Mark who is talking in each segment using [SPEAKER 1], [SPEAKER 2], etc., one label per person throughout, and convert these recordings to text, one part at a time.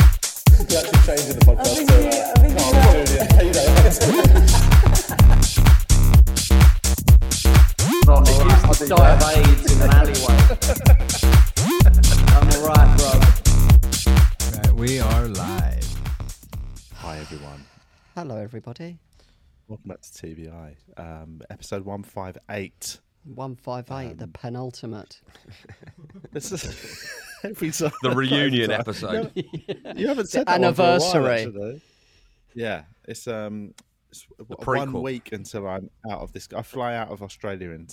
[SPEAKER 1] things can actually change in the podcast.
[SPEAKER 2] think you-
[SPEAKER 1] so, uh,
[SPEAKER 2] I think
[SPEAKER 1] no,
[SPEAKER 2] you
[SPEAKER 1] I'm
[SPEAKER 2] know.
[SPEAKER 1] doing it. Hey, you know,
[SPEAKER 3] Rock used to die of AIDS in an alleyway. I'm alright, bro.
[SPEAKER 4] Right, we are live.
[SPEAKER 1] Hi, everyone.
[SPEAKER 5] Hello, everybody.
[SPEAKER 1] Welcome back to TBI, um, episode 158.
[SPEAKER 5] 158, the penultimate.
[SPEAKER 1] This is every time.
[SPEAKER 6] The reunion episode.
[SPEAKER 1] You haven't said
[SPEAKER 5] The
[SPEAKER 1] that one for a while,
[SPEAKER 5] anniversary.
[SPEAKER 1] actually. yeah, it's um, it's w- one
[SPEAKER 6] prequel.
[SPEAKER 1] week until I'm out of this. I fly out of Australia in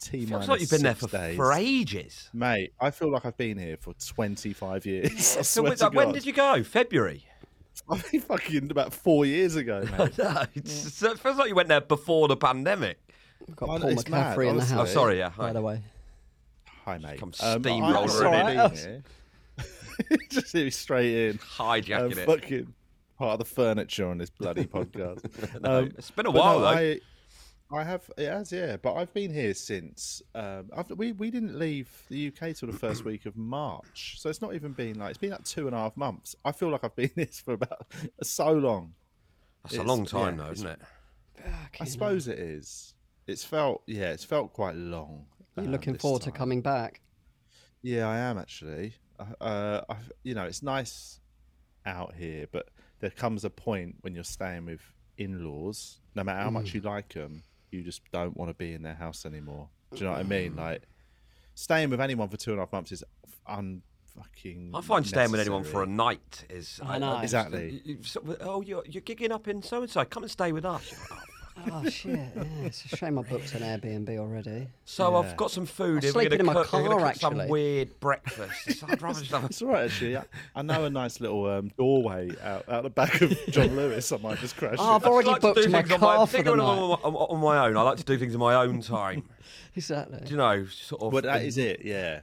[SPEAKER 1] T
[SPEAKER 6] Feels
[SPEAKER 1] minus
[SPEAKER 6] like you've been there for,
[SPEAKER 1] days.
[SPEAKER 6] for ages.
[SPEAKER 1] Mate, I feel like I've been here for 25 years. I
[SPEAKER 6] So
[SPEAKER 1] swear
[SPEAKER 6] it's
[SPEAKER 1] to
[SPEAKER 6] like, when
[SPEAKER 1] God.
[SPEAKER 6] did you go? February.
[SPEAKER 1] I think fucking about four years ago, mate.
[SPEAKER 6] No, it's- so it feels like you went there before the pandemic.
[SPEAKER 5] We've got
[SPEAKER 1] Oh, no,
[SPEAKER 5] Paul
[SPEAKER 1] it's mad,
[SPEAKER 5] McCaffrey in the
[SPEAKER 1] honestly.
[SPEAKER 6] Oh,
[SPEAKER 5] house.
[SPEAKER 6] sorry, yeah.
[SPEAKER 5] By
[SPEAKER 6] hi.
[SPEAKER 5] the way,
[SPEAKER 1] Hi, mate.
[SPEAKER 6] Come
[SPEAKER 1] I- it's
[SPEAKER 6] steamroller
[SPEAKER 1] all
[SPEAKER 6] it
[SPEAKER 1] right,
[SPEAKER 6] in.
[SPEAKER 1] I've been here. Just here straight in. Um,
[SPEAKER 6] Hijacking it.
[SPEAKER 1] fucking part of the furniture on this bloody podcast.
[SPEAKER 6] No,
[SPEAKER 1] Um,
[SPEAKER 6] it's been a
[SPEAKER 1] but
[SPEAKER 6] while,
[SPEAKER 1] no,
[SPEAKER 6] though.
[SPEAKER 1] I, I have, it has, yeah. But I've been here since. Um, I've, we we didn't leave the UK till the first week of March, so it's not even been like it's been like two and a half months. I feel like I've been here for about so long.
[SPEAKER 6] That's a
[SPEAKER 1] it's-
[SPEAKER 6] long time,
[SPEAKER 1] yeah,
[SPEAKER 6] though, isn't it?
[SPEAKER 1] I suppose it is. It's felt, yeah, it's felt quite long.
[SPEAKER 5] you're
[SPEAKER 1] um,
[SPEAKER 5] looking
[SPEAKER 1] this
[SPEAKER 5] forward to
[SPEAKER 1] time.
[SPEAKER 5] coming back.
[SPEAKER 1] Yeah, I am actually. Uh, I, you know, it's nice out here, but there comes a point when you're staying with in-laws, no matter how much you like them, you just don't want to be in their house anymore. Do you know what I mean? Like staying with anyone for two and a half months is unfucking.
[SPEAKER 6] I find staying with anyone for a night is. uh,
[SPEAKER 5] I know.
[SPEAKER 6] just-
[SPEAKER 1] Exactly.
[SPEAKER 6] you- you- so- oh, you're, you're gigging up in so and so. Come and stay with us.
[SPEAKER 5] Oh, shit. Yeah, it's a shame I booked an Airbnb already.
[SPEAKER 6] So
[SPEAKER 1] Yeah.
[SPEAKER 6] I've got some food.
[SPEAKER 5] I'm
[SPEAKER 6] If you're
[SPEAKER 5] sleeping
[SPEAKER 6] gonna
[SPEAKER 5] in my
[SPEAKER 6] cook- you're gonna
[SPEAKER 5] car,
[SPEAKER 6] cook Some
[SPEAKER 5] actually.
[SPEAKER 6] weird breakfast. It's- I'd rather just have a
[SPEAKER 1] It's all right, actually. I, I know a nice little um, doorway out, out the back of John Lewis. I might just crash.
[SPEAKER 5] Oh,
[SPEAKER 1] in.
[SPEAKER 5] I've already
[SPEAKER 6] like to
[SPEAKER 5] booked
[SPEAKER 6] do
[SPEAKER 5] my
[SPEAKER 6] things on
[SPEAKER 5] car
[SPEAKER 6] my,
[SPEAKER 5] for the
[SPEAKER 6] particularly
[SPEAKER 5] night.
[SPEAKER 6] on, on, on my own. I like to do things in my own time.
[SPEAKER 5] Exactly.
[SPEAKER 6] Do you know, sort of.
[SPEAKER 1] But that is it, yeah.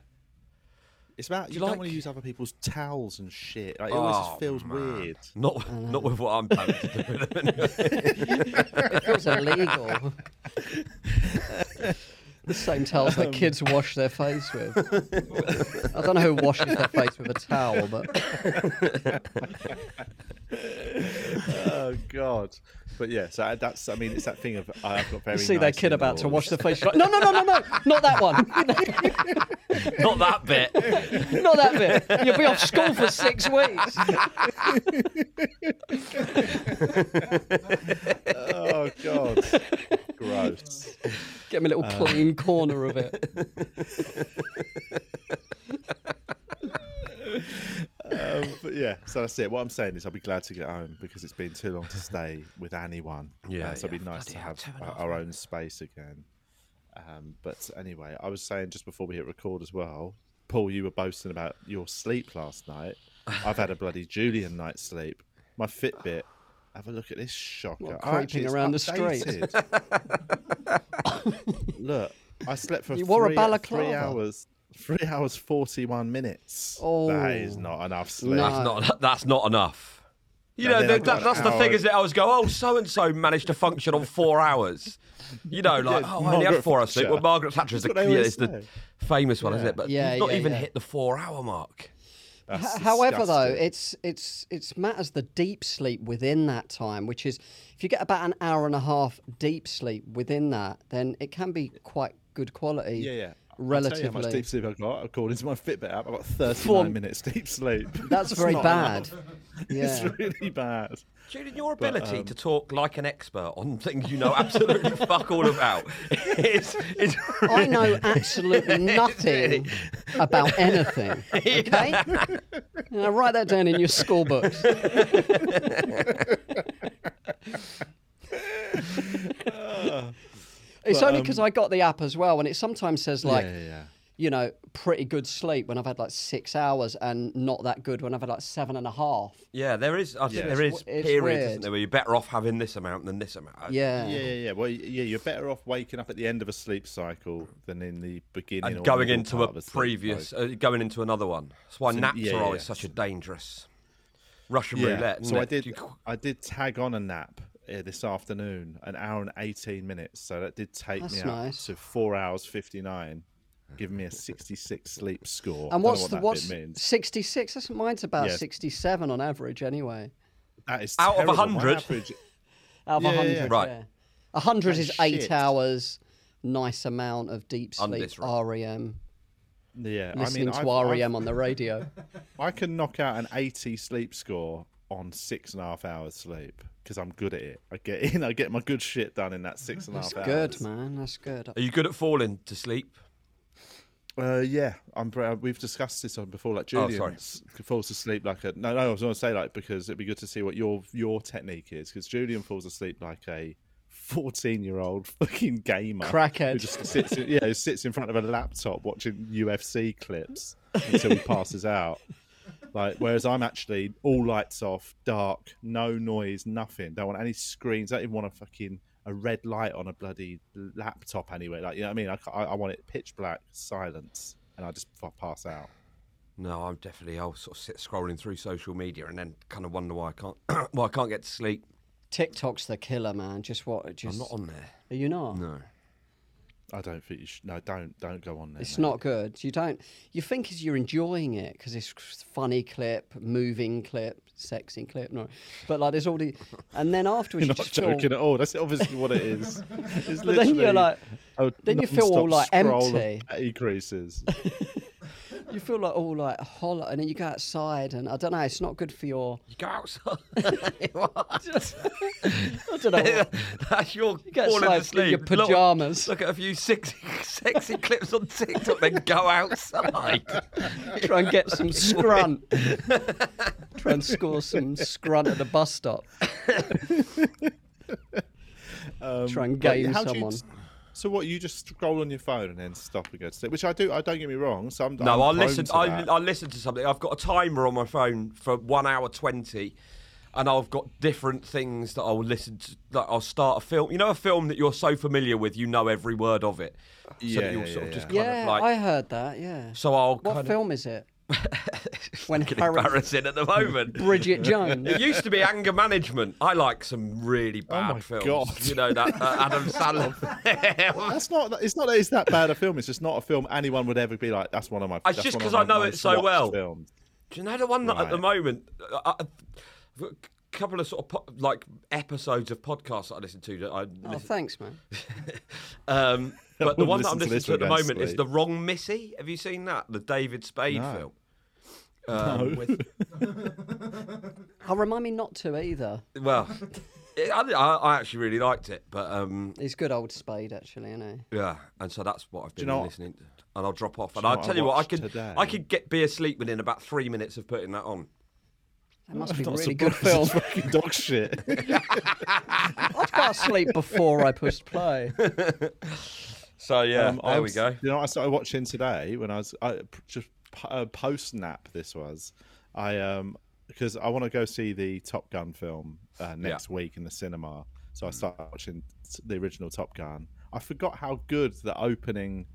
[SPEAKER 1] It's about you,
[SPEAKER 6] you
[SPEAKER 1] don't want
[SPEAKER 6] like-
[SPEAKER 1] to use other people's towels and shit. Like, it always just
[SPEAKER 6] Oh,
[SPEAKER 1] feels
[SPEAKER 6] man.
[SPEAKER 1] weird.
[SPEAKER 6] Not, not with what I'm planning to do. at the minute.
[SPEAKER 5] it feels illegal. the same towels that kids wash their face with. I don't know who washes their face with a towel, but
[SPEAKER 1] oh god! But yeah, so I- that's. I mean, it's that thing of I've got very.
[SPEAKER 5] you see
[SPEAKER 1] nice
[SPEAKER 5] their kid about to
[SPEAKER 1] in-laws.
[SPEAKER 5] wash their face. You're like, no, no, no, no, no, not that one.
[SPEAKER 6] not that bit.
[SPEAKER 5] Not that bit. You'll be off school for six weeks.
[SPEAKER 1] Oh god! Gross.
[SPEAKER 5] Get me a little
[SPEAKER 1] Uh,
[SPEAKER 5] clean corner of it.
[SPEAKER 1] Um, but yeah, so that's it. What I'm saying is, I'll be glad to get home because it's been too long to stay with anyone.
[SPEAKER 6] Yeah,
[SPEAKER 1] Uh, so it'd be
[SPEAKER 6] yeah.
[SPEAKER 1] nice to
[SPEAKER 6] Bloody hell,
[SPEAKER 1] have
[SPEAKER 6] two and a
[SPEAKER 1] our,
[SPEAKER 6] half
[SPEAKER 1] our own space again. Um, but anyway, I was saying just before we hit record as well, Paul, you were boasting about your sleep last night. I've had a bloody Julian night's sleep. My Fitbit. Have a look at this shocker.
[SPEAKER 5] What,
[SPEAKER 1] Oh, actually,
[SPEAKER 5] creeping
[SPEAKER 1] it's
[SPEAKER 5] around the street?
[SPEAKER 1] updated. look, I slept for
[SPEAKER 5] You wore a
[SPEAKER 1] three, three
[SPEAKER 5] balaclava.
[SPEAKER 1] hours. Three hours forty-one minutes. that is
[SPEAKER 5] Oh.
[SPEAKER 1] not enough sleep.
[SPEAKER 5] No.
[SPEAKER 6] That's not. That's not enough. You
[SPEAKER 1] And
[SPEAKER 6] know,
[SPEAKER 1] then
[SPEAKER 6] that,
[SPEAKER 1] I've got
[SPEAKER 6] that's
[SPEAKER 1] an
[SPEAKER 6] the thing
[SPEAKER 1] hour.
[SPEAKER 6] is that I always go, oh, so and so managed to function on four hours. You know, like,
[SPEAKER 1] Yeah,
[SPEAKER 6] oh, I only
[SPEAKER 1] Margaret
[SPEAKER 6] had four hours sleep.
[SPEAKER 1] Thatcher.
[SPEAKER 6] Well, Margaret Thatcher is the,
[SPEAKER 1] That's what they
[SPEAKER 6] yeah,
[SPEAKER 1] always
[SPEAKER 6] is the famous one, isn't it? But
[SPEAKER 5] Yeah,
[SPEAKER 6] you've not
[SPEAKER 5] yeah,
[SPEAKER 6] even
[SPEAKER 5] yeah.
[SPEAKER 6] hit the four hour mark.
[SPEAKER 1] That's
[SPEAKER 5] H- However, though,
[SPEAKER 1] disgusting.
[SPEAKER 5] it's it's it's matters the deep sleep within that time, which is if you get about an hour and a half deep sleep within that, then it can be quite good quality.
[SPEAKER 1] yeah, yeah. I'll tell you how much
[SPEAKER 5] Relatively,
[SPEAKER 1] deep sleep I got according to my Fitbit app. I got 39
[SPEAKER 5] Form-
[SPEAKER 1] minutes deep sleep.
[SPEAKER 5] that's very
[SPEAKER 1] not
[SPEAKER 5] bad.
[SPEAKER 1] enough.
[SPEAKER 5] Yeah.
[SPEAKER 1] It's really bad.
[SPEAKER 6] Julian, your ability
[SPEAKER 1] um,
[SPEAKER 6] to talk like an expert on things you know absolutely fuck all about is, is
[SPEAKER 5] I know absolutely nothing about anything. Okay, now write that down in your school books. It's only because I got the app as well, and it sometimes says like,
[SPEAKER 1] um, yeah, yeah.
[SPEAKER 5] you know, pretty good sleep when I've had like six hours, and not that good when I've had like seven and a half.
[SPEAKER 6] Yeah, there is. I think
[SPEAKER 1] Yeah.
[SPEAKER 6] there is
[SPEAKER 5] It's w- it's
[SPEAKER 6] periods,
[SPEAKER 5] weird.
[SPEAKER 6] isn't there, where you're better off having this amount than this amount.
[SPEAKER 5] Yeah.
[SPEAKER 1] Uh, Yeah, yeah, yeah. Well, yeah, you're better off waking up at the end of a sleep cycle than in the beginning.
[SPEAKER 6] And
[SPEAKER 1] or
[SPEAKER 6] going
[SPEAKER 1] middle
[SPEAKER 6] into
[SPEAKER 1] part
[SPEAKER 6] a
[SPEAKER 1] of sleep
[SPEAKER 6] previous,
[SPEAKER 1] cycle.
[SPEAKER 6] uh, going into another one. That's why naps
[SPEAKER 1] yeah,
[SPEAKER 6] are
[SPEAKER 1] yeah,
[SPEAKER 6] always
[SPEAKER 1] yeah.
[SPEAKER 6] such a dangerous Russian
[SPEAKER 1] Yeah.
[SPEAKER 6] roulette.
[SPEAKER 1] So
[SPEAKER 6] isn't
[SPEAKER 1] I
[SPEAKER 6] it?
[SPEAKER 1] did.
[SPEAKER 6] You-
[SPEAKER 1] I did tag on a nap uh, this afternoon, an hour and 18 minutes. So that did take
[SPEAKER 5] That's
[SPEAKER 1] me up
[SPEAKER 5] nice.
[SPEAKER 1] to four hours 59. giving me a 66 sleep score. I
[SPEAKER 5] And
[SPEAKER 1] don't know
[SPEAKER 5] what's
[SPEAKER 1] what
[SPEAKER 5] the
[SPEAKER 1] that
[SPEAKER 5] what's
[SPEAKER 1] bit means?
[SPEAKER 5] 66? That's mine's about
[SPEAKER 1] Yes.
[SPEAKER 5] 67 on average anyway.
[SPEAKER 1] That is
[SPEAKER 6] Out of
[SPEAKER 1] terrible. My
[SPEAKER 6] 100?
[SPEAKER 1] average-
[SPEAKER 5] Out of
[SPEAKER 1] Yeah, yeah,
[SPEAKER 5] 100,
[SPEAKER 1] yeah.
[SPEAKER 6] Right.
[SPEAKER 5] Yeah. 100 is
[SPEAKER 1] is
[SPEAKER 5] eight
[SPEAKER 1] shit.
[SPEAKER 5] hours. Nice amount of deep
[SPEAKER 6] Under
[SPEAKER 5] sleep.
[SPEAKER 6] this rock.
[SPEAKER 5] REM.
[SPEAKER 1] Yeah,
[SPEAKER 5] Listening
[SPEAKER 1] I mean,
[SPEAKER 5] to E
[SPEAKER 1] I've- I've-
[SPEAKER 5] REM on the radio.
[SPEAKER 1] I can knock out an 80 sleep score on six and a half hours sleep because I'm good at it. I get in, I get my good shit done in that six and a half
[SPEAKER 5] That's good,
[SPEAKER 1] hours.
[SPEAKER 5] man. That's good.
[SPEAKER 6] Are you good at falling to sleep?
[SPEAKER 1] Uh, yeah, I'm. br- We've discussed this on before. Like
[SPEAKER 6] Oh,
[SPEAKER 1] Julian
[SPEAKER 6] sorry.
[SPEAKER 1] s- falls asleep like a. No, no. I was going to say like because it'd be good to see what your your technique is because Julian falls asleep like a. 14 year old fucking gamer who
[SPEAKER 5] Crackhead.
[SPEAKER 1] just sits in, yeah who sits in front of a laptop watching UFC clips until he passes out like whereas I'm actually all lights off dark no noise nothing don't want any screens don't even want a fucking a red light on a bloody laptop anywhere like you know what I mean I, ca- I, I want it pitch black silence and I just f- pass out
[SPEAKER 6] No, I'm definitely. I'll sort of sit scrolling through social media and then kind of wonder why I can't. why I can't get to sleep.
[SPEAKER 5] TikTok's the killer, man. Just what? Just
[SPEAKER 6] I'm not on there.
[SPEAKER 5] are you not?
[SPEAKER 6] No.
[SPEAKER 1] I don't think you should no don't don't go on there
[SPEAKER 5] It's
[SPEAKER 1] mate.
[SPEAKER 5] not good. You don't. You think is you're enjoying it because it's funny clip, moving clip, sexy clip, no. But like there's all the, and then afterwards
[SPEAKER 1] You're
[SPEAKER 5] you
[SPEAKER 1] not
[SPEAKER 5] just
[SPEAKER 1] joking
[SPEAKER 5] feel.
[SPEAKER 1] at all that's obviously what it is it's
[SPEAKER 5] But then
[SPEAKER 1] literally
[SPEAKER 5] you're like,
[SPEAKER 1] a
[SPEAKER 5] then you feel all,
[SPEAKER 1] non-stop
[SPEAKER 5] like,
[SPEAKER 1] scroll of
[SPEAKER 5] empty.
[SPEAKER 1] patty creases
[SPEAKER 5] you feel like all like hollow, and then you go outside, and I don't know. It's not good for your.
[SPEAKER 6] You go outside.
[SPEAKER 5] I don't know. what-
[SPEAKER 6] That's your
[SPEAKER 5] get
[SPEAKER 6] falling
[SPEAKER 5] outside
[SPEAKER 6] asleep.
[SPEAKER 5] in your
[SPEAKER 6] Look-
[SPEAKER 5] pyjamas.
[SPEAKER 6] Look, at a few sexy, sexy clips on TikTok, then go outside.
[SPEAKER 5] try and get some scrunt. try and score some scrunt at the bus stop. try and
[SPEAKER 1] Um, But
[SPEAKER 5] game
[SPEAKER 1] how do you
[SPEAKER 5] someone.
[SPEAKER 1] s- so what you just scroll on your phone and then stop and go to sleep, which I do. I don't get me wrong. So I'm, I'm
[SPEAKER 6] No, I
[SPEAKER 1] prone
[SPEAKER 6] listen.
[SPEAKER 1] To
[SPEAKER 6] I,
[SPEAKER 1] that.
[SPEAKER 6] I listen to something. I've got a timer on my phone for one hour twenty, and I've got different things that I'll listen to. That I'll start a film. You know, a film that you're so familiar with, you know every word of it. So
[SPEAKER 1] Yeah,
[SPEAKER 6] that you'll
[SPEAKER 1] yeah,
[SPEAKER 6] sort
[SPEAKER 1] yeah,
[SPEAKER 6] of just kind
[SPEAKER 5] yeah,
[SPEAKER 6] of like.
[SPEAKER 5] I heard that. Yeah.
[SPEAKER 6] so I'll
[SPEAKER 5] what
[SPEAKER 6] kind
[SPEAKER 5] film is it?
[SPEAKER 6] of
[SPEAKER 5] when
[SPEAKER 6] fucking
[SPEAKER 5] Harry-
[SPEAKER 6] embarrassing at the moment.
[SPEAKER 5] Bridget Jones.
[SPEAKER 6] It used to be anger management. I like some really bad
[SPEAKER 1] Oh my
[SPEAKER 6] films.
[SPEAKER 1] God.
[SPEAKER 6] You know that uh, Adam Sandler film.
[SPEAKER 1] That's not. It's not that it's that bad a film. It's just not a film anyone would ever be like. That's one of my.
[SPEAKER 6] It's
[SPEAKER 1] that's
[SPEAKER 6] just
[SPEAKER 1] one of
[SPEAKER 6] 'cause
[SPEAKER 1] my
[SPEAKER 6] I know it
[SPEAKER 1] most
[SPEAKER 6] so
[SPEAKER 1] watched
[SPEAKER 6] well.
[SPEAKER 1] films."
[SPEAKER 6] Do you know the one that at the
[SPEAKER 1] Right.
[SPEAKER 6] moment? I- I- I've got a couple of sort of po- like episodes of podcasts that I listen to. That I
[SPEAKER 5] Oh,
[SPEAKER 6] listen,
[SPEAKER 5] thanks, man.
[SPEAKER 6] um, but the
[SPEAKER 1] wouldn't
[SPEAKER 6] one that I'm
[SPEAKER 1] listen to
[SPEAKER 6] listening
[SPEAKER 1] this
[SPEAKER 6] to at the
[SPEAKER 1] one, that's
[SPEAKER 6] moment is
[SPEAKER 1] sweet.
[SPEAKER 6] the Wrong Missy. Have you seen that? The David Spade
[SPEAKER 1] No.
[SPEAKER 6] film. Um, with,
[SPEAKER 5] Oh, remind me not to either.
[SPEAKER 6] well, it, I, I I actually really liked it, but um,
[SPEAKER 5] He's good old Spade, actually, isn't he?
[SPEAKER 6] yeah, and so that's what I've been
[SPEAKER 1] you know what-
[SPEAKER 6] listening to. And I'll drop off. And
[SPEAKER 1] you know
[SPEAKER 6] I'll
[SPEAKER 1] what I
[SPEAKER 6] tell you what, I
[SPEAKER 1] watched
[SPEAKER 6] could
[SPEAKER 1] today?
[SPEAKER 6] I could get be asleep within about three minutes of putting that on.
[SPEAKER 5] That must be a
[SPEAKER 1] Not
[SPEAKER 5] really good film.
[SPEAKER 1] surprised. It's fucking dog shit.
[SPEAKER 5] I got to sleep before I pushed play.
[SPEAKER 6] So yeah,
[SPEAKER 1] Um, I
[SPEAKER 6] there we
[SPEAKER 1] was-
[SPEAKER 6] go.
[SPEAKER 1] You know, what I started watching today when I was I, p- just p- uh, post nap. This was I um because I want to go see the Top Gun film uh, next week in the cinema.
[SPEAKER 6] Mm.
[SPEAKER 1] So I started watching s- the original Top Gun. I forgot how good the opening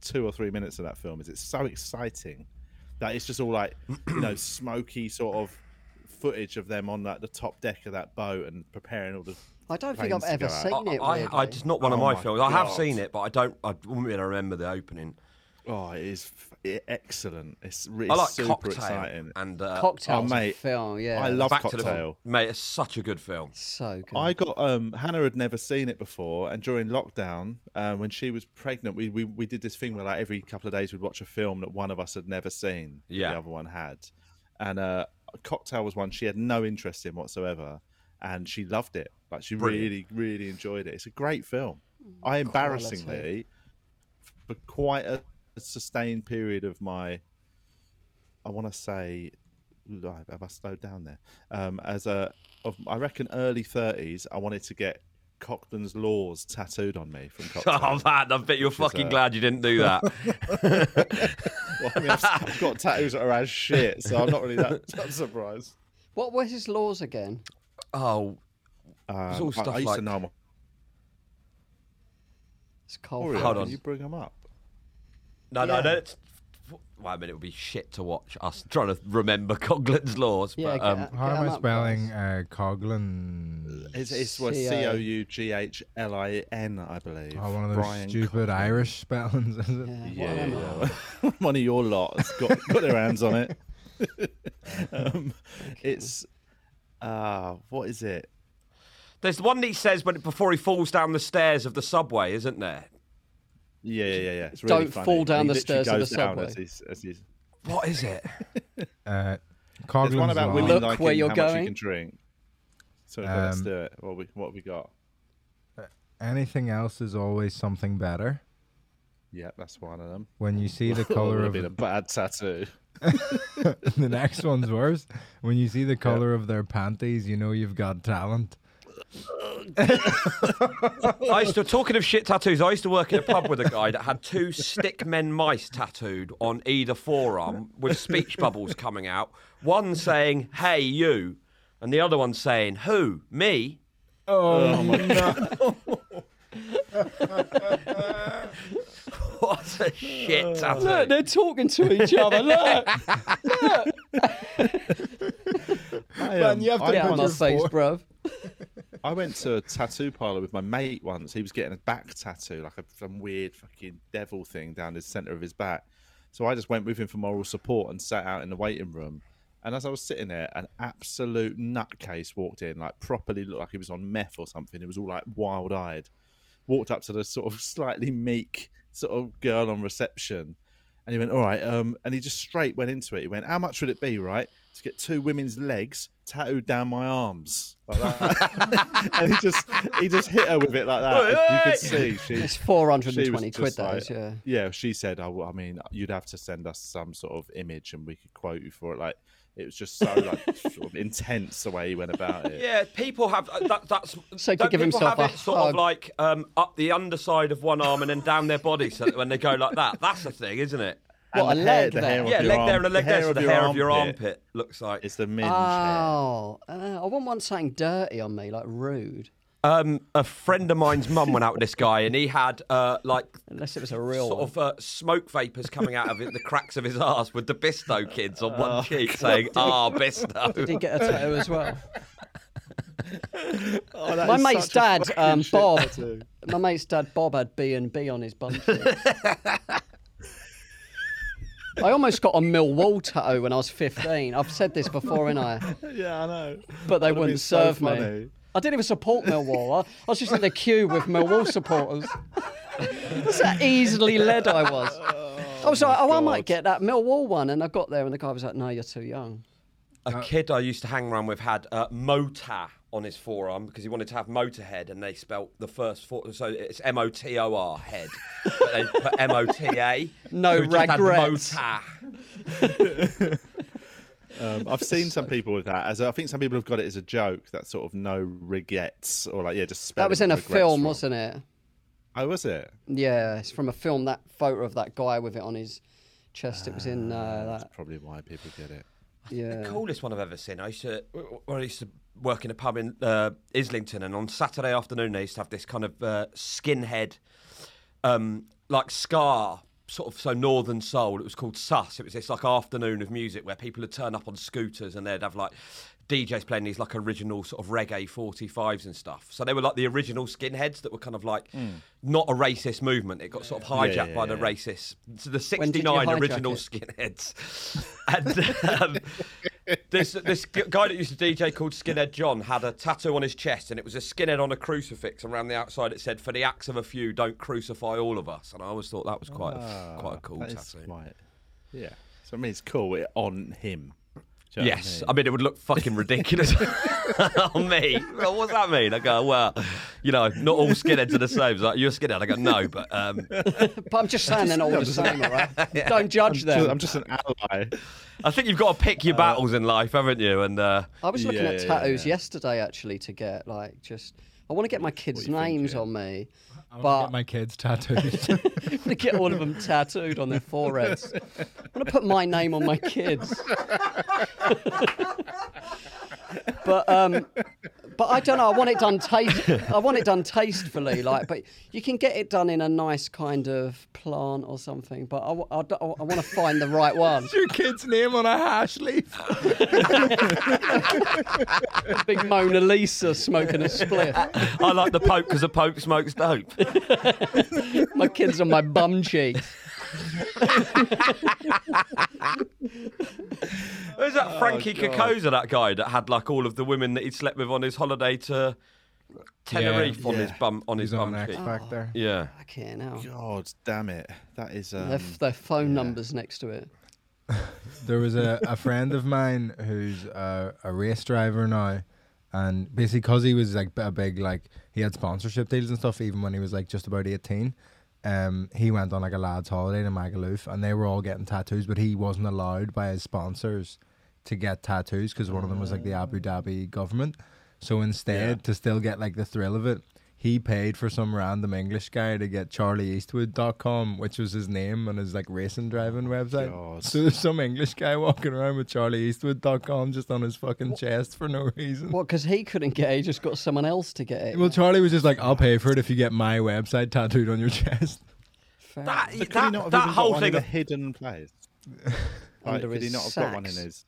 [SPEAKER 1] two or three minutes of that film is. It's so exciting that it's just all like you know smoky sort of footage of them on like the top deck of that boat and preparing all the.
[SPEAKER 5] I don't think
[SPEAKER 1] planes
[SPEAKER 5] I've
[SPEAKER 1] to go
[SPEAKER 5] ever
[SPEAKER 1] out.
[SPEAKER 5] seen it.
[SPEAKER 6] I, I, I
[SPEAKER 5] weirdly.
[SPEAKER 6] just not one of
[SPEAKER 1] Oh
[SPEAKER 6] my
[SPEAKER 1] my
[SPEAKER 6] films. I have
[SPEAKER 1] God.
[SPEAKER 6] seen it, but I don't. I wouldn't be able to remember the opening.
[SPEAKER 1] Oh, it is f- i- excellent. It's really
[SPEAKER 6] I like
[SPEAKER 1] super
[SPEAKER 6] Cocktail
[SPEAKER 1] exciting.
[SPEAKER 6] and uh,
[SPEAKER 5] Cocktail
[SPEAKER 1] Oh, mate.
[SPEAKER 5] film, yeah.
[SPEAKER 1] I love
[SPEAKER 6] Back to the
[SPEAKER 1] Cocktail.
[SPEAKER 6] Mate, it's such a good film.
[SPEAKER 5] So good.
[SPEAKER 1] I got um Hannah had never seen it before, and during lockdown, uh, when she was pregnant, we, we we did this thing where like every couple of days we'd watch a film that one of us had never seen, that
[SPEAKER 6] Yeah.
[SPEAKER 1] the other one had, and uh, Cocktail was one she had no interest in whatsoever, and she loved it. Like she
[SPEAKER 6] Brilliant. Mm.
[SPEAKER 1] really really enjoyed it. It's a great film. I embarrassingly, for quite a sustained period of my I want to say, live. Have I slowed down there? Um, as a, of, I reckon early thirties, I wanted to get Cochrane's Laws tattooed on me from
[SPEAKER 6] Oh
[SPEAKER 1] Cochrane.
[SPEAKER 6] man, I bet you're fucking
[SPEAKER 1] uh,
[SPEAKER 6] glad you didn't do that.
[SPEAKER 1] Well, I mean, I've, I've got tattoos that are as shit, so I'm not really that, that surprised.
[SPEAKER 5] What were his laws again?
[SPEAKER 6] oh,
[SPEAKER 1] Um,
[SPEAKER 6] all
[SPEAKER 1] I-
[SPEAKER 6] stuff
[SPEAKER 1] I, used
[SPEAKER 6] like-
[SPEAKER 1] to know my
[SPEAKER 5] It's cold.
[SPEAKER 1] Oreo.
[SPEAKER 6] Hold
[SPEAKER 1] Can
[SPEAKER 6] on.
[SPEAKER 1] you bring them up?
[SPEAKER 6] no, no,
[SPEAKER 5] Yeah.
[SPEAKER 6] no. It's, well, I mean, it would be shit to watch us trying to remember Coughlin's laws.
[SPEAKER 5] Yeah,
[SPEAKER 6] but, um,
[SPEAKER 5] get,
[SPEAKER 4] How am I
[SPEAKER 5] up,
[SPEAKER 4] spelling
[SPEAKER 5] guys.
[SPEAKER 4] uh, Coughlin?
[SPEAKER 1] It's, it's what
[SPEAKER 5] C O-
[SPEAKER 1] C O U G H L I N, I believe.
[SPEAKER 4] Oh, one of those
[SPEAKER 1] Brian
[SPEAKER 4] stupid
[SPEAKER 1] Coughlin.
[SPEAKER 4] Irish spellings, is
[SPEAKER 5] Yeah,
[SPEAKER 4] it?
[SPEAKER 5] what
[SPEAKER 1] Yeah,
[SPEAKER 5] am I?
[SPEAKER 1] yeah, yeah. one of your lot has got, got their hands on it. um, It's uh, what is it?
[SPEAKER 6] there's the one that he says when before he falls down the stairs of the subway, isn't there?
[SPEAKER 1] Yeah, yeah, yeah. yeah. It's really
[SPEAKER 5] Don't
[SPEAKER 1] funny.
[SPEAKER 5] fall down
[SPEAKER 1] He
[SPEAKER 5] the
[SPEAKER 1] literally
[SPEAKER 5] stairs of
[SPEAKER 1] goes
[SPEAKER 5] the
[SPEAKER 1] down
[SPEAKER 5] subway.
[SPEAKER 1] as he's- as he's-
[SPEAKER 6] What is it?
[SPEAKER 4] Uh,
[SPEAKER 1] There's one
[SPEAKER 4] Coughlin's
[SPEAKER 1] about
[SPEAKER 4] Law.
[SPEAKER 1] women
[SPEAKER 5] Look
[SPEAKER 1] liking
[SPEAKER 5] where you're
[SPEAKER 1] how much
[SPEAKER 5] going.
[SPEAKER 1] you can drink. So let's
[SPEAKER 4] Um,
[SPEAKER 1] do it. What we what we got?
[SPEAKER 4] Anything else is always something better.
[SPEAKER 1] Yeah, that's one of them.
[SPEAKER 4] When you see the
[SPEAKER 1] That
[SPEAKER 4] color
[SPEAKER 1] would've
[SPEAKER 4] of
[SPEAKER 1] been a bad tattoo.
[SPEAKER 4] the next one's worse. When you see the color of their panties, you know you've got talent.
[SPEAKER 6] I used to talking of shit tattoos. I used to work in a pub with a guy that had two stick men mice tattooed on either forearm with speech bubbles coming out. One saying "Hey you," and the other one saying "Who me."
[SPEAKER 4] Oh,
[SPEAKER 6] What a
[SPEAKER 1] Oh.
[SPEAKER 6] shit tattoo!
[SPEAKER 5] Look, they're talking to each other. Look,
[SPEAKER 1] I, um,
[SPEAKER 4] man, you have to
[SPEAKER 1] I
[SPEAKER 5] yeah,
[SPEAKER 4] put
[SPEAKER 5] I'm
[SPEAKER 1] once-
[SPEAKER 5] not safe,
[SPEAKER 4] your fore-
[SPEAKER 5] bruv.
[SPEAKER 1] I went to a tattoo parlor with my mate once. He was getting a back tattoo, like a, some weird fucking devil thing down the center of his back. So I just went with him for moral support and sat out in the waiting room. And as I was sitting there, an absolute nutcase walked in, like properly looked like he was on meth or something. He was all like wild eyed. Walked up to the sort of slightly meek sort of girl on reception. And he went, All right. Um, and he just straight went into it. He went, How much would it be, right, to get two women's legs tattooed down my arms? Like that. and he just he just hit her with it like that. And you could see she
[SPEAKER 5] It's 420
[SPEAKER 1] she was
[SPEAKER 5] quid,
[SPEAKER 1] just like-
[SPEAKER 5] those, yeah.
[SPEAKER 1] yeah, she said, I, w- I mean, you'd have to send us some sort of image and we could quote you for it. Like, it was just so like sort of intense the way he went about it.
[SPEAKER 6] Yeah, people have uh, that. That's
[SPEAKER 5] So he
[SPEAKER 6] don't
[SPEAKER 5] could give
[SPEAKER 6] people
[SPEAKER 5] himself
[SPEAKER 6] have
[SPEAKER 5] a
[SPEAKER 6] it sort of
[SPEAKER 5] hug.
[SPEAKER 6] like um, up the underside of one arm and then down their body, so that when they go like that, that's the thing, isn't it?
[SPEAKER 1] And
[SPEAKER 5] What,
[SPEAKER 1] the hair-
[SPEAKER 5] a leg
[SPEAKER 1] the
[SPEAKER 5] there?
[SPEAKER 1] hair of
[SPEAKER 6] yeah,
[SPEAKER 1] your
[SPEAKER 6] leg
[SPEAKER 1] arm-
[SPEAKER 6] there and a leg there, so the hair of your
[SPEAKER 1] armpit
[SPEAKER 6] armpit looks like.
[SPEAKER 1] It's the minge hair.
[SPEAKER 5] Oh, uh, I wouldn't want something dirty on me, like rude.
[SPEAKER 6] Um, a friend of mine's mum went out with this guy, and he had uh, like
[SPEAKER 5] Unless it was a real
[SPEAKER 6] sort
[SPEAKER 5] one.
[SPEAKER 6] of uh, smoke vapors coming out of it, the cracks of his ass with the Bisto kids on one cheek, saying "Ah,
[SPEAKER 5] Did he
[SPEAKER 6] Bisto."
[SPEAKER 5] get a tattoo as well?
[SPEAKER 1] Oh, that
[SPEAKER 5] my
[SPEAKER 1] is
[SPEAKER 5] mate's
[SPEAKER 1] such a
[SPEAKER 5] dad,
[SPEAKER 1] fucking
[SPEAKER 5] um,
[SPEAKER 1] shit
[SPEAKER 5] Bob.
[SPEAKER 1] tattoo.
[SPEAKER 5] My mate's dad, Bob, had B and B on his bum. cheek. I almost got a Millwall tattoo when I was 15. I've said this before, and I,
[SPEAKER 1] Yeah, I know.
[SPEAKER 5] but they
[SPEAKER 1] That'd be
[SPEAKER 5] wouldn't
[SPEAKER 1] so
[SPEAKER 5] serve me.
[SPEAKER 1] funny.
[SPEAKER 5] I didn't even support Millwall. I, I was just in the queue with Millwall supporters. That's how easily led I was. I was like, oh, I might get that Millwall one, and I got there, and the guy was like, no, you're too young.
[SPEAKER 6] A kid I used to hang around with had uh, Mota on his forearm because he wanted to have Motorhead, and they spelt the first four, so it's M O T O R head, but they put M O T A.
[SPEAKER 5] No
[SPEAKER 6] so he just had
[SPEAKER 5] regrets.
[SPEAKER 6] Mota.
[SPEAKER 1] Um, I've seen some people with that. As I think some people have got it as a joke. That sort of no regrets or like yeah, just spell
[SPEAKER 5] That was in a film, wasn't it?
[SPEAKER 1] Oh, was it?
[SPEAKER 5] Yeah, it's from a film. That photo of that guy with it on his chest. It was in uh, that.
[SPEAKER 1] That's probably why people get it.
[SPEAKER 5] Yeah.
[SPEAKER 6] Coolest one I've ever seen. I used to, well, I used to work in a pub in uh, Islington, and on Saturday afternoon they used to have this kind of uh, skinhead, um, like scar. Sort of so Northern Soul. It was called Sus. It was this like afternoon of music where people would turn up on scooters and they'd have like DJs playing these like original sort of reggae 45s and stuff. So they were like the original skinheads that were kind of like
[SPEAKER 5] Hmm.
[SPEAKER 6] not a racist movement. It got sort of hijacked
[SPEAKER 1] yeah,
[SPEAKER 6] by the
[SPEAKER 1] yeah.
[SPEAKER 6] racists. So the
[SPEAKER 5] When did you
[SPEAKER 6] 69
[SPEAKER 5] hijack
[SPEAKER 6] original
[SPEAKER 5] it?
[SPEAKER 6] skinheads. And um, this this g- guy that used to DJ called Skinhead John had a tattoo on his chest, and it was a skinhead on a crucifix, and around the outside it said, "For the acts of a few, don't crucify all of us." And I always thought that was quite a, quite a cool
[SPEAKER 1] Ah, That
[SPEAKER 6] tattoo.
[SPEAKER 1] is right. Yeah. So I mean, it's cool. It on him. Do you know what I
[SPEAKER 6] Yes,
[SPEAKER 1] mean?
[SPEAKER 6] I mean it would look fucking ridiculous on me. Well, what's that mean? I go, well, you know, not all skinheads are the same. It's Like you're a skinhead. I go, no, but um,
[SPEAKER 1] Ah.
[SPEAKER 5] But I'm just saying they're not all the same, all right? Don't judge them.
[SPEAKER 6] uh,
[SPEAKER 1] I'm just an ally.
[SPEAKER 6] I think you've got to pick your battles in life, haven't you? And uh,
[SPEAKER 5] I was looking
[SPEAKER 1] Yeah,
[SPEAKER 5] at
[SPEAKER 1] yeah,
[SPEAKER 5] tattoos
[SPEAKER 1] yeah.
[SPEAKER 5] yesterday, actually, to get like just. I want to get my kids'
[SPEAKER 1] you
[SPEAKER 5] names
[SPEAKER 1] thinking?
[SPEAKER 5] on me,
[SPEAKER 4] I wanna
[SPEAKER 5] but
[SPEAKER 4] get my kids tattoos.
[SPEAKER 5] I'm gonna get all of them tattooed on their foreheads. I'm gonna put my name on my kids. but um, but but I don't know. I want it done taste. I want it done tastefully, like. But you can get it done in a nice kind of plant or something. But I, w- I, don't- I want to find the right one.
[SPEAKER 4] Your kid's name on a hash leaf.
[SPEAKER 5] Big Mona Lisa smoking a spliff.
[SPEAKER 6] I like the Pope because the Pope smokes dope.
[SPEAKER 5] My kids on my bum cheeks.
[SPEAKER 6] Who's
[SPEAKER 1] Oh,
[SPEAKER 6] that Frankie Kokoza, that guy that had like all of the women that he'd slept with on his holiday to Tenerife on his bum on
[SPEAKER 4] He's
[SPEAKER 6] his
[SPEAKER 4] on
[SPEAKER 6] bum
[SPEAKER 4] X
[SPEAKER 6] cheek?
[SPEAKER 4] Factor.
[SPEAKER 6] Yeah.
[SPEAKER 5] Fucking hell.
[SPEAKER 1] God damn it! That is um,
[SPEAKER 5] Their, their phone numbers next to it.
[SPEAKER 4] There was a, a friend of mine who's a, a race driver now, and basically because he was like a big like he had sponsorship deals and stuff even when he was like just about eighteen. Um, he went on like a lads' holiday to Magaluf, and they were all getting tattoos, but he wasn't allowed by his sponsors to get tattoos because one of them was like the Abu Dhabi government. So instead, to still get like the thrill of it, he paid for some random English guy to get charlieeastwood.com, which was his name on his like racing driving website.
[SPEAKER 1] God.
[SPEAKER 4] So there's some English guy walking around with charlieeastwood.com just on his fucking chest for no reason.
[SPEAKER 5] Well, because he couldn't get it, he just got someone else to get it.
[SPEAKER 4] Well, Charlie was just like, I'll pay for it if you get my website tattooed on your chest.
[SPEAKER 5] Fair
[SPEAKER 6] That,
[SPEAKER 1] but could he
[SPEAKER 6] that,
[SPEAKER 1] not have
[SPEAKER 6] that
[SPEAKER 1] even got
[SPEAKER 6] whole
[SPEAKER 1] one
[SPEAKER 6] thing.
[SPEAKER 1] in a
[SPEAKER 6] Of,
[SPEAKER 1] hidden place? Like,
[SPEAKER 5] Under
[SPEAKER 1] could he
[SPEAKER 5] his
[SPEAKER 1] not have got one in
[SPEAKER 5] sacks.
[SPEAKER 1] his?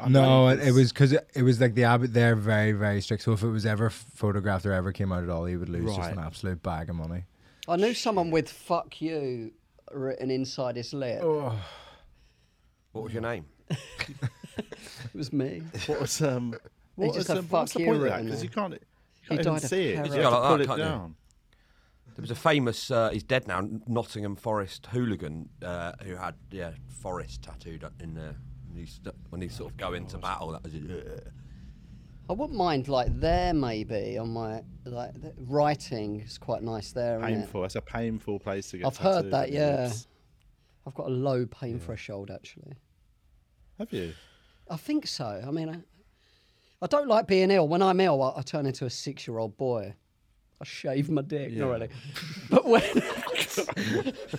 [SPEAKER 1] I
[SPEAKER 4] no,
[SPEAKER 1] don't
[SPEAKER 4] it,
[SPEAKER 1] know,
[SPEAKER 4] it was because it, it was like the Abbott, they're very, very strict. So if it was ever photographed or ever came out at all, he would lose just
[SPEAKER 1] Right.
[SPEAKER 4] an absolute bag of money.
[SPEAKER 5] I knew someone with "fuck you" written inside his lip.
[SPEAKER 4] Oh.
[SPEAKER 6] what was your name?
[SPEAKER 5] It was me.
[SPEAKER 1] What was um? What
[SPEAKER 5] just
[SPEAKER 1] was,
[SPEAKER 5] have
[SPEAKER 1] um, what's
[SPEAKER 5] fuck
[SPEAKER 1] the
[SPEAKER 5] you
[SPEAKER 1] point of that?
[SPEAKER 5] written
[SPEAKER 1] Because you can't, you can't
[SPEAKER 5] died
[SPEAKER 1] even
[SPEAKER 5] of
[SPEAKER 1] see it. You
[SPEAKER 5] paranoia.
[SPEAKER 1] just
[SPEAKER 5] You
[SPEAKER 1] have
[SPEAKER 6] go
[SPEAKER 1] to
[SPEAKER 6] like
[SPEAKER 1] pull
[SPEAKER 6] that,
[SPEAKER 1] it
[SPEAKER 6] can't you?
[SPEAKER 1] down.
[SPEAKER 6] There was a famous, uh, he's dead now, Nottingham Forest hooligan uh, who had yeah Forest tattooed on- in there. When he, st- when he sort of go into battle, that was it.
[SPEAKER 5] I wouldn't mind like there maybe on my like the writing is quite nice there. isn't it?
[SPEAKER 1] Painful. That's a painful place to get.
[SPEAKER 5] I've heard
[SPEAKER 1] tattooed,
[SPEAKER 5] that.
[SPEAKER 1] isn't it?
[SPEAKER 5] Yeah,
[SPEAKER 1] It's-
[SPEAKER 5] I've got a low pain threshold actually.
[SPEAKER 1] Have you?
[SPEAKER 5] I think so. I mean, I, I don't like being ill. When I'm ill, I, I turn into a six-year-old boy. I shave my dick, not really. But when,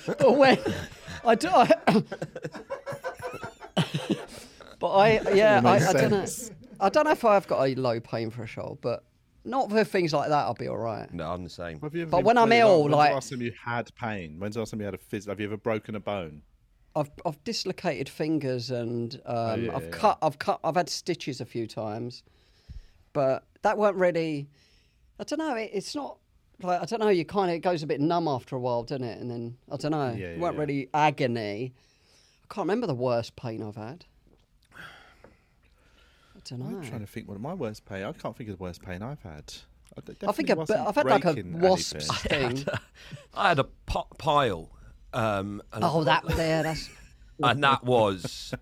[SPEAKER 5] but when I do, I, but I yeah, I, I don't know. I don't know if I've got a low pain threshold, but not for things like that. I'll be all right.
[SPEAKER 6] No, I'm the same.
[SPEAKER 1] Have you ever
[SPEAKER 5] But
[SPEAKER 1] been
[SPEAKER 5] when I'm
[SPEAKER 1] completely-
[SPEAKER 5] ill,
[SPEAKER 1] when's the
[SPEAKER 5] like-
[SPEAKER 1] last time you had pain. When's the last time you had a phys? Have you ever broken a bone?
[SPEAKER 5] I've I've dislocated fingers and um,
[SPEAKER 1] Oh, yeah,
[SPEAKER 5] I've
[SPEAKER 1] yeah.
[SPEAKER 5] cut I've cut I've had stitches a few times, but that weren't really. I don't know. It, it's not like I don't know. You kind of it goes a bit numb after a while, doesn't it? And then I don't know.
[SPEAKER 1] Yeah,
[SPEAKER 5] it
[SPEAKER 1] yeah,
[SPEAKER 5] weren't
[SPEAKER 1] yeah.
[SPEAKER 5] really agony. I can't remember the worst pain I've had. I don't
[SPEAKER 1] I'm trying
[SPEAKER 5] know.
[SPEAKER 1] to think what my worst pain. I can't think of the worst pain I've had. I, d-
[SPEAKER 5] I
[SPEAKER 1] definitely
[SPEAKER 5] think a bit-
[SPEAKER 1] wasn't
[SPEAKER 5] I've had like a
[SPEAKER 1] breaking
[SPEAKER 5] wasp's
[SPEAKER 1] anything.
[SPEAKER 5] sting.
[SPEAKER 6] I had a pot pile. Um, and
[SPEAKER 5] oh, that there. That's
[SPEAKER 6] and that was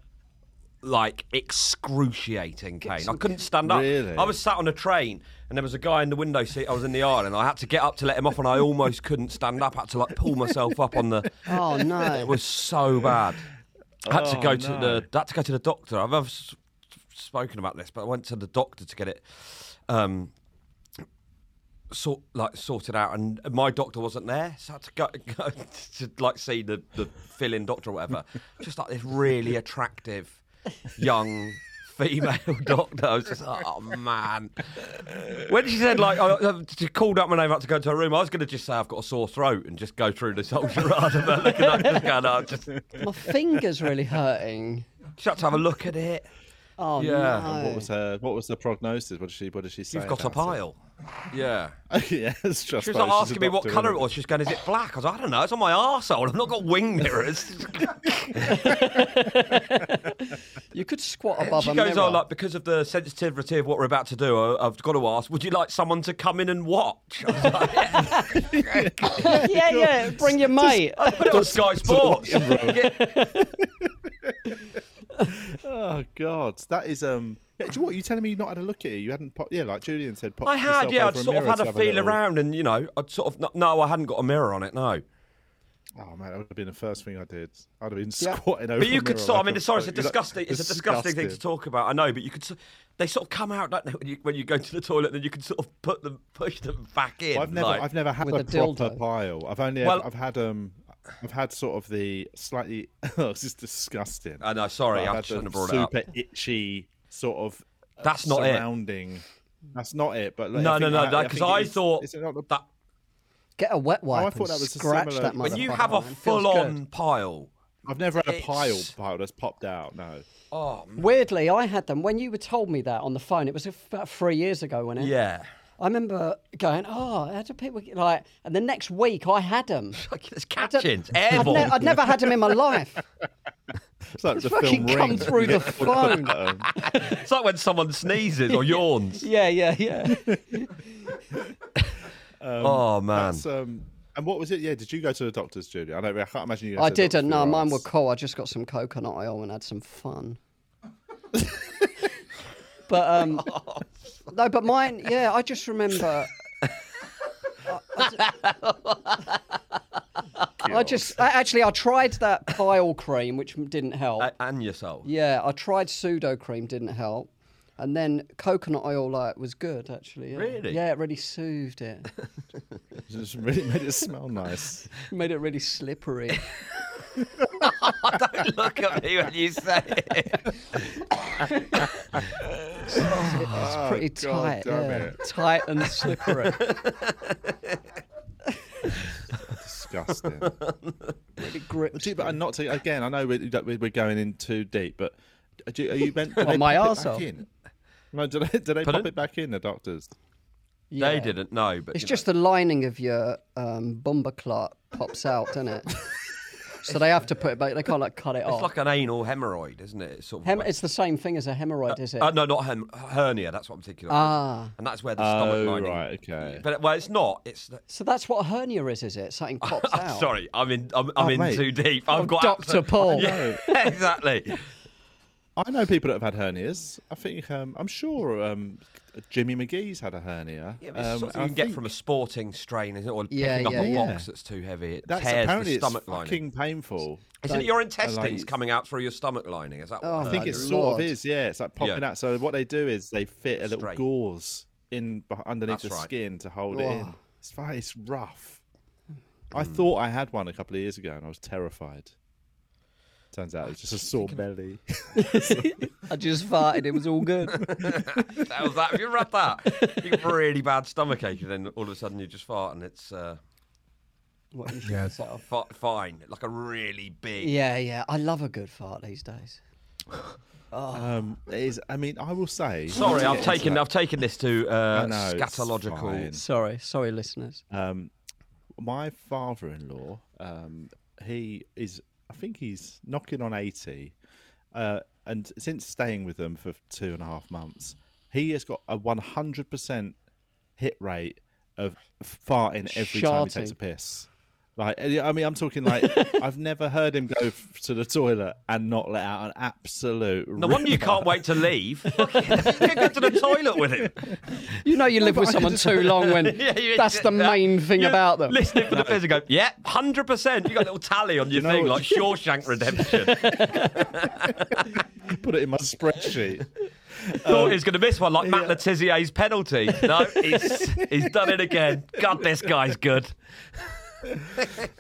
[SPEAKER 6] like excruciating pain. I couldn't stand up.
[SPEAKER 1] Really?
[SPEAKER 6] I was sat on a train and there was a guy in the window seat. I was in the aisle and I had to get up to let him off, and I almost couldn't stand up. I had to like pull myself up on the.
[SPEAKER 5] oh
[SPEAKER 6] It
[SPEAKER 5] no.
[SPEAKER 6] was so bad. I had to
[SPEAKER 1] Oh,
[SPEAKER 6] go to
[SPEAKER 1] no.
[SPEAKER 6] the had to go to the doctor. I've, I've s- spoken about this, but I went to the doctor to get it um, sort like sorted out, and my doctor wasn't there, so I had to go, go to like see the the fill-in doctor or whatever. just like this really attractive young. Female doctor, I was just like, oh man. When she said like, I- I- she called out my name out to go to her room, I was going to just say I've got a sore throat and just go through this whole charade of her looking at just going, oh, just
[SPEAKER 5] My finger's really hurting.
[SPEAKER 6] she had to have a look at it.
[SPEAKER 5] Oh
[SPEAKER 6] Yeah.
[SPEAKER 5] no.
[SPEAKER 1] What was her? What was the prognosis? What did she? What did she say?
[SPEAKER 6] You've got a
[SPEAKER 1] about it?
[SPEAKER 6] pile. Yeah.
[SPEAKER 1] yeah, it's just
[SPEAKER 6] She
[SPEAKER 1] like,
[SPEAKER 6] was like
[SPEAKER 1] she's a
[SPEAKER 6] asking me what
[SPEAKER 1] doctor,
[SPEAKER 6] colour
[SPEAKER 1] isn't
[SPEAKER 6] it was. She was going, is it black? I was like, I don't know. It's on my arsehole. I've not got wing mirrors.
[SPEAKER 5] You could squat above
[SPEAKER 6] she
[SPEAKER 5] a
[SPEAKER 6] goes,
[SPEAKER 5] mirror.
[SPEAKER 6] oh, like, because of the sensitivity of what we're about to do, I, I've got to ask, would you like someone to come in and watch? I was like, yeah.
[SPEAKER 5] yeah, yeah. Bring your mate.
[SPEAKER 6] I put it on Sky Sports. Yeah.
[SPEAKER 1] Oh god, that is um. Yeah, do you, what you telling me? You not had a look at it? You hadn't pop. Yeah, like Julian said. Pop
[SPEAKER 6] I had,
[SPEAKER 1] yourself
[SPEAKER 6] yeah. I'd
[SPEAKER 1] over
[SPEAKER 6] sort of
[SPEAKER 1] mirror
[SPEAKER 6] had
[SPEAKER 1] to
[SPEAKER 6] a
[SPEAKER 1] have
[SPEAKER 6] feel
[SPEAKER 1] little-
[SPEAKER 6] around and, you know, I'd sort of, no, I hadn't got a mirror on it, no.
[SPEAKER 1] Oh man, that would have been the first thing I did. I'd have been
[SPEAKER 5] Yeah.
[SPEAKER 1] squatting over.
[SPEAKER 6] But
[SPEAKER 1] a
[SPEAKER 6] you could
[SPEAKER 1] mirror
[SPEAKER 6] sort. I
[SPEAKER 1] like
[SPEAKER 6] mean,
[SPEAKER 1] a-
[SPEAKER 6] it's- sorry, it's a
[SPEAKER 1] like, you know,
[SPEAKER 6] disgusting. It's a disgusting thing to
[SPEAKER 1] disgusted.
[SPEAKER 6] talk about. I know, but you could. s- They sort of come out, don't they? When you, when you go to the toilet, then you can sort of put them, push them back in.
[SPEAKER 1] Well, I've never,
[SPEAKER 6] like-
[SPEAKER 1] I've never had
[SPEAKER 5] With
[SPEAKER 1] a,
[SPEAKER 5] a
[SPEAKER 1] proper
[SPEAKER 5] dildo.
[SPEAKER 1] pile. I've only,
[SPEAKER 6] Well-
[SPEAKER 1] I've had um, I've had sort of the slightly. oh, this is disgusting.
[SPEAKER 6] I know. Uh, Sorry,
[SPEAKER 1] But
[SPEAKER 6] I
[SPEAKER 1] I've
[SPEAKER 6] shouldn't
[SPEAKER 1] had
[SPEAKER 6] have
[SPEAKER 1] the
[SPEAKER 6] brought it up.
[SPEAKER 1] super itchy sort of. uh,
[SPEAKER 6] That's not it.
[SPEAKER 1] surrounding That's not it. But like,
[SPEAKER 6] No,
[SPEAKER 1] I think
[SPEAKER 6] no, no,
[SPEAKER 1] that-
[SPEAKER 6] no,
[SPEAKER 1] I
[SPEAKER 6] 'cause
[SPEAKER 1] think it
[SPEAKER 6] I
[SPEAKER 1] is-
[SPEAKER 6] thought
[SPEAKER 1] is it not the-
[SPEAKER 6] That
[SPEAKER 5] Get a wet wipe
[SPEAKER 1] Oh, I
[SPEAKER 5] and
[SPEAKER 1] thought that was a
[SPEAKER 5] scratch
[SPEAKER 1] similar-
[SPEAKER 5] that
[SPEAKER 1] When
[SPEAKER 6] when
[SPEAKER 5] motherfucker.
[SPEAKER 6] you have a
[SPEAKER 5] man. It feels
[SPEAKER 6] full-on
[SPEAKER 5] good.
[SPEAKER 6] pile,
[SPEAKER 1] I've never had a pile
[SPEAKER 6] It's-
[SPEAKER 1] pile that's popped out. No,
[SPEAKER 6] oh
[SPEAKER 1] Mm.
[SPEAKER 5] Weirdly, I had them when you were told me that on the phone. It was about three years ago, when it.
[SPEAKER 6] yeah,
[SPEAKER 5] I remember going, oh, how do people get-" like? And the next week, I had them.
[SPEAKER 6] it's
[SPEAKER 5] I'd,
[SPEAKER 6] catching, it's
[SPEAKER 5] I'd
[SPEAKER 6] airball.
[SPEAKER 5] ne- I'd never had them in my life.
[SPEAKER 1] it's like the
[SPEAKER 5] fucking
[SPEAKER 1] film um,
[SPEAKER 5] come
[SPEAKER 1] Ring.
[SPEAKER 5] through the phone.
[SPEAKER 6] It's like when someone sneezes or yawns.
[SPEAKER 5] Yeah, yeah, yeah.
[SPEAKER 6] oh man,
[SPEAKER 1] That's, um, and what was it? Yeah, did you go to the doctors, Julie? I don't. I can't imagine you.
[SPEAKER 5] I didn't. No, mine were
[SPEAKER 1] was.
[SPEAKER 5] cool. I just got some coconut oil and had some fun. but um, no, but mine. Yeah, I just remember. I just I- actually I tried that pile cream, which m- didn't help.
[SPEAKER 6] A- and yourself.
[SPEAKER 5] yeah, I tried pseudo cream, didn't help, and then coconut oil like was good actually. yeah.
[SPEAKER 6] Really?
[SPEAKER 5] Yeah, it really soothed it.
[SPEAKER 1] just really made it smell nice.
[SPEAKER 5] Made it really slippery.
[SPEAKER 6] Don't look at me when you say it.
[SPEAKER 5] It's pretty
[SPEAKER 1] Oh, God
[SPEAKER 5] tight.
[SPEAKER 1] damn
[SPEAKER 5] yeah.
[SPEAKER 1] it.
[SPEAKER 5] Tight and slippery.
[SPEAKER 1] Disgusting.
[SPEAKER 5] really grips.
[SPEAKER 1] Do you- but not to again. I know we're, that we're going in too deep, but uh, do, you- are you meant? Do
[SPEAKER 5] What,
[SPEAKER 1] they
[SPEAKER 5] my
[SPEAKER 1] pop it
[SPEAKER 5] arsehole?
[SPEAKER 1] back in? No, do they, do they pop
[SPEAKER 6] Pardon?
[SPEAKER 1] it back in? The doctors.
[SPEAKER 5] Yeah.
[SPEAKER 6] They didn't know, but
[SPEAKER 5] It's
[SPEAKER 6] you
[SPEAKER 5] just the lining of your um, bumper clot pops out, doesn't it? so they have to put it back. They can't like cut it off.
[SPEAKER 6] know, it's like an anal hemorrhoid, isn't it? It's sort of
[SPEAKER 5] Hem-
[SPEAKER 6] like-
[SPEAKER 5] it's the same thing as a hemorrhoid, is it?
[SPEAKER 6] Uh, no, not hem- hernia. That's what I'm thinking of.
[SPEAKER 5] Ah.
[SPEAKER 6] and that's where the
[SPEAKER 1] Oh
[SPEAKER 6] stomach lining.
[SPEAKER 1] right, okay.
[SPEAKER 6] But well, it's not. It's the-
[SPEAKER 5] so that's what a hernia is, is it? Something pops out.
[SPEAKER 6] sorry. I'm in. I'm, I'm
[SPEAKER 1] Oh,
[SPEAKER 6] in
[SPEAKER 1] mate.
[SPEAKER 6] too deep. I've got
[SPEAKER 5] Dr.
[SPEAKER 6] absolute-
[SPEAKER 5] Paul.
[SPEAKER 6] Yeah, exactly.
[SPEAKER 1] I know people that have had hernias. I think um, I'm sure um, Jimmy McGee's had a hernia.
[SPEAKER 6] Yeah, but it's
[SPEAKER 1] Um, I
[SPEAKER 6] something you can get
[SPEAKER 1] think
[SPEAKER 6] from a sporting strain, isn't it? Or
[SPEAKER 5] Yeah,
[SPEAKER 6] picking
[SPEAKER 5] yeah,
[SPEAKER 6] up a
[SPEAKER 5] yeah.
[SPEAKER 6] box that's too heavy. It
[SPEAKER 1] That's
[SPEAKER 6] tears
[SPEAKER 1] apparently
[SPEAKER 6] the
[SPEAKER 1] it's
[SPEAKER 6] stomach
[SPEAKER 1] fucking
[SPEAKER 6] lining.
[SPEAKER 1] painful.
[SPEAKER 6] Isn't it your intestines
[SPEAKER 1] like-
[SPEAKER 6] coming out through your stomach lining? Is that what
[SPEAKER 5] Oh,
[SPEAKER 1] I
[SPEAKER 6] that
[SPEAKER 1] think
[SPEAKER 5] my
[SPEAKER 1] it
[SPEAKER 6] is?
[SPEAKER 1] sort
[SPEAKER 5] Lord.
[SPEAKER 1] of is. Yeah, it's like popping
[SPEAKER 6] Yeah.
[SPEAKER 1] out. So what they do is they fit a little
[SPEAKER 6] Straight.
[SPEAKER 1] gauze in beh- underneath
[SPEAKER 6] That's
[SPEAKER 1] the
[SPEAKER 6] right.
[SPEAKER 1] skin to hold
[SPEAKER 5] Oh.
[SPEAKER 1] it in. It's fine. It's rough. I
[SPEAKER 6] Hmm.
[SPEAKER 1] thought I had one a couple of years ago, and I was terrified. Turns out it's just a sore belly.
[SPEAKER 5] I just farted. It was all good.
[SPEAKER 6] That was that. Have you read that? You get really bad stomach ache, and then all of a sudden you just fart, and it's uh,
[SPEAKER 5] What you should
[SPEAKER 4] Yeah.
[SPEAKER 5] set off.
[SPEAKER 6] fa- fine, like a really big.
[SPEAKER 5] yeah, yeah. I love a good fart these days.
[SPEAKER 1] Um, it is. I mean, I will say.
[SPEAKER 6] Sorry,
[SPEAKER 1] Yeah,
[SPEAKER 6] I've
[SPEAKER 1] it's
[SPEAKER 6] taken
[SPEAKER 1] like-
[SPEAKER 6] I've taken this to uh,
[SPEAKER 1] No, no, it's fine.
[SPEAKER 6] scatological.
[SPEAKER 5] Sorry, sorry, listeners.
[SPEAKER 6] Uh,
[SPEAKER 1] Um, my father-in-law, um, he is, I think he's knocking on eighty, uh, and since staying with them for two and a half months, he has got a one hundred percent hit rate of farting every time he takes a
[SPEAKER 5] Sharting.
[SPEAKER 1] piss. Like, uh, I mean, I'm talking like I've never heard him go f- to the toilet and not let out an absolute.
[SPEAKER 6] No wonder you
[SPEAKER 1] ripper.
[SPEAKER 6] can't wait to leave. you can go to the toilet with him.
[SPEAKER 5] You know you live with someone too long when
[SPEAKER 6] Yeah, you- uh,
[SPEAKER 5] that's the
[SPEAKER 6] that-
[SPEAKER 5] main thing
[SPEAKER 6] you're
[SPEAKER 5] about them.
[SPEAKER 6] Listening for the fizz and go, yeah, hundred percent. You got a little tally on your
[SPEAKER 1] know
[SPEAKER 6] thing,
[SPEAKER 1] what-
[SPEAKER 6] like Shawshank Redemption.
[SPEAKER 1] put it in my spreadsheet.
[SPEAKER 6] Thought he was going to miss one, like Matt Letizier's penalty. No, he's he's done it again. God, this guy's good.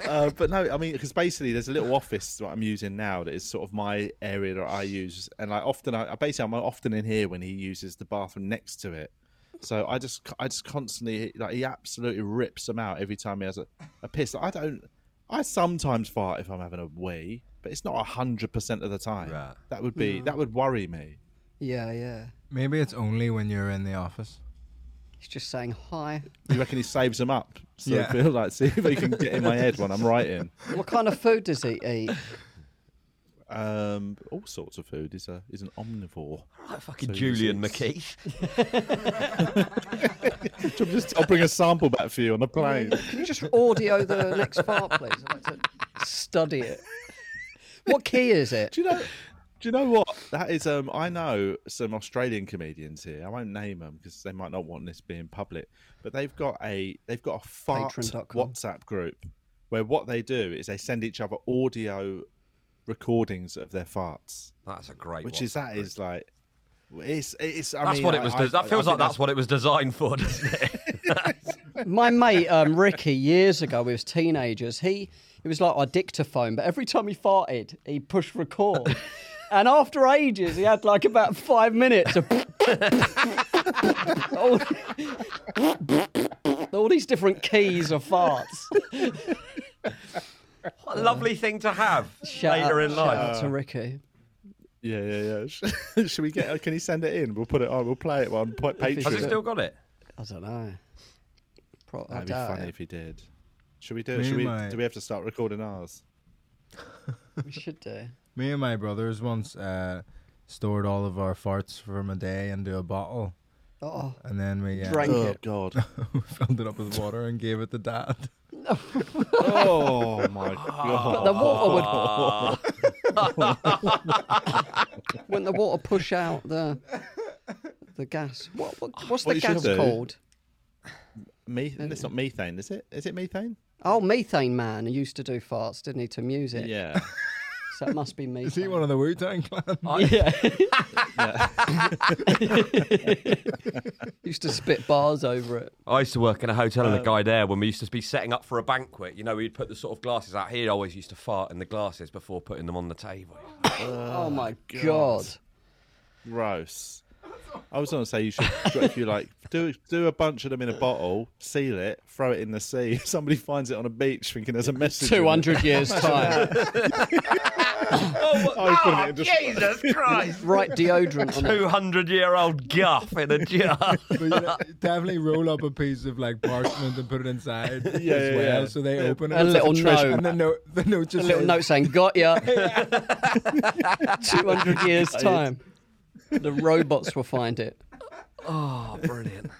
[SPEAKER 1] uh, but no, I mean, because basically there's a little office that I'm using now that is sort of my area that I use, and I often, I I basically, I'm often in here when he uses the bathroom next to it. So I just, I just constantly, like, he absolutely rips them out every time he has a, a piss. I don't, I sometimes fart if I'm having a wee, but it's not hundred percent of the time.
[SPEAKER 6] Right.
[SPEAKER 1] That would be, that would worry me.
[SPEAKER 5] Yeah, yeah.
[SPEAKER 4] Maybe it's only when you're in the office.
[SPEAKER 5] He's just saying hi.
[SPEAKER 1] You reckon he saves them up? So
[SPEAKER 4] Yeah.
[SPEAKER 1] I feel like, see if he can get in my head when I'm writing.
[SPEAKER 5] What kind of food does he eat?
[SPEAKER 1] Um, all sorts of food. He's a, he's an omnivore.
[SPEAKER 6] Like fucking
[SPEAKER 1] So he
[SPEAKER 6] Julian
[SPEAKER 1] was-
[SPEAKER 6] McKeith.
[SPEAKER 1] I'll just- I'll bring a sample back for you on the plane.
[SPEAKER 5] Can you just audio the next part, please? I'd like to study it. What key is it?
[SPEAKER 1] Do you know? Do you know what that is? Um, I know some Australian comedians here. I won't name them because they might not want this being public. But they've got a they've got a fart
[SPEAKER 5] Patreon.com.
[SPEAKER 1] WhatsApp group where what they do is they send each other audio recordings of their farts,
[SPEAKER 6] That's a great.
[SPEAKER 1] which
[SPEAKER 6] one.
[SPEAKER 1] is that is like it's it's. I
[SPEAKER 6] That's
[SPEAKER 1] mean,
[SPEAKER 6] what
[SPEAKER 1] I-
[SPEAKER 6] it was.
[SPEAKER 1] I-
[SPEAKER 6] that
[SPEAKER 1] I
[SPEAKER 6] feels
[SPEAKER 1] think
[SPEAKER 6] like that's what it was designed for, doesn't it?
[SPEAKER 5] My mate um, Ricky, years ago, we was teenagers. He it was like our dictaphone, but every time he farted, he pushed record. And after ages, he had like about five minutes of. all, all these different keys of farts.
[SPEAKER 6] What a lovely thing to have
[SPEAKER 5] Shout
[SPEAKER 6] later
[SPEAKER 5] out,
[SPEAKER 6] in
[SPEAKER 5] shout
[SPEAKER 6] life.
[SPEAKER 5] out to Ricky.
[SPEAKER 1] Yeah, yeah, yeah. Should we get? Can you send it in? We'll put it on. We'll play it on po- Patreon.
[SPEAKER 6] Has it still got it?
[SPEAKER 5] I don't know. Pro- I
[SPEAKER 1] That'd be
[SPEAKER 5] doubt
[SPEAKER 1] funny
[SPEAKER 5] it.
[SPEAKER 1] if he did. Should we do? it?
[SPEAKER 4] Me
[SPEAKER 1] Should we?
[SPEAKER 4] and my-
[SPEAKER 1] Do we have to start recording ours?
[SPEAKER 5] We should do.
[SPEAKER 4] Me and my brothers once uh, stored all of our farts from a day into a bottle,
[SPEAKER 5] Oh,
[SPEAKER 4] and then we uh,
[SPEAKER 5] Drank
[SPEAKER 1] Oh
[SPEAKER 5] it.
[SPEAKER 1] God!
[SPEAKER 4] filled it up with water and gave it to dad.
[SPEAKER 1] oh my God!
[SPEAKER 5] the water would. Wouldn't the water push out the the gas? What, what what's
[SPEAKER 1] What
[SPEAKER 5] the
[SPEAKER 1] you should
[SPEAKER 5] gas
[SPEAKER 1] do-
[SPEAKER 5] called?
[SPEAKER 1] Me- it's not methane, is it? Is it methane?
[SPEAKER 5] Oh, Methane Man used to do farts, didn't he, to music?
[SPEAKER 1] Yeah.
[SPEAKER 5] So it must be
[SPEAKER 4] Is he
[SPEAKER 5] Methane.
[SPEAKER 4] one of the Wu Tang Clan?
[SPEAKER 5] yeah. used to spit bars over it.
[SPEAKER 6] I used to work in a hotel, and the guy there, when we used to be setting up for a banquet, you know, we'd put the sort of glasses out. He always used to fart in the glasses before putting them on the table.
[SPEAKER 5] Oh, my god.
[SPEAKER 1] Gross. I was going to say you should if you like do do a bunch of them in a bottle, seal it, throw it in the sea. If somebody finds it on a beach thinking there's a message, in it,
[SPEAKER 5] Two hundred years time.
[SPEAKER 6] oh,
[SPEAKER 1] I put it in just-
[SPEAKER 6] Jesus Christ!
[SPEAKER 5] right deodorant on it.
[SPEAKER 6] 200 year old guff in a jar.
[SPEAKER 4] But you know, definitely roll up a piece of like parchment and put it inside as
[SPEAKER 1] yeah,
[SPEAKER 4] well,
[SPEAKER 1] yeah.
[SPEAKER 4] so they open it.
[SPEAKER 5] A
[SPEAKER 4] It's like
[SPEAKER 5] little
[SPEAKER 4] treasure.
[SPEAKER 5] note.
[SPEAKER 4] And the note, the note
[SPEAKER 5] A
[SPEAKER 4] just
[SPEAKER 5] little
[SPEAKER 4] says,
[SPEAKER 5] note saying, "Got ya." Two hundred years time, the robots will find it.
[SPEAKER 6] Oh, brilliant.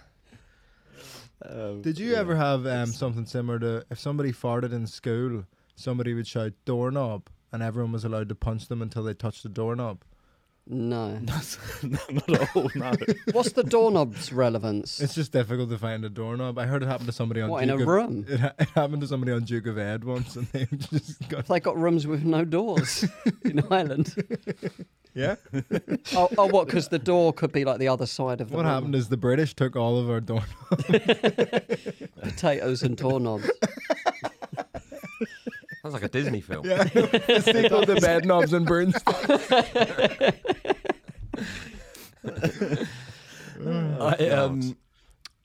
[SPEAKER 4] Did you ever have um, something similar to if somebody farted in school, somebody would shout doorknob, and everyone was allowed to punch them until they touched the doorknob?
[SPEAKER 5] No.
[SPEAKER 1] no, not at all. No.
[SPEAKER 5] What's the doorknob's relevance?
[SPEAKER 4] It's just difficult to find a doorknob. I heard it happened to somebody on
[SPEAKER 5] What, in
[SPEAKER 4] Duke
[SPEAKER 5] a
[SPEAKER 4] of,
[SPEAKER 5] room?
[SPEAKER 4] It, ha- it happened to somebody on Duke of Ed once, and they just got
[SPEAKER 5] they got rooms with no doors in Ireland.
[SPEAKER 4] yeah.
[SPEAKER 5] Oh, oh what? Because the door could be like the other side of the
[SPEAKER 4] What
[SPEAKER 5] room.
[SPEAKER 4] happened is the British took all of our doorknobs.
[SPEAKER 5] Potatoes and doorknobs.
[SPEAKER 6] Sounds like a Disney film.
[SPEAKER 4] the sequel to Bed Knobs and Burnstones.
[SPEAKER 6] I, um,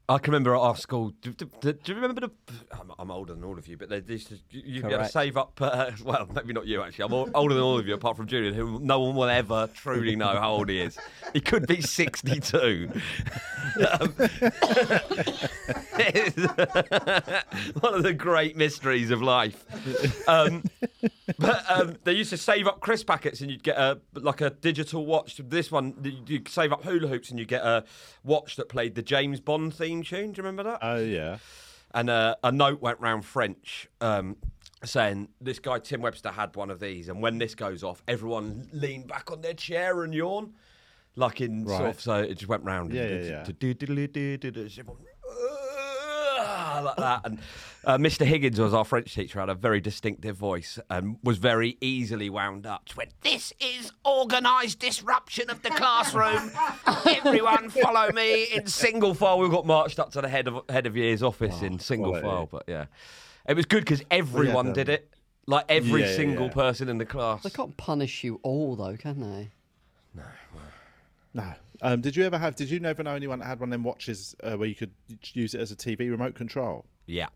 [SPEAKER 6] I can remember at our school. Do, do- do- do you remember the? I'm, I'm older than all of you, but they they used to, you, you'd be able to
[SPEAKER 5] Correct.
[SPEAKER 6] save up. Uh, well, maybe not you actually. I'm all, older than all of you, apart from Julian, who no one will ever truly know how old he is. He could be 62. Um, it is one of the great mysteries of life. Um, but um, they used to save up crisp packets, and you'd get a like a digital watch. This one, you- you save up hula hoops, and you get a watch that played the James Bond theme tune. Do you remember that?
[SPEAKER 1] Oh yeah.
[SPEAKER 6] and uh, a note went round French um, saying this guy Tim Webster had one of these, and when this goes off, everyone lean back on their chair and yawn, like in sort
[SPEAKER 1] Right.
[SPEAKER 6] of. So it just went round.
[SPEAKER 1] Yeah,
[SPEAKER 6] and-
[SPEAKER 1] yeah, yeah.
[SPEAKER 6] do-do-do-do-do-do, everyone, "Ugh," Like that, and uh, Mr. Higgins was our French teacher. Had a very distinctive voice and was very easily wound up. She Went, "This is organised disruption of the classroom. Everyone, follow me in single file." We got marched up to the head of head of year's office in single
[SPEAKER 1] Ah, quality.
[SPEAKER 6] file, but yeah, it was good because everyone
[SPEAKER 1] um,
[SPEAKER 6] did it. Like every
[SPEAKER 1] Yeah, yeah,
[SPEAKER 6] single
[SPEAKER 1] yeah.
[SPEAKER 6] person in the class.
[SPEAKER 5] They can't punish you all though, can they?
[SPEAKER 1] No. Um, did you ever have? Did you never know anyone that had one of them watches uh, where you could use it as a TV remote control?
[SPEAKER 6] Yeah.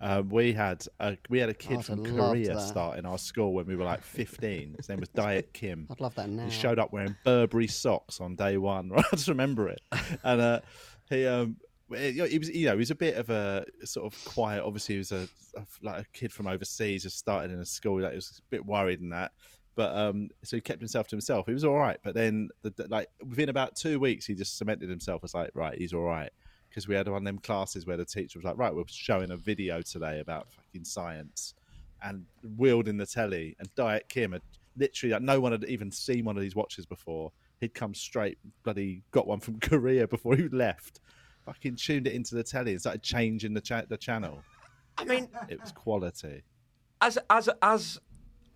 [SPEAKER 1] Uh, we had a we had a kid
[SPEAKER 5] I'd
[SPEAKER 1] from
[SPEAKER 5] have Oh, loved
[SPEAKER 1] Korea
[SPEAKER 5] that.
[SPEAKER 1] start in our school when we were like 15. His name was Diet Kim.
[SPEAKER 5] I'd love that now.
[SPEAKER 1] He showed up wearing Burberry socks on day one. I just remember it. And uh, he, um, he he was, you know, he was a bit of a sort of quiet. Obviously, he was a, a- like a kid from overseas, just started in a school. Like, he was a bit worried and that. But um, so he kept himself to himself. He was all right. But then, the, the- like within about two weeks, he just cemented himself as like, right, he's all right. Because we had one of them classes where the teacher was like, right, we're showing a video today about fucking science and wheeled in the telly and Diet Kim had literally like no one had even seen one of these watches before. He'd come straight, bloody got one from Korea before he left. Fucking tuned it into the telly and started changing the cha- the channel.
[SPEAKER 6] I mean,
[SPEAKER 1] It was quality.
[SPEAKER 6] as as as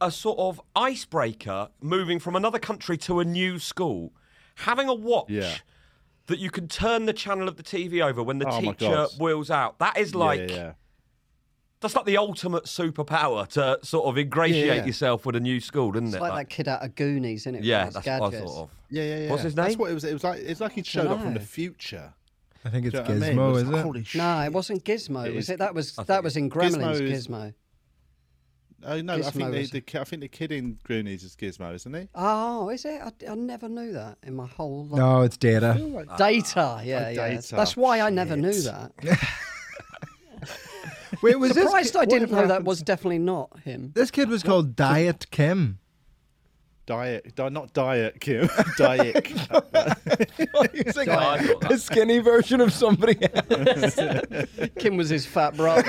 [SPEAKER 6] a sort of icebreaker moving from another country to a new school having a watch
[SPEAKER 1] Yeah.
[SPEAKER 6] that you can turn the channel of the TV over when the
[SPEAKER 1] Oh my
[SPEAKER 6] teacher
[SPEAKER 1] God.
[SPEAKER 6] wheels out that is
[SPEAKER 1] Yeah,
[SPEAKER 6] like
[SPEAKER 1] yeah, yeah.
[SPEAKER 6] that's like the ultimate superpower to sort of ingratiate
[SPEAKER 1] Yeah, yeah.
[SPEAKER 6] yourself with a new school, isn't
[SPEAKER 5] It's
[SPEAKER 6] it?
[SPEAKER 5] like that kid out of Goonies, isn't it?
[SPEAKER 6] yeah,
[SPEAKER 5] With
[SPEAKER 6] that's
[SPEAKER 5] his
[SPEAKER 6] what I
[SPEAKER 5] gadgets.
[SPEAKER 6] thought of.
[SPEAKER 1] Yeah, yeah, yeah.
[SPEAKER 6] What's his
[SPEAKER 1] That's
[SPEAKER 6] name?
[SPEAKER 1] what it was. It was like it's like he showed up from the
[SPEAKER 5] know.
[SPEAKER 1] future.
[SPEAKER 4] I think it's
[SPEAKER 1] Do you know what I mean? It
[SPEAKER 4] Gizmo,
[SPEAKER 1] was
[SPEAKER 4] is
[SPEAKER 1] like,
[SPEAKER 4] it?
[SPEAKER 1] Holy shit.
[SPEAKER 5] No, it wasn't Gizmo,
[SPEAKER 1] It
[SPEAKER 5] was
[SPEAKER 1] is-
[SPEAKER 5] it? That was
[SPEAKER 6] I
[SPEAKER 5] that
[SPEAKER 6] think
[SPEAKER 5] was in Gremlins.
[SPEAKER 1] Gizmo is-
[SPEAKER 5] Gizmo.
[SPEAKER 1] Oh no, I
[SPEAKER 5] Gizmo
[SPEAKER 1] think the,
[SPEAKER 5] is-
[SPEAKER 1] the ki- I think the kid in Goonies is Gizmo, isn't he?
[SPEAKER 5] Oh, is it? I, I never knew that in my whole life.
[SPEAKER 4] No, it's Data.
[SPEAKER 5] Data, yeah, yeah.
[SPEAKER 1] data,
[SPEAKER 5] That's why I never knew
[SPEAKER 1] shit.
[SPEAKER 5] that.
[SPEAKER 4] Wait, was
[SPEAKER 5] Surprised I
[SPEAKER 4] what
[SPEAKER 5] didn't know that
[SPEAKER 4] happened-
[SPEAKER 5] was definitely not him.
[SPEAKER 4] This kid was called Diet Kim.
[SPEAKER 1] Diet, di- not diet, Kim. diet.
[SPEAKER 4] He's like
[SPEAKER 6] Yeah, Oh, I thought that.
[SPEAKER 4] a skinny version of somebody.
[SPEAKER 5] Kim was his fat brother.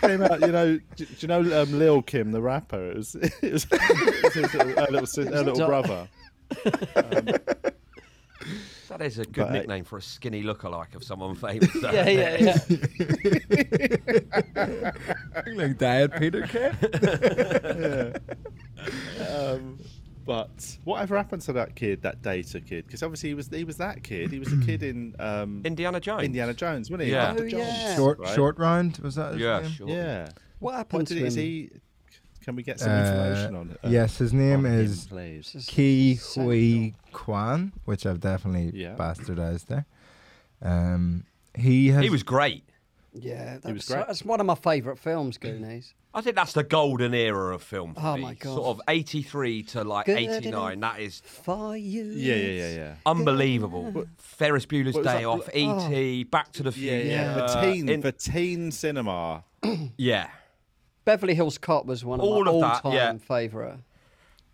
[SPEAKER 1] came out, you know. Do, do you know um, Lil Kim, the rapper? It was, it was, it was his little, her little, sis- her little
[SPEAKER 5] Di-
[SPEAKER 1] brother.
[SPEAKER 6] That is a good
[SPEAKER 1] But, uh,
[SPEAKER 6] nickname for a skinny lookalike of someone famous. though.
[SPEAKER 5] yeah, yeah, yeah.
[SPEAKER 4] like Diet Peter Kim.
[SPEAKER 1] Um, but whatever happened to that kid, that data kid? Because obviously he was he was that kid. He was the kid in um,
[SPEAKER 6] Indiana Jones.
[SPEAKER 1] Indiana Jones, wasn't he?
[SPEAKER 6] Yeah.
[SPEAKER 1] Dr.
[SPEAKER 5] Oh,
[SPEAKER 1] Jones,
[SPEAKER 5] yeah.
[SPEAKER 4] Short,
[SPEAKER 1] right?
[SPEAKER 4] short round was that? His
[SPEAKER 6] Yeah,
[SPEAKER 4] name?
[SPEAKER 6] sure.
[SPEAKER 1] Yeah.
[SPEAKER 5] What
[SPEAKER 1] What
[SPEAKER 5] happened
[SPEAKER 1] did he,
[SPEAKER 5] to him?
[SPEAKER 1] is he? Can we get some information
[SPEAKER 4] Uh,
[SPEAKER 1] on? uh,
[SPEAKER 4] yes, his name
[SPEAKER 1] on him,
[SPEAKER 4] is
[SPEAKER 1] please?
[SPEAKER 4] Ki
[SPEAKER 5] Samuel.
[SPEAKER 4] Hui Kwan, which I've definitely
[SPEAKER 1] Yeah.
[SPEAKER 4] bastardized there. Um, he has
[SPEAKER 6] He was great.
[SPEAKER 5] Yeah, that
[SPEAKER 1] was
[SPEAKER 5] was so-
[SPEAKER 1] great.
[SPEAKER 5] that's one of my favourite films, Goonies.
[SPEAKER 6] I think that's the golden era of film. For
[SPEAKER 5] Oh
[SPEAKER 6] me.
[SPEAKER 5] my God.
[SPEAKER 6] Sort of 83 to like
[SPEAKER 5] Good
[SPEAKER 6] 89. That is
[SPEAKER 5] Fire you.
[SPEAKER 1] Yeah, yeah, yeah, yeah.
[SPEAKER 6] unbelievable. Ferris Bueller's
[SPEAKER 1] What was
[SPEAKER 6] Day
[SPEAKER 1] that?
[SPEAKER 6] Off,
[SPEAKER 5] Oh.
[SPEAKER 6] E.T., Back to the
[SPEAKER 1] Yeah,
[SPEAKER 6] Future.
[SPEAKER 1] yeah. For
[SPEAKER 6] uh,
[SPEAKER 1] teen,
[SPEAKER 6] in-
[SPEAKER 1] for teen cinema.
[SPEAKER 6] yeah.
[SPEAKER 5] Beverly Hills Cop was one of
[SPEAKER 6] All
[SPEAKER 5] my
[SPEAKER 6] of that,
[SPEAKER 5] all-time
[SPEAKER 6] yeah.
[SPEAKER 5] favourite.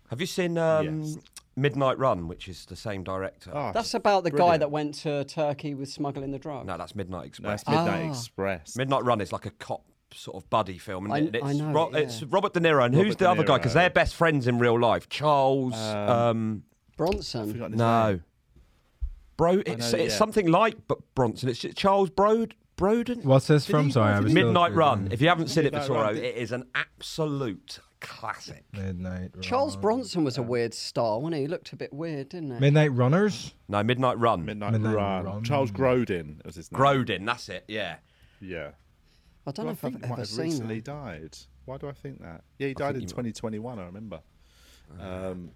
[SPEAKER 6] Have you seen um,
[SPEAKER 1] Yes.
[SPEAKER 6] Midnight Run, which is the same director?
[SPEAKER 1] Oh,
[SPEAKER 5] That's about the guy
[SPEAKER 1] brilliant.
[SPEAKER 5] that went to Turkey with smuggling the drugs.
[SPEAKER 6] No, that's Midnight
[SPEAKER 1] No,
[SPEAKER 6] Express.
[SPEAKER 1] it's Midnight
[SPEAKER 5] Ah.
[SPEAKER 1] Express.
[SPEAKER 6] Midnight Run is like a cop sort of buddy film.
[SPEAKER 5] I-
[SPEAKER 6] Isn't it?
[SPEAKER 5] I
[SPEAKER 6] It's
[SPEAKER 5] know,
[SPEAKER 6] Ro-
[SPEAKER 5] yeah.
[SPEAKER 6] It's Robert De Niro. And who's
[SPEAKER 1] Robert
[SPEAKER 6] the
[SPEAKER 1] De
[SPEAKER 6] other guy? Because
[SPEAKER 1] Niro.
[SPEAKER 6] they're best friends in real life. Charles. Um,
[SPEAKER 5] Bronson.
[SPEAKER 1] Forgotten his
[SPEAKER 6] no.
[SPEAKER 1] name.
[SPEAKER 6] Bro, it's,
[SPEAKER 1] know,
[SPEAKER 6] it's
[SPEAKER 1] yeah.
[SPEAKER 6] something like but Bronson. It's Charles Brod- Broden.
[SPEAKER 4] What's this from?
[SPEAKER 1] he-
[SPEAKER 4] Sorry, I was still-
[SPEAKER 6] Midnight Run. If you haven't seen it,
[SPEAKER 1] Midnight
[SPEAKER 6] Vittorio,
[SPEAKER 1] Run.
[SPEAKER 6] it is an absolute classic.
[SPEAKER 4] Midnight. Run.
[SPEAKER 5] Charles Bronson was a weird star, wasn't he? He looked a bit weird, didn't he?
[SPEAKER 4] Midnight Runners.
[SPEAKER 6] No, Midnight Run.
[SPEAKER 1] Midnight,
[SPEAKER 4] Midnight
[SPEAKER 1] Run.
[SPEAKER 4] Run.
[SPEAKER 1] Charles Grodin was his name.
[SPEAKER 6] Grodin, that's it, yeah.
[SPEAKER 1] Yeah.
[SPEAKER 5] I don't
[SPEAKER 1] Do
[SPEAKER 5] know
[SPEAKER 1] I
[SPEAKER 5] if I've
[SPEAKER 1] think he might
[SPEAKER 5] ever
[SPEAKER 1] have
[SPEAKER 5] seen
[SPEAKER 1] recently
[SPEAKER 5] that.
[SPEAKER 1] died. Why do I think that? Yeah, he died
[SPEAKER 6] think
[SPEAKER 1] in
[SPEAKER 6] he might-
[SPEAKER 1] 2021. I remember. Um,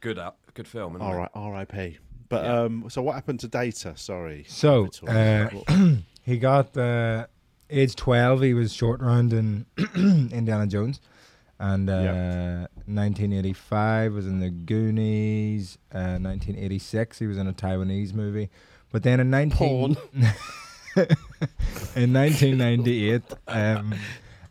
[SPEAKER 6] Good up, good film. Isn't
[SPEAKER 1] all
[SPEAKER 6] it?
[SPEAKER 1] right, R.I.P. But um, so what happened to Data? Sorry.
[SPEAKER 4] So uh,
[SPEAKER 1] Victoria.
[SPEAKER 4] he got uh, age twelve. He was short round in Indiana Jones, and uh,
[SPEAKER 1] Yeah.
[SPEAKER 4] 1985 was in the Goonies. Uh, 1986 he was in a Taiwanese movie, but then in 19
[SPEAKER 5] Porn.
[SPEAKER 4] in 1998. Um,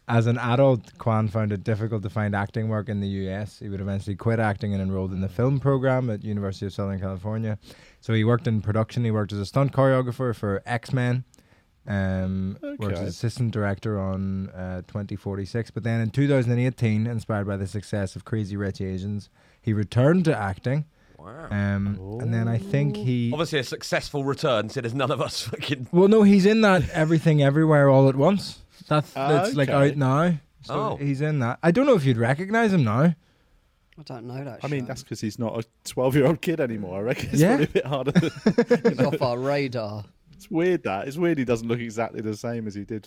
[SPEAKER 4] as an adult, Kwan found it difficult to find acting work in the US. He would eventually quit acting and enrolled in the film program at University of Southern California. So he worked in production. He worked as a stunt choreographer for X Men. Um, Worked
[SPEAKER 1] Okay.
[SPEAKER 4] as assistant director on uh, 2046. But then in 2018, inspired by the success of Crazy Rich Asians, he returned to acting.
[SPEAKER 6] Wow.
[SPEAKER 4] Um, and then I think he
[SPEAKER 6] Obviously, a successful return, so there's none of us fucking.
[SPEAKER 4] well, no, he's in that everything everywhere all at once. That's
[SPEAKER 1] Ah,
[SPEAKER 4] that's like
[SPEAKER 1] okay.
[SPEAKER 4] out now. So
[SPEAKER 6] Oh.
[SPEAKER 4] he's in that. I don't know if you'd recognize him now.
[SPEAKER 5] I don't know that.
[SPEAKER 1] I mean,
[SPEAKER 5] show.
[SPEAKER 1] that's because he's not a 12 year old kid anymore. I reckon it's
[SPEAKER 4] Yeah.
[SPEAKER 1] probably a bit harder. than-
[SPEAKER 5] He's off our radar.
[SPEAKER 1] it's weird that. It's weird he doesn't look exactly the same as he did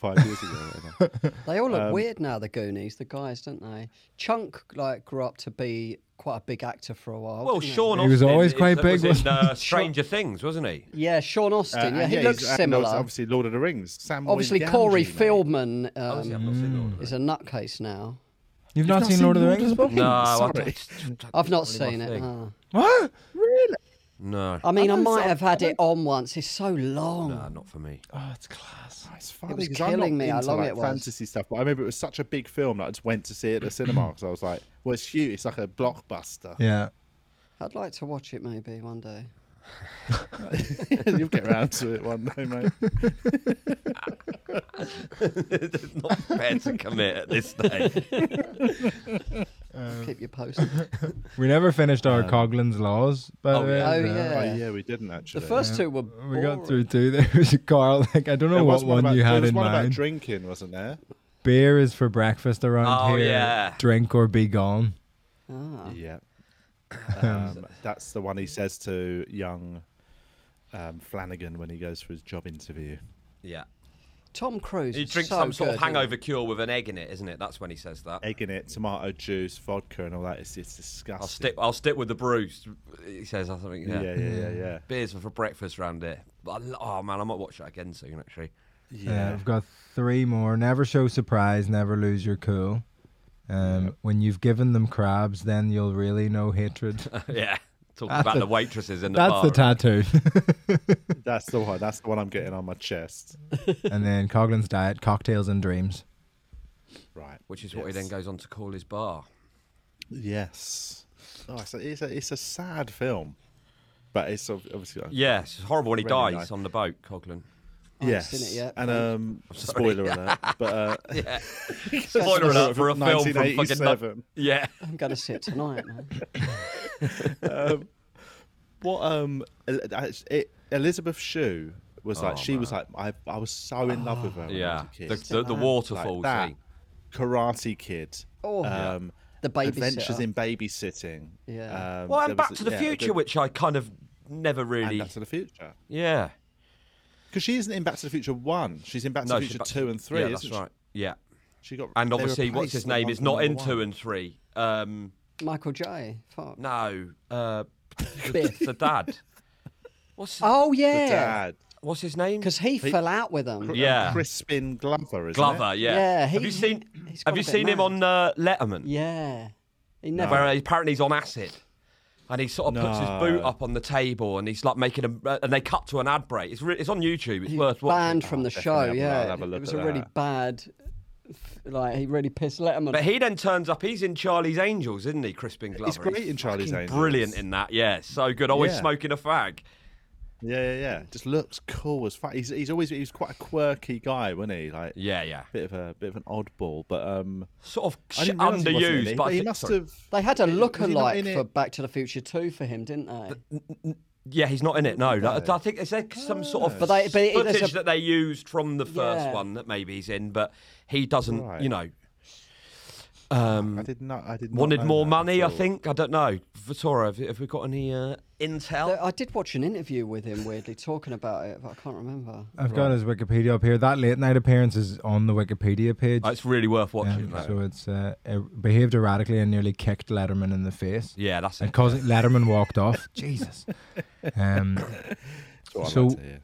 [SPEAKER 1] 35 years ago. Uh, or whatever.
[SPEAKER 5] They all look
[SPEAKER 1] Um,
[SPEAKER 5] weird now, the Goonies, the guys, don't they? Chunk like grew up to be quite a big actor for a while.
[SPEAKER 6] Well,
[SPEAKER 5] didn't he?
[SPEAKER 6] Sean
[SPEAKER 4] He was
[SPEAKER 6] Austin
[SPEAKER 4] always
[SPEAKER 6] is-
[SPEAKER 4] quite
[SPEAKER 6] was
[SPEAKER 4] big,
[SPEAKER 6] in
[SPEAKER 4] wasn't
[SPEAKER 6] uh, Stranger Things, wasn't he?
[SPEAKER 5] Yeah, Sean
[SPEAKER 1] Uh,
[SPEAKER 5] Austin.
[SPEAKER 1] and
[SPEAKER 5] yeah, he
[SPEAKER 1] he's-
[SPEAKER 5] looks
[SPEAKER 1] and
[SPEAKER 5] similar. Obviously,
[SPEAKER 1] Obviously, Lord of the Rings. Sam
[SPEAKER 5] Corey
[SPEAKER 1] Williamji, mate.
[SPEAKER 5] Fieldman um,
[SPEAKER 6] Obviously, I've not seen all of
[SPEAKER 5] is
[SPEAKER 6] it.
[SPEAKER 5] a nutcase now.
[SPEAKER 4] You've, not, seen Lord of the Rings?
[SPEAKER 1] Rings?
[SPEAKER 6] No,
[SPEAKER 1] Sorry.
[SPEAKER 6] I don't-
[SPEAKER 5] I've not
[SPEAKER 6] It's really my
[SPEAKER 5] seen it.
[SPEAKER 6] thing.
[SPEAKER 5] huh.
[SPEAKER 4] What?
[SPEAKER 6] No,
[SPEAKER 4] Um,
[SPEAKER 5] I mean, I, might have had it on once. It's so long.
[SPEAKER 6] no, not for me.
[SPEAKER 4] Oh, it's class.
[SPEAKER 1] Ah, It's funny
[SPEAKER 5] was
[SPEAKER 1] 'cause I'm not
[SPEAKER 5] killing me how
[SPEAKER 1] into,
[SPEAKER 5] long
[SPEAKER 1] like,
[SPEAKER 5] it was.
[SPEAKER 1] Fantasy stuff, but I remember it was such a big film that I just went to see it at the cinema because I was like, "Well, it's huge. It's like a blockbuster.
[SPEAKER 4] Yeah.
[SPEAKER 5] I'd like to watch it maybe one day.
[SPEAKER 1] You'll get round to it one day, mate."
[SPEAKER 6] it's not fair to commit at this stage. Uh,
[SPEAKER 5] Keep you posted.
[SPEAKER 4] We never finished our Coglin's Laws, by
[SPEAKER 6] oh,
[SPEAKER 4] the way.
[SPEAKER 6] yeah.
[SPEAKER 5] oh
[SPEAKER 4] No.
[SPEAKER 5] yeah.
[SPEAKER 1] Oh yeah, we didn't
[SPEAKER 5] The
[SPEAKER 1] actually.
[SPEAKER 5] first two were.
[SPEAKER 4] We got
[SPEAKER 5] boring.
[SPEAKER 4] through two. There was a Carl. Like, I don't know
[SPEAKER 1] There
[SPEAKER 4] what
[SPEAKER 1] was
[SPEAKER 4] one,
[SPEAKER 1] about,
[SPEAKER 4] you
[SPEAKER 1] there
[SPEAKER 4] had
[SPEAKER 1] was
[SPEAKER 4] in
[SPEAKER 1] one about
[SPEAKER 4] mind.
[SPEAKER 1] drinking, wasn't there?
[SPEAKER 4] Beer is for breakfast around
[SPEAKER 6] Oh,
[SPEAKER 4] here.
[SPEAKER 6] yeah.
[SPEAKER 4] Drink or be gone.
[SPEAKER 5] Ah.
[SPEAKER 1] Yeah. Um, that's the one he says to young um, Flanagan when he goes for his job interview.
[SPEAKER 6] Yeah.
[SPEAKER 5] Tom Cruise.
[SPEAKER 6] He
[SPEAKER 5] is
[SPEAKER 6] drinks
[SPEAKER 5] so
[SPEAKER 6] some sort
[SPEAKER 5] good,
[SPEAKER 6] of
[SPEAKER 5] isn't he?
[SPEAKER 6] hangover cure with an egg in it, isn't it? That's when he says that.
[SPEAKER 1] Egg in it, tomato juice, vodka, and all that. It's, it's disgusting.
[SPEAKER 6] I'll stick. I'll stick with the brews. He says. I think.
[SPEAKER 1] Yeah,
[SPEAKER 6] Yeah.
[SPEAKER 1] yeah, yeah,
[SPEAKER 5] Mm.
[SPEAKER 1] yeah.
[SPEAKER 6] Beers for breakfast round here. I lo- Oh man, I might watch that again soon. Actually.
[SPEAKER 4] Yeah, Uh, I've got three more. Never show surprise, never lose your cool. Um, When you've given them crabs, then you'll really know hatred.
[SPEAKER 6] yeah. Talking
[SPEAKER 4] That's
[SPEAKER 6] about
[SPEAKER 4] a-
[SPEAKER 6] the waitresses in the
[SPEAKER 4] That's
[SPEAKER 6] bar.
[SPEAKER 4] the tattoo.
[SPEAKER 1] That's the one. That's the one I'm getting on my chest.
[SPEAKER 4] and then Coughlin's diet, cocktails and dreams.
[SPEAKER 1] Right.
[SPEAKER 6] Which is what he
[SPEAKER 1] yes.
[SPEAKER 6] then goes on to call his bar.
[SPEAKER 1] Yes. Oh, it's a, it's a, it's a sad film, but it's ob- obviously. uh,
[SPEAKER 6] Yeah, it's horrible when he
[SPEAKER 1] Really
[SPEAKER 6] dies
[SPEAKER 1] nice.
[SPEAKER 6] on the boat, Coughlin.
[SPEAKER 5] I haven't
[SPEAKER 1] yes.
[SPEAKER 5] seen it yet,
[SPEAKER 1] and
[SPEAKER 5] mate.
[SPEAKER 1] um, spoiler alert, but uh,
[SPEAKER 6] Yeah. Spoiler alert for a film from fucking. nu-
[SPEAKER 1] 1987.
[SPEAKER 6] Yeah.
[SPEAKER 5] I'm going to see it tonight, man.
[SPEAKER 1] What um, El- that's- it, Elizabeth Shue was like.
[SPEAKER 6] Oh,
[SPEAKER 1] she was like, I, I was so in love with her. When I
[SPEAKER 6] Yeah.
[SPEAKER 1] was a kid.
[SPEAKER 6] The, the, the
[SPEAKER 1] Like
[SPEAKER 6] waterfall
[SPEAKER 1] that,
[SPEAKER 6] scene.
[SPEAKER 1] Karate Kid.
[SPEAKER 5] Oh,
[SPEAKER 1] um,
[SPEAKER 5] The babysitter.
[SPEAKER 1] Adventures in Babysitting.
[SPEAKER 5] Yeah.
[SPEAKER 1] Um,
[SPEAKER 6] Well,
[SPEAKER 1] there
[SPEAKER 6] and
[SPEAKER 1] was
[SPEAKER 6] Back
[SPEAKER 1] a-
[SPEAKER 6] to the
[SPEAKER 1] yeah,
[SPEAKER 6] Future, which I kind of never
[SPEAKER 1] and
[SPEAKER 6] really.
[SPEAKER 1] Back to the Future.
[SPEAKER 6] Yeah.
[SPEAKER 1] Because she isn't in Back to the Future one. She's in Back to
[SPEAKER 6] No,
[SPEAKER 1] the
[SPEAKER 6] she's
[SPEAKER 1] Future
[SPEAKER 6] Back to-
[SPEAKER 1] two and three.
[SPEAKER 6] Yeah,
[SPEAKER 1] isn't
[SPEAKER 6] that's
[SPEAKER 1] she?
[SPEAKER 6] right. Yeah.
[SPEAKER 1] She got
[SPEAKER 6] And
[SPEAKER 1] they
[SPEAKER 6] obviously, what's
[SPEAKER 1] replaced
[SPEAKER 6] his
[SPEAKER 1] the
[SPEAKER 6] name
[SPEAKER 1] one
[SPEAKER 6] is
[SPEAKER 1] from
[SPEAKER 6] not in
[SPEAKER 1] number
[SPEAKER 6] two
[SPEAKER 1] one.
[SPEAKER 6] and three. Um,
[SPEAKER 5] Michael J. Fuck.
[SPEAKER 6] no, uh, the-
[SPEAKER 5] Biff.
[SPEAKER 6] the dad. What's
[SPEAKER 5] Oh,
[SPEAKER 1] The
[SPEAKER 5] yeah.
[SPEAKER 1] dad,
[SPEAKER 6] what's his name?
[SPEAKER 5] Because he, fell out with them.
[SPEAKER 6] Yeah,
[SPEAKER 1] Crispin Glover, isn't it?
[SPEAKER 6] Glover. Yeah.
[SPEAKER 5] Yeah,
[SPEAKER 6] have you
[SPEAKER 5] he's-
[SPEAKER 6] seen
[SPEAKER 5] he's
[SPEAKER 6] Have
[SPEAKER 5] gone
[SPEAKER 6] you
[SPEAKER 5] a bit
[SPEAKER 6] seen him
[SPEAKER 5] mad.
[SPEAKER 6] on uh, Letterman?
[SPEAKER 5] Yeah. He never.
[SPEAKER 6] Where uh, apparently he's on acid. And he sort of puts his
[SPEAKER 1] No.
[SPEAKER 6] boot up on the table, and he's like making a. uh, And they cut to an ad break. It's re- it's on YouTube. It's worth watching.
[SPEAKER 5] banned from the
[SPEAKER 1] definitely
[SPEAKER 5] show.
[SPEAKER 1] have a- I'll
[SPEAKER 5] Yeah,
[SPEAKER 1] have a
[SPEAKER 5] it
[SPEAKER 1] look
[SPEAKER 5] was
[SPEAKER 1] at
[SPEAKER 5] a really
[SPEAKER 1] that.
[SPEAKER 5] bad. f- Like he really pissed Letterman.
[SPEAKER 6] But he then turns up. He's in Charlie's Angels, isn't he, Crispin Glover?
[SPEAKER 1] He's great in Charlie's
[SPEAKER 6] fucking
[SPEAKER 1] Angels.
[SPEAKER 6] Brilliant in that. Yeah, so good. Always
[SPEAKER 1] Yeah.
[SPEAKER 6] smoking a fag.
[SPEAKER 1] Yeah, yeah, yeah. Just looks cool as fuck. He's, he's always he was quite a quirky guy, wasn't he? Like
[SPEAKER 6] Yeah, yeah.
[SPEAKER 1] bit of a bit of an oddball, but um,
[SPEAKER 6] Sort of
[SPEAKER 1] I
[SPEAKER 6] sh-
[SPEAKER 1] didn't realise he wasn't in
[SPEAKER 6] underused,
[SPEAKER 1] it,
[SPEAKER 6] but I
[SPEAKER 1] he
[SPEAKER 6] think-
[SPEAKER 1] must
[SPEAKER 6] sorry.
[SPEAKER 1] have.
[SPEAKER 5] they had a
[SPEAKER 1] was he not in
[SPEAKER 5] look-alike
[SPEAKER 1] it?
[SPEAKER 5] for Back to the Future Two for him, didn't they?
[SPEAKER 6] Yeah, he's not in it. No, That- I think is there some sort of
[SPEAKER 5] But they- but it- there's
[SPEAKER 6] footage
[SPEAKER 5] a-
[SPEAKER 6] that they used from the first
[SPEAKER 5] Yeah.
[SPEAKER 6] one that maybe he's in, but he doesn't.
[SPEAKER 1] Right.
[SPEAKER 6] You know,
[SPEAKER 1] I
[SPEAKER 4] Mm.
[SPEAKER 1] did not. I did not
[SPEAKER 6] wanted
[SPEAKER 1] know
[SPEAKER 6] more
[SPEAKER 1] that
[SPEAKER 6] money.
[SPEAKER 1] at
[SPEAKER 6] I
[SPEAKER 1] all.
[SPEAKER 6] think. I don't know. Vittoria, have, have we got any uh, intel?
[SPEAKER 5] Though I did watch an interview with him, weirdly talking about it, but I can't remember.
[SPEAKER 4] I've got his Wikipedia up here. That late night appearance is on the Wikipedia page.
[SPEAKER 6] Oh, it's really worth watching.
[SPEAKER 4] Um,
[SPEAKER 6] though.
[SPEAKER 4] so it's uh, er- behaved erratically and nearly kicked Letterman in the face.
[SPEAKER 6] yeah, that's
[SPEAKER 4] And
[SPEAKER 6] it.
[SPEAKER 4] causing Letterman walked off. Jesus. Um,
[SPEAKER 1] That's what I'd
[SPEAKER 4] So-
[SPEAKER 1] like to hear.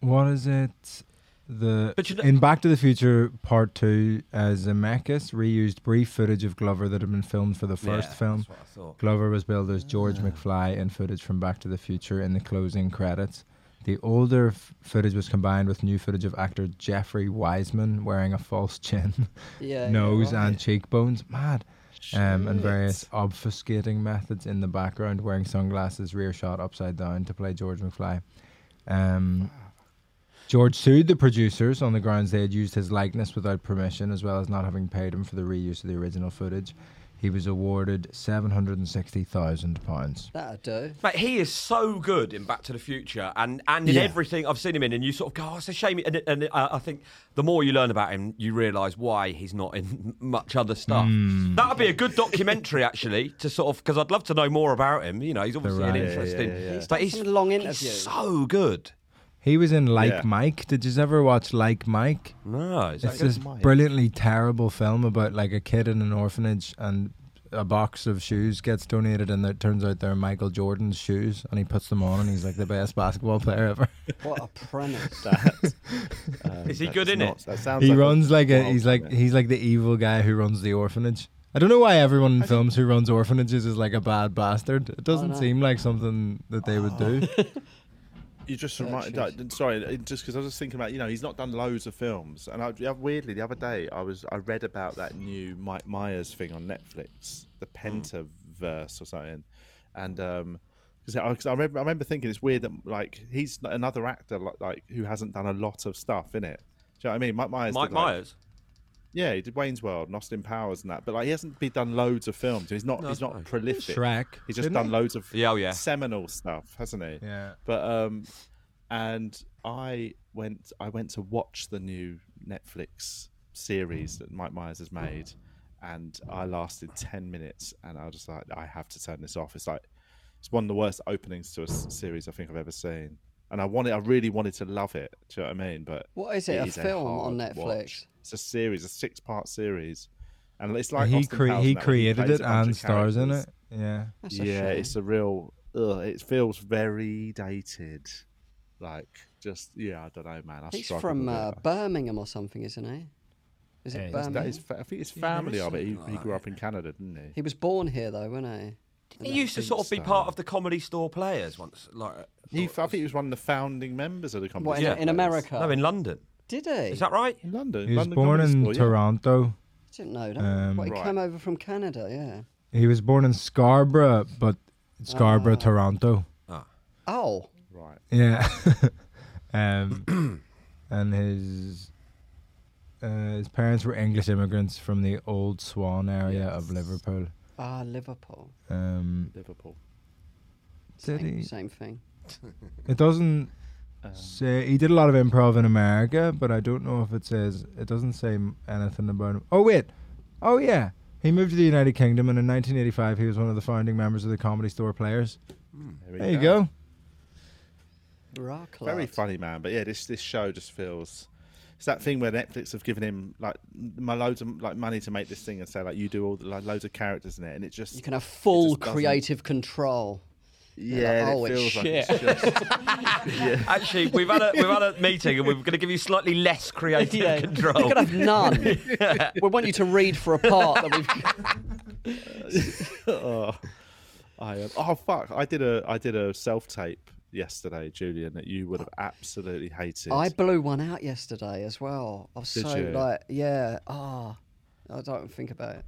[SPEAKER 4] what is it? The
[SPEAKER 6] But you know-
[SPEAKER 4] in Back to the Future Part Two, uh, Zemeckis reused brief footage of Glover that had been filmed for the first
[SPEAKER 6] Yeah,
[SPEAKER 4] film.
[SPEAKER 6] That's what I thought.
[SPEAKER 4] Glover was billed as George McFly in footage from Back to the Future in the closing credits. The older f- footage was combined with new footage of actor Jeffrey Wiseman wearing a false chin,
[SPEAKER 5] Yeah,
[SPEAKER 4] nose,
[SPEAKER 5] yeah, right.
[SPEAKER 4] and cheekbones. Mad. Um, and various obfuscating methods in the background, wearing sunglasses, rear shot upside down to play George McFly. Um, George sued the producers on the grounds they had used his likeness without permission, as well as not having paid him for the reuse of the original footage. He was awarded seven hundred and sixty thousand pounds.
[SPEAKER 5] That'd do.
[SPEAKER 6] Mate, he is so good in Back to the Future and, and in
[SPEAKER 4] Yeah.
[SPEAKER 6] everything I've seen him in, and you sort of go, oh, it's a shame. And, and uh, I think the more you learn about him, you realise why he's not in much other stuff. That would be a good documentary, actually, to sort of, because I'd love to know more about him. You know, he's obviously
[SPEAKER 4] right.
[SPEAKER 6] an
[SPEAKER 4] Yeah, yeah,
[SPEAKER 6] interesting.
[SPEAKER 1] yeah, yeah. He's
[SPEAKER 6] But
[SPEAKER 5] done
[SPEAKER 6] he's,
[SPEAKER 5] some long
[SPEAKER 6] he's
[SPEAKER 5] interviews.
[SPEAKER 6] so good.
[SPEAKER 4] He was in Like
[SPEAKER 1] Yeah.
[SPEAKER 4] Mike. Did you ever watch Like Mike?
[SPEAKER 6] No, is that
[SPEAKER 4] It's
[SPEAKER 6] good?
[SPEAKER 4] this
[SPEAKER 1] Mike?
[SPEAKER 4] brilliantly terrible film about like a kid in an orphanage and a box of shoes gets donated and it turns out they're Michael Jordan's shoes and he puts them on and he's like the best basketball player ever.
[SPEAKER 5] What a premise.
[SPEAKER 1] Um,
[SPEAKER 6] Is he
[SPEAKER 1] that's
[SPEAKER 6] good in
[SPEAKER 1] not-
[SPEAKER 6] it?
[SPEAKER 1] That sounds
[SPEAKER 4] he
[SPEAKER 1] like
[SPEAKER 4] runs
[SPEAKER 1] a
[SPEAKER 4] like a
[SPEAKER 1] wild
[SPEAKER 4] he's like
[SPEAKER 1] premise.
[SPEAKER 4] he's like the evil guy who runs the orphanage. I don't know why everyone in films who runs orphanages is like a bad bastard. It
[SPEAKER 1] Oh,
[SPEAKER 4] doesn't
[SPEAKER 5] know.
[SPEAKER 4] seem like something that they would do.
[SPEAKER 1] You just remind. Like, sorry, it- just because I was just thinking about you know he's not done loads of films, and I yeah, weirdly the other day I was I read about that new Mike Myers thing on Netflix, the
[SPEAKER 4] Hmm.
[SPEAKER 1] Pentaverse or something, and um because I, 'cause I remember I remember thinking it's weird that like he's not another actor like, like who hasn't done a lot of stuff in it. Do you know what I mean? Mike Myers.
[SPEAKER 6] Mike
[SPEAKER 1] did, like-
[SPEAKER 6] Myers.
[SPEAKER 1] yeah, he did Wayne's World and Austin Powers and that, but like he hasn't been done loads of films. He's not. he's not
[SPEAKER 6] no.
[SPEAKER 1] prolific.
[SPEAKER 4] Shrek,
[SPEAKER 1] He's just
[SPEAKER 4] didn't
[SPEAKER 1] done
[SPEAKER 4] he?
[SPEAKER 1] loads of
[SPEAKER 6] Yeah, oh, yeah.
[SPEAKER 1] seminal stuff, hasn't he?
[SPEAKER 4] Yeah.
[SPEAKER 1] But um, and I went I went to watch the new Netflix series that Mike Myers has made, and I lasted ten minutes, and I was just like, I have to turn this off. It's like it's one of the worst openings to a s- series I think I've ever seen. and I wanted, I really wanted to love it. Do you know what I mean? But
[SPEAKER 5] What is it? a
[SPEAKER 1] is
[SPEAKER 5] film on
[SPEAKER 1] hard
[SPEAKER 5] Netflix?
[SPEAKER 1] watch. It's a series, a six-part series, and it's like
[SPEAKER 4] he
[SPEAKER 1] Austin
[SPEAKER 4] cre-
[SPEAKER 1] Powers
[SPEAKER 4] he
[SPEAKER 1] and that, where
[SPEAKER 4] created
[SPEAKER 1] plays
[SPEAKER 4] it
[SPEAKER 1] a bunch
[SPEAKER 4] and
[SPEAKER 1] of
[SPEAKER 4] stars in
[SPEAKER 1] characters.
[SPEAKER 4] it. Yeah.
[SPEAKER 5] That's a
[SPEAKER 1] yeah,
[SPEAKER 5] shame.
[SPEAKER 1] it's a real. Ugh, it feels very dated. Like just yeah, I don't know, man. I
[SPEAKER 5] He's
[SPEAKER 1] struggled
[SPEAKER 5] from
[SPEAKER 1] with it.
[SPEAKER 5] uh, Birmingham or something, isn't he? Is it
[SPEAKER 4] Yeah, he's-
[SPEAKER 5] Birmingham?
[SPEAKER 1] That is, fa- I think his
[SPEAKER 6] there
[SPEAKER 1] family
[SPEAKER 6] is
[SPEAKER 1] are, but he,
[SPEAKER 6] something
[SPEAKER 1] he
[SPEAKER 6] like
[SPEAKER 1] grew
[SPEAKER 6] that,
[SPEAKER 1] up in Canada, didn't he?
[SPEAKER 5] He was born here though, wasn't he?
[SPEAKER 6] He used to
[SPEAKER 1] think
[SPEAKER 6] sort of be
[SPEAKER 1] so.
[SPEAKER 6] part of the comedy store players once, like
[SPEAKER 1] He, I think he was one of the founding members of the company.
[SPEAKER 5] What, in,
[SPEAKER 6] Yeah.
[SPEAKER 5] in America?
[SPEAKER 6] no in London.
[SPEAKER 5] Did he?
[SPEAKER 6] Is that right?
[SPEAKER 1] In London.
[SPEAKER 4] He was
[SPEAKER 1] London
[SPEAKER 4] born
[SPEAKER 1] Comedy
[SPEAKER 4] in
[SPEAKER 1] Store, yeah.
[SPEAKER 4] Toronto.
[SPEAKER 5] I didn't know that.
[SPEAKER 4] Um,
[SPEAKER 5] Well, he
[SPEAKER 1] Right.
[SPEAKER 5] came over from Canada, yeah.
[SPEAKER 4] He was born in Scarborough, but Scarborough, Toronto.
[SPEAKER 5] Oh,
[SPEAKER 1] Right.
[SPEAKER 4] Yeah. um, and his uh, his parents were English immigrants from the Old Swan area of Liverpool.
[SPEAKER 5] ah, Liverpool.
[SPEAKER 4] Um,
[SPEAKER 1] Liverpool.
[SPEAKER 4] did
[SPEAKER 5] Same,
[SPEAKER 4] he?
[SPEAKER 5] same thing.
[SPEAKER 4] It doesn't Um. say he did a lot of improv in America, but I don't know if it says it doesn't say m- anything about him. Oh wait, oh yeah, he moved to the United Kingdom, and in 1985 he was one of the founding members of the Comedy Store Players.
[SPEAKER 1] we
[SPEAKER 4] There you go.
[SPEAKER 5] Rock
[SPEAKER 1] Very
[SPEAKER 5] lad.
[SPEAKER 1] funny, man. But yeah, this this show just feels. It's that thing where Netflix have given him like my loads of like money to make this thing and say like you do all the like, loads of characters in it and it just
[SPEAKER 5] You can have full
[SPEAKER 1] just doesn't-
[SPEAKER 5] creative control.
[SPEAKER 1] yeah
[SPEAKER 5] like,
[SPEAKER 1] and
[SPEAKER 5] "Oh,
[SPEAKER 1] it
[SPEAKER 5] it's
[SPEAKER 1] feels like it's just
[SPEAKER 6] Actually, we've had a we've had a meeting and we're going to give you slightly less creative
[SPEAKER 5] Yeah. You
[SPEAKER 6] control.
[SPEAKER 5] could have none. We want you to read for a part that we've.
[SPEAKER 1] oh, I am. Oh fuck! I did a I did a self tape yesterday, Julian, that you would have absolutely hated.
[SPEAKER 5] I blew one out yesterday as well. I was
[SPEAKER 1] Did
[SPEAKER 5] so
[SPEAKER 1] you?
[SPEAKER 5] like, yeah, ah, I don't think about it.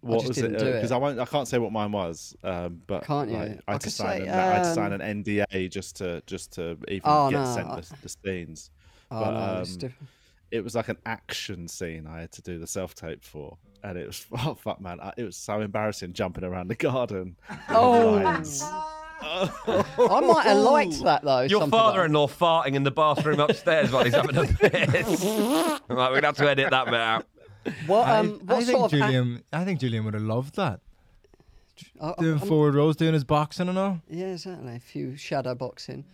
[SPEAKER 1] what
[SPEAKER 5] just
[SPEAKER 1] was
[SPEAKER 5] didn't do it.
[SPEAKER 1] Because I won't. I can't say what mine was. Um, but
[SPEAKER 5] Can't you?
[SPEAKER 1] like, I
[SPEAKER 5] I
[SPEAKER 1] had to
[SPEAKER 5] could
[SPEAKER 1] sign.
[SPEAKER 5] say,
[SPEAKER 1] an, I had to sign
[SPEAKER 5] um,
[SPEAKER 1] an NDA just to just to even
[SPEAKER 5] Oh,
[SPEAKER 1] get
[SPEAKER 5] no,
[SPEAKER 1] sent
[SPEAKER 5] I-
[SPEAKER 1] the, the scenes.
[SPEAKER 5] Oh
[SPEAKER 1] but,
[SPEAKER 5] no, it's
[SPEAKER 1] um,
[SPEAKER 5] different.
[SPEAKER 1] it was like an action scene I had to do the self tape for, and it was oh fuck man, I, it was so embarrassing jumping around the garden. with the
[SPEAKER 5] Oh.
[SPEAKER 1] lights.
[SPEAKER 5] I might have liked that though.
[SPEAKER 6] Your
[SPEAKER 5] something like-
[SPEAKER 6] father-in-law farting in the bathroom upstairs while he's having a piss. right, we're gonna have to edit that bit out.
[SPEAKER 5] What,
[SPEAKER 4] I-
[SPEAKER 5] um,
[SPEAKER 4] I,
[SPEAKER 5] what
[SPEAKER 4] think
[SPEAKER 5] sort of? act-
[SPEAKER 4] Julian, I think Julian would have loved that.
[SPEAKER 5] I- I-
[SPEAKER 4] Doing forward rows, doing his boxing and all.
[SPEAKER 5] yeah, exactly. A few shadow boxing.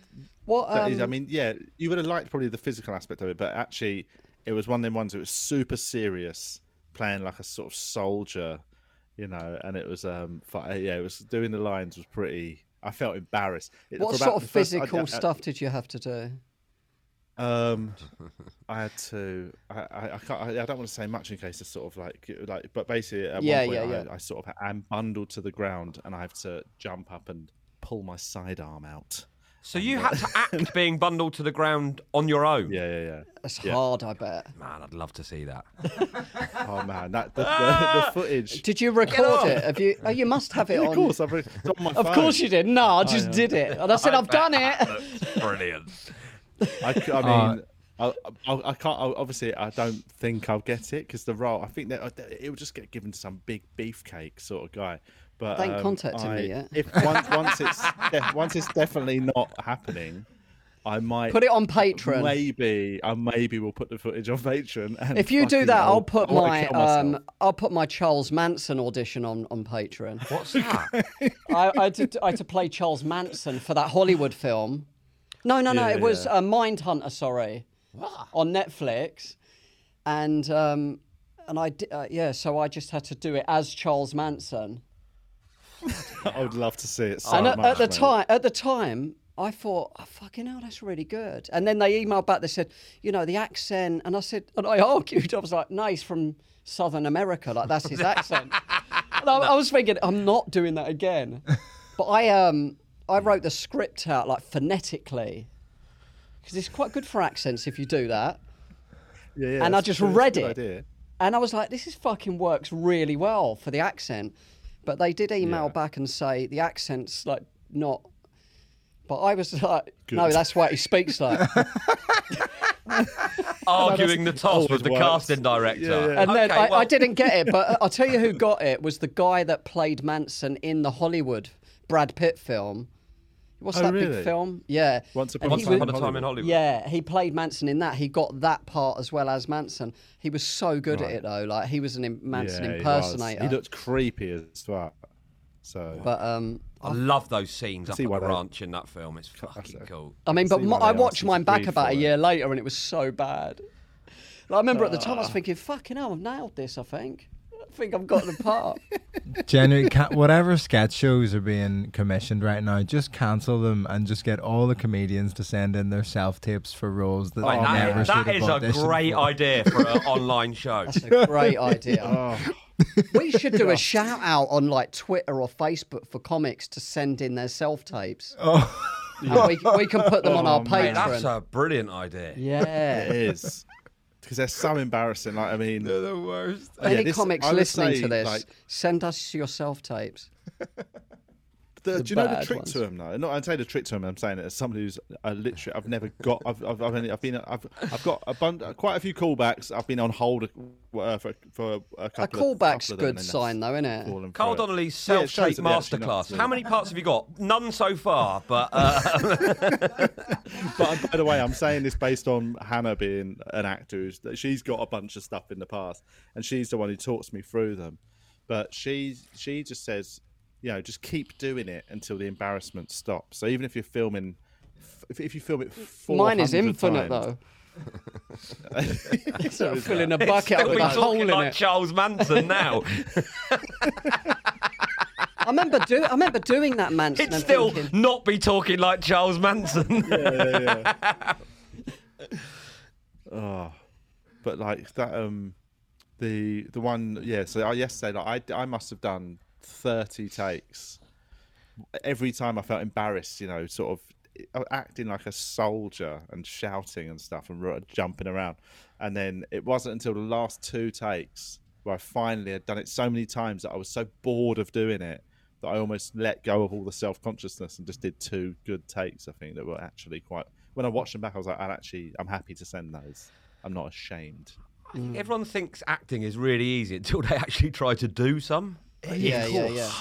[SPEAKER 5] What?
[SPEAKER 1] That
[SPEAKER 5] Um,
[SPEAKER 1] is- I mean, yeah, you would have liked probably the physical aspect of it, but actually, it was one of them ones that was super serious, playing like a sort of soldier, you know. And it was, um, fi- yeah, it was doing the lines was pretty. I felt embarrassed. It-
[SPEAKER 5] what
[SPEAKER 1] for
[SPEAKER 5] sort
[SPEAKER 1] about
[SPEAKER 5] of
[SPEAKER 1] the first- I-
[SPEAKER 5] physical
[SPEAKER 1] I- I-
[SPEAKER 5] stuff did you have to do?
[SPEAKER 1] Um, I had to. I, I, I can't. I, I don't want to say much in case it's sort of like like. But basically, at
[SPEAKER 5] Yeah,
[SPEAKER 1] one point,
[SPEAKER 5] yeah,
[SPEAKER 1] I,
[SPEAKER 5] yeah.
[SPEAKER 1] I sort of am bundled to the ground, and I have to jump up and pull my sidearm out.
[SPEAKER 6] So you had to act being bundled to the ground on your own.
[SPEAKER 1] Yeah, yeah, yeah.
[SPEAKER 5] That's
[SPEAKER 1] Yeah.
[SPEAKER 5] hard, I bet.
[SPEAKER 6] Man, I'd love to see that.
[SPEAKER 1] Oh man, that the, the, the footage.
[SPEAKER 5] Did you record it? Have you? Oh, you must have it
[SPEAKER 1] Yeah,
[SPEAKER 5] on.
[SPEAKER 1] of course, I've, it's on my
[SPEAKER 5] Of
[SPEAKER 1] phone.
[SPEAKER 5] course you did. No, I just did it, and I said I've done it.
[SPEAKER 6] That's brilliant.
[SPEAKER 1] I, c- I mean, I, I, I can't. I, obviously, I don't think I'll get it because the role. I think that uh, that it will just get given to some big beefcake sort of guy. But
[SPEAKER 5] They ain't
[SPEAKER 1] um,
[SPEAKER 5] contacted me
[SPEAKER 1] I-
[SPEAKER 5] yet.
[SPEAKER 1] If once, once it's def- once it's definitely not happening, I might
[SPEAKER 5] Put it on Patreon.
[SPEAKER 1] Maybe I maybe will put the footage on Patreon. And
[SPEAKER 5] If you do
[SPEAKER 1] fucking
[SPEAKER 5] that,
[SPEAKER 1] hell,
[SPEAKER 5] I'll put
[SPEAKER 1] I wanna
[SPEAKER 5] my
[SPEAKER 1] kill myself.
[SPEAKER 5] um, I'll put my Charles Manson audition on on Patreon.
[SPEAKER 6] What's that?
[SPEAKER 5] I, I, had to, I had to play Charles Manson for that Hollywood film. No, no, no.
[SPEAKER 1] Yeah,
[SPEAKER 5] it was
[SPEAKER 1] yeah. Ah.
[SPEAKER 5] uh, Mindhunter, sorry, on Netflix, and um, and I di- uh, yeah. So I just had to do it as Charles Manson.
[SPEAKER 1] I would love to see it. So
[SPEAKER 5] and at,
[SPEAKER 1] much,
[SPEAKER 5] at the
[SPEAKER 1] mate.
[SPEAKER 5] time, at the time, I thought, oh, fucking hell, that's really good. And then they emailed back. They said, you know, the accent. And I said, and I argued. I was like, no, he's from Southern America. Like that's his accent. And I, I was thinking, I'm not doing that again. But I um, I wrote the script out like phonetically because it's quite good for accents if you do that.
[SPEAKER 1] yeah, yeah,
[SPEAKER 5] and I
[SPEAKER 1] it's
[SPEAKER 5] just
[SPEAKER 1] a good- it's a
[SPEAKER 5] read
[SPEAKER 1] good
[SPEAKER 5] it.
[SPEAKER 1] idea.
[SPEAKER 5] And I was like, this is fucking works really well for the accent. But they did email
[SPEAKER 1] Yeah.
[SPEAKER 5] back and say the accent's like not. But I was like, no,
[SPEAKER 1] Good.
[SPEAKER 5] that's why he speaks like.
[SPEAKER 6] Arguing the toss
[SPEAKER 1] always
[SPEAKER 6] with the
[SPEAKER 1] works.
[SPEAKER 6] casting director.
[SPEAKER 1] Yeah, yeah.
[SPEAKER 5] And then
[SPEAKER 6] Okay,
[SPEAKER 5] I, I
[SPEAKER 6] well-
[SPEAKER 5] didn't get it. But I'll tell you who got it was the guy that played Manson in the Hollywood Brad Pitt film. What's
[SPEAKER 1] Oh,
[SPEAKER 5] that
[SPEAKER 1] really?
[SPEAKER 5] big film? Yeah.
[SPEAKER 1] Once
[SPEAKER 5] And
[SPEAKER 1] upon
[SPEAKER 5] he
[SPEAKER 1] a
[SPEAKER 5] was-
[SPEAKER 1] time in
[SPEAKER 6] Upon a time in Hollywood.
[SPEAKER 5] Yeah, he played Manson in that. He got that part as well as Manson. He was so good at it though. Like he was an im- Manson
[SPEAKER 1] Yeah, he was.
[SPEAKER 5] impersonator.
[SPEAKER 1] He, looked creepy as well. So
[SPEAKER 5] But um,
[SPEAKER 6] I love those scenes up
[SPEAKER 1] see
[SPEAKER 6] at
[SPEAKER 1] why
[SPEAKER 6] the
[SPEAKER 1] they-
[SPEAKER 6] ranch in that film. It's fucking cool.
[SPEAKER 5] I mean, but
[SPEAKER 1] see
[SPEAKER 5] my,
[SPEAKER 1] why they
[SPEAKER 5] I
[SPEAKER 1] asked
[SPEAKER 5] watched
[SPEAKER 1] you to
[SPEAKER 5] mine back
[SPEAKER 1] breathe
[SPEAKER 5] about a
[SPEAKER 1] for it.
[SPEAKER 5] year later, and it was so bad. Like, I remember at the time I
[SPEAKER 1] Ah.
[SPEAKER 5] was thinking, "Fucking hell, I've nailed this." I think, I think I've got the part.
[SPEAKER 4] Genuinely, ca- whatever sketch shows are being commissioned right now, just cancel them and just get all the comedians to send in their self tapes for roles that
[SPEAKER 6] Like,
[SPEAKER 4] they never
[SPEAKER 6] that, that
[SPEAKER 4] should
[SPEAKER 6] is
[SPEAKER 4] have
[SPEAKER 6] a
[SPEAKER 4] auditioned
[SPEAKER 6] great
[SPEAKER 4] for.
[SPEAKER 6] idea for an online show.
[SPEAKER 5] That's a great idea.
[SPEAKER 1] Oh.
[SPEAKER 5] We should do a shout out on like Twitter or Facebook for comics to send in their self tapes.
[SPEAKER 4] Oh,
[SPEAKER 5] And we, we can put them on
[SPEAKER 1] Oh,
[SPEAKER 5] our
[SPEAKER 6] Mate, that's
[SPEAKER 5] Patreon.
[SPEAKER 6] a brilliant idea.
[SPEAKER 5] Yeah.
[SPEAKER 1] It is because they're so embarrassing. Like I mean,
[SPEAKER 4] they're the worst.
[SPEAKER 1] yeah,
[SPEAKER 5] Any
[SPEAKER 1] this-
[SPEAKER 5] comics
[SPEAKER 1] I would
[SPEAKER 5] listening
[SPEAKER 1] say,
[SPEAKER 5] to this,
[SPEAKER 1] like,
[SPEAKER 5] send us your self tapes.
[SPEAKER 1] The,
[SPEAKER 5] the
[SPEAKER 1] do you know the
[SPEAKER 5] bad
[SPEAKER 1] trick
[SPEAKER 5] ones.
[SPEAKER 1] to him though? Not I'm saying the trick to him. I'm saying it as somebody who's I literally I've never got I've I've I've, only, I've been I've I've got a bun, quite a few callbacks. I've been on hold uh, for for a
[SPEAKER 5] A
[SPEAKER 1] couple. of,
[SPEAKER 5] callback's
[SPEAKER 1] couple of them,
[SPEAKER 5] good
[SPEAKER 1] and then
[SPEAKER 5] sign, though, isn't it?
[SPEAKER 1] I've fallen
[SPEAKER 6] Carl
[SPEAKER 1] for it.
[SPEAKER 6] Donnelly's
[SPEAKER 1] Yeah, it
[SPEAKER 6] self
[SPEAKER 1] shows
[SPEAKER 6] tape
[SPEAKER 1] that they actually know
[SPEAKER 6] masterclass.
[SPEAKER 1] what's
[SPEAKER 6] How many parts have you got? None so far, but uh,
[SPEAKER 1] But by the way, I'm saying this based on Hannah being an actor. Who's, that she's got a bunch of stuff in the past, and she's the one who talks me through them. But she she just says, you know, just keep doing it until the embarrassment stops. So even if you're filming, if, if you film it,
[SPEAKER 5] Mine is
[SPEAKER 1] 400
[SPEAKER 5] infinite,
[SPEAKER 1] times-
[SPEAKER 5] though. it's like filling a
[SPEAKER 6] it's
[SPEAKER 5] bucket up
[SPEAKER 6] still
[SPEAKER 5] with
[SPEAKER 6] been
[SPEAKER 5] a hole
[SPEAKER 6] talking
[SPEAKER 5] in
[SPEAKER 6] like
[SPEAKER 5] it.
[SPEAKER 6] Charles Manson now.
[SPEAKER 5] I remember do I remember doing that Manson
[SPEAKER 6] it's
[SPEAKER 5] and
[SPEAKER 6] still
[SPEAKER 5] thinking,
[SPEAKER 6] not be talking like Charles Manson.
[SPEAKER 1] Oh, but like that um, the the one yeah. So I, yesterday, like I I must have done thirty takes. Every time I felt embarrassed, you know, sort of uh, acting like a soldier and shouting and stuff and ru- jumping around. And then it wasn't until the last two takes where I finally had done it so many times that I was so bored of doing it that I almost let go of all the self consciousness and just did two good takes. I think that were actually quite. When I watched them back, I was like, I actually, I'm happy to send those. I'm not ashamed.
[SPEAKER 6] Everyone thinks acting is really easy until they actually try to do some. It is
[SPEAKER 5] Yeah, yeah, yeah.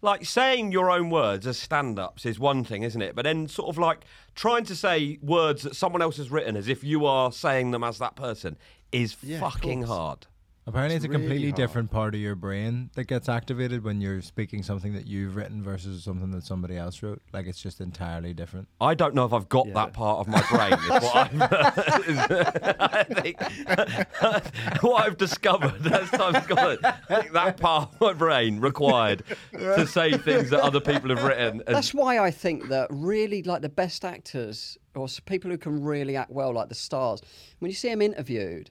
[SPEAKER 6] Like saying your own words as stand ups is one thing, isn't it? But then, sort of like trying to say words that someone else has written as if you are saying them as that person is
[SPEAKER 1] Yeah, of
[SPEAKER 6] fucking
[SPEAKER 1] course.
[SPEAKER 6] hard.
[SPEAKER 4] Apparently, it's,
[SPEAKER 1] It's
[SPEAKER 4] a completely
[SPEAKER 1] really hard.
[SPEAKER 4] different part of your brain that gets activated when you're speaking something that you've written versus something that somebody else wrote. Like it's just entirely different.
[SPEAKER 6] I don't know if I've got that part of my brain. Is what, I've, I think, what I've discovered as time's gone, I think that part of my brain required to say things that other people have written. And
[SPEAKER 5] That's why I think that really like the best actors or s- people who can really act well, like the stars, when you see them interviewed,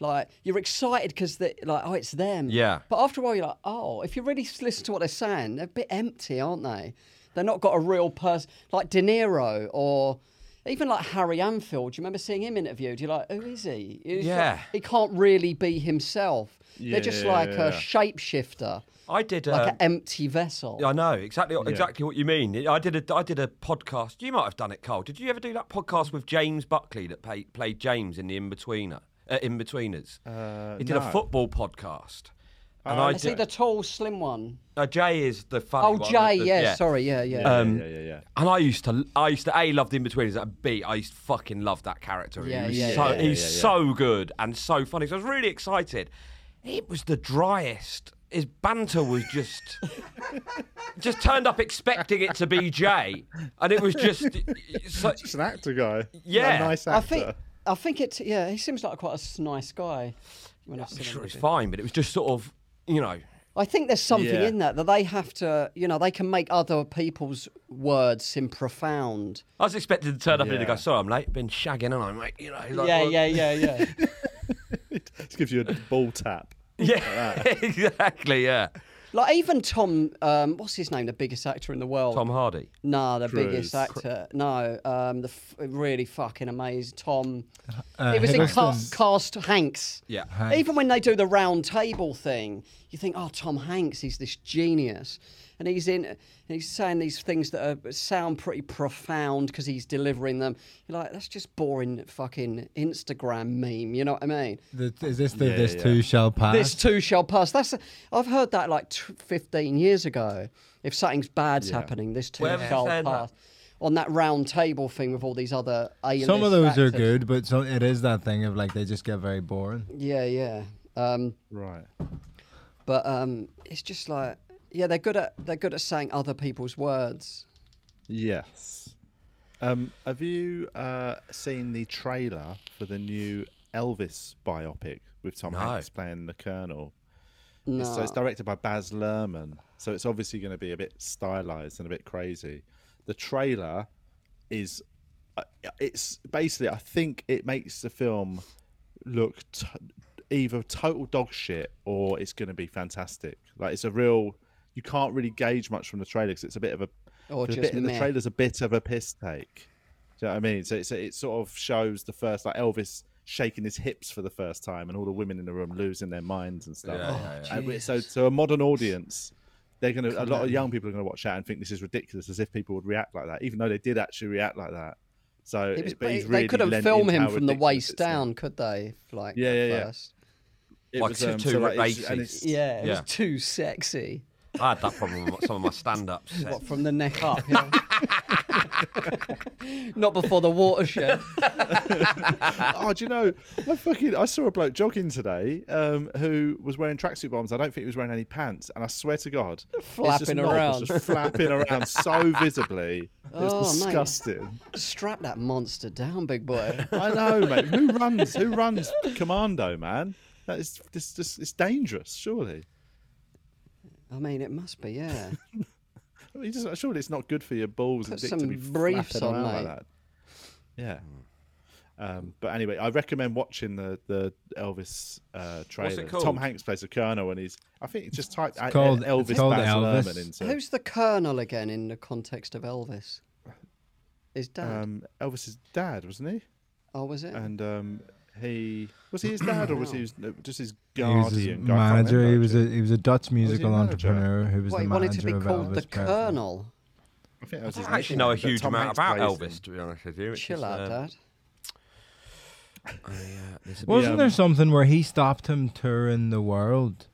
[SPEAKER 5] like you're excited because they like oh it's them.
[SPEAKER 6] Yeah.
[SPEAKER 5] But after a while you're like oh if you really s- listen to what they're saying they're a bit empty aren't they? They're not got a real person like De Niro or. Even like Harry Anfield, you remember seeing him interviewed? You're like, who is he? It's like,
[SPEAKER 6] Yeah.
[SPEAKER 5] he can't really be himself. They're just
[SPEAKER 1] Yeah.
[SPEAKER 5] like a shapeshifter,
[SPEAKER 6] I did.
[SPEAKER 5] like
[SPEAKER 6] uh,
[SPEAKER 5] an empty vessel.
[SPEAKER 6] I know exactly exactly what you mean. I did a I did a podcast. You might have done it, Cole. Did you ever do that podcast with James Buckley that pay, played James in the In Betweener, uh, In Betweeners?
[SPEAKER 1] Uh,
[SPEAKER 6] he did a
[SPEAKER 1] no.
[SPEAKER 6] football podcast, and I
[SPEAKER 5] Is he
[SPEAKER 6] did.
[SPEAKER 5] the tall, slim one?
[SPEAKER 6] uh, Jay is the funny
[SPEAKER 5] Oh,
[SPEAKER 6] one,
[SPEAKER 5] Jay,
[SPEAKER 6] the-
[SPEAKER 5] yeah, Uh, sorry, yeah, yeah.
[SPEAKER 1] Um, yeah, yeah, yeah.
[SPEAKER 6] And I used to, I used to a love the in betweeners and b I used to fucking love that character.
[SPEAKER 5] Yeah,
[SPEAKER 6] he was
[SPEAKER 5] yeah,
[SPEAKER 6] so,
[SPEAKER 5] yeah,
[SPEAKER 6] he's
[SPEAKER 1] yeah, yeah.
[SPEAKER 6] so good and so funny. So I was really excited. It was the driest. His banter was just, just turned up expecting it to be Jay, and it was just, so,
[SPEAKER 1] Just an actor guy.
[SPEAKER 6] Yeah.
[SPEAKER 1] A nice
[SPEAKER 5] I
[SPEAKER 1] actor.
[SPEAKER 5] think, I think it. Yeah, he seems like quite a s- nice guy. When I've
[SPEAKER 6] I'm
[SPEAKER 5] seen
[SPEAKER 6] sure
[SPEAKER 5] him.
[SPEAKER 6] it's fine, but it was just sort of, you know,
[SPEAKER 5] I think there's something
[SPEAKER 1] Yeah.
[SPEAKER 5] in that that they have to, you know, they can make other people's words seem profound.
[SPEAKER 6] I was expected to turn up and
[SPEAKER 1] Yeah.
[SPEAKER 6] to go, sorry, I'm late, been shagging, and I'm like, you know, like,
[SPEAKER 5] yeah,
[SPEAKER 6] well,
[SPEAKER 5] yeah, yeah, yeah.
[SPEAKER 1] Just gives you a ball tap.
[SPEAKER 6] yeah, exactly, yeah.
[SPEAKER 5] like even Tom, um, what's his name, the biggest actor in the world?
[SPEAKER 6] Tom Hardy.
[SPEAKER 5] Nah, the
[SPEAKER 1] Cruise.
[SPEAKER 5] biggest actor. No, um, the f- really fucking amazing Tom.
[SPEAKER 4] Uh,
[SPEAKER 5] it was in Ca-
[SPEAKER 4] Hiddleston.
[SPEAKER 5] Cast Hanks.
[SPEAKER 6] Yeah.
[SPEAKER 4] Hanks.
[SPEAKER 5] Even when they do the round table thing, you think, oh, Tom Hanks, he's this genius. And he's in, and he's saying these things that are, sound pretty profound because he's delivering them. You're like, that's just boring fucking Instagram meme. You know what I mean?
[SPEAKER 4] The- is this the
[SPEAKER 1] Yeah,
[SPEAKER 4] this
[SPEAKER 1] yeah.
[SPEAKER 4] too shall pass?
[SPEAKER 5] This too shall pass. That's I've heard that like t- 15 years ago. If something's bad's happening, this too
[SPEAKER 6] Where was it
[SPEAKER 5] shall
[SPEAKER 6] saying that?
[SPEAKER 5] pass. On that round table thing with all these other A
[SPEAKER 4] some of those are good, but some, it is that thing of like they just get very boring.
[SPEAKER 5] Yeah, yeah. Um,
[SPEAKER 1] Right.
[SPEAKER 5] But um, it's just like yeah, they're good at they're good at saying other people's words.
[SPEAKER 1] Yes. Um, have you uh, seen the trailer for the new Elvis biopic with Tom
[SPEAKER 6] No.
[SPEAKER 1] Hanks playing the Colonel?
[SPEAKER 5] No.
[SPEAKER 1] So it's directed by Baz Luhrmann. So it's obviously going to be a bit stylized and a bit crazy. The trailer is uh, it's basically I think it makes the film look t- either total dog shit or it's going to be fantastic. Like it's a real you can't really gauge much from the trailer because it's a bit of a
[SPEAKER 5] Or
[SPEAKER 1] the
[SPEAKER 5] Oh, just
[SPEAKER 1] bit- the
[SPEAKER 5] meh.
[SPEAKER 1] trailer's a bit of a piss take. Do you know what I mean? So it's, it sort of shows the first like Elvis shaking his hips for the first time and all the women in the room losing their minds and stuff.
[SPEAKER 6] Yeah, yeah,
[SPEAKER 1] Uh, but so so a modern audience they're going to a lot of young people are going to watch that and think this is ridiculous as if people would react like that even though they did actually react like that so
[SPEAKER 5] It was-
[SPEAKER 1] it- but he's
[SPEAKER 5] they
[SPEAKER 1] really
[SPEAKER 5] couldn't
[SPEAKER 1] lent
[SPEAKER 5] film
[SPEAKER 1] into
[SPEAKER 5] him
[SPEAKER 1] how
[SPEAKER 5] from the
[SPEAKER 1] ridiculous
[SPEAKER 5] waist
[SPEAKER 1] it's not.
[SPEAKER 5] down, could they? Like
[SPEAKER 1] Yeah,
[SPEAKER 5] at
[SPEAKER 1] yeah, yeah.
[SPEAKER 5] first.
[SPEAKER 1] It um,
[SPEAKER 6] Like too- too
[SPEAKER 1] like, it's-
[SPEAKER 6] racy.
[SPEAKER 1] and it's-
[SPEAKER 5] Yeah, it
[SPEAKER 6] Yeah.
[SPEAKER 5] was too sexy.
[SPEAKER 6] I had that problem with some of my stand-ups.
[SPEAKER 5] What from the neck up? yeah. Not before the watershed.
[SPEAKER 1] oh, do you know? I fucking I saw a bloke jogging today um, who was wearing tracksuit bottoms. I don't think he was wearing any pants, and I swear to God, his
[SPEAKER 5] Flapping
[SPEAKER 1] knob was
[SPEAKER 5] around.
[SPEAKER 1] just flapping around so visibly. It was
[SPEAKER 5] Oh, mate.
[SPEAKER 1] disgusting.
[SPEAKER 5] Strap that monster down, big boy.
[SPEAKER 1] I know, mate. Who runs? Who runs Commando, man? That is this just it's dangerous. Surely,
[SPEAKER 5] I mean, it must be, yeah.
[SPEAKER 1] I mean, just, surely it's not good for your balls and
[SPEAKER 5] Put
[SPEAKER 1] dick to
[SPEAKER 5] some
[SPEAKER 1] be
[SPEAKER 5] briefs
[SPEAKER 1] flapping
[SPEAKER 5] on,
[SPEAKER 1] around like
[SPEAKER 5] mate.
[SPEAKER 1] that. Yeah. Um, but anyway, I recommend watching the the Elvis uh, trailer. Tom
[SPEAKER 6] called?
[SPEAKER 1] Hanks plays the colonel, and he's I think it's just typed uh,
[SPEAKER 4] called-
[SPEAKER 1] Elvis
[SPEAKER 4] it's called
[SPEAKER 1] Baz
[SPEAKER 4] Elvis.
[SPEAKER 1] Luhrmann into
[SPEAKER 5] Who's the colonel again in the context of Elvis? His dad.
[SPEAKER 1] um, Elvis's dad, wasn't he?
[SPEAKER 5] oh, was it?
[SPEAKER 1] And um, he was he his dad, or was
[SPEAKER 5] Oh.
[SPEAKER 1] he his, no, just his
[SPEAKER 4] He was his
[SPEAKER 1] guardian guy? I can't
[SPEAKER 4] manager. He
[SPEAKER 1] remember,
[SPEAKER 4] was a he was a Dutch musical
[SPEAKER 1] manager?
[SPEAKER 4] entrepreneur who was
[SPEAKER 5] Well,
[SPEAKER 4] the
[SPEAKER 5] he wanted
[SPEAKER 4] manager
[SPEAKER 5] to be
[SPEAKER 4] of
[SPEAKER 5] called
[SPEAKER 4] Elvis
[SPEAKER 5] the
[SPEAKER 4] Presley.
[SPEAKER 5] colonel.
[SPEAKER 1] actually. I, think that was his
[SPEAKER 6] I actually know a
[SPEAKER 1] nickname, but
[SPEAKER 6] huge
[SPEAKER 1] Tom
[SPEAKER 6] amount
[SPEAKER 1] Hanks
[SPEAKER 6] about
[SPEAKER 1] plays
[SPEAKER 6] Elvis,
[SPEAKER 1] him.
[SPEAKER 6] to be honest with you. It's
[SPEAKER 5] Chill
[SPEAKER 6] just,
[SPEAKER 5] out,
[SPEAKER 6] um,
[SPEAKER 5] Dad.
[SPEAKER 6] oh, yeah, this would be-
[SPEAKER 4] Wasn't
[SPEAKER 1] um,
[SPEAKER 4] there something where he stopped him touring the world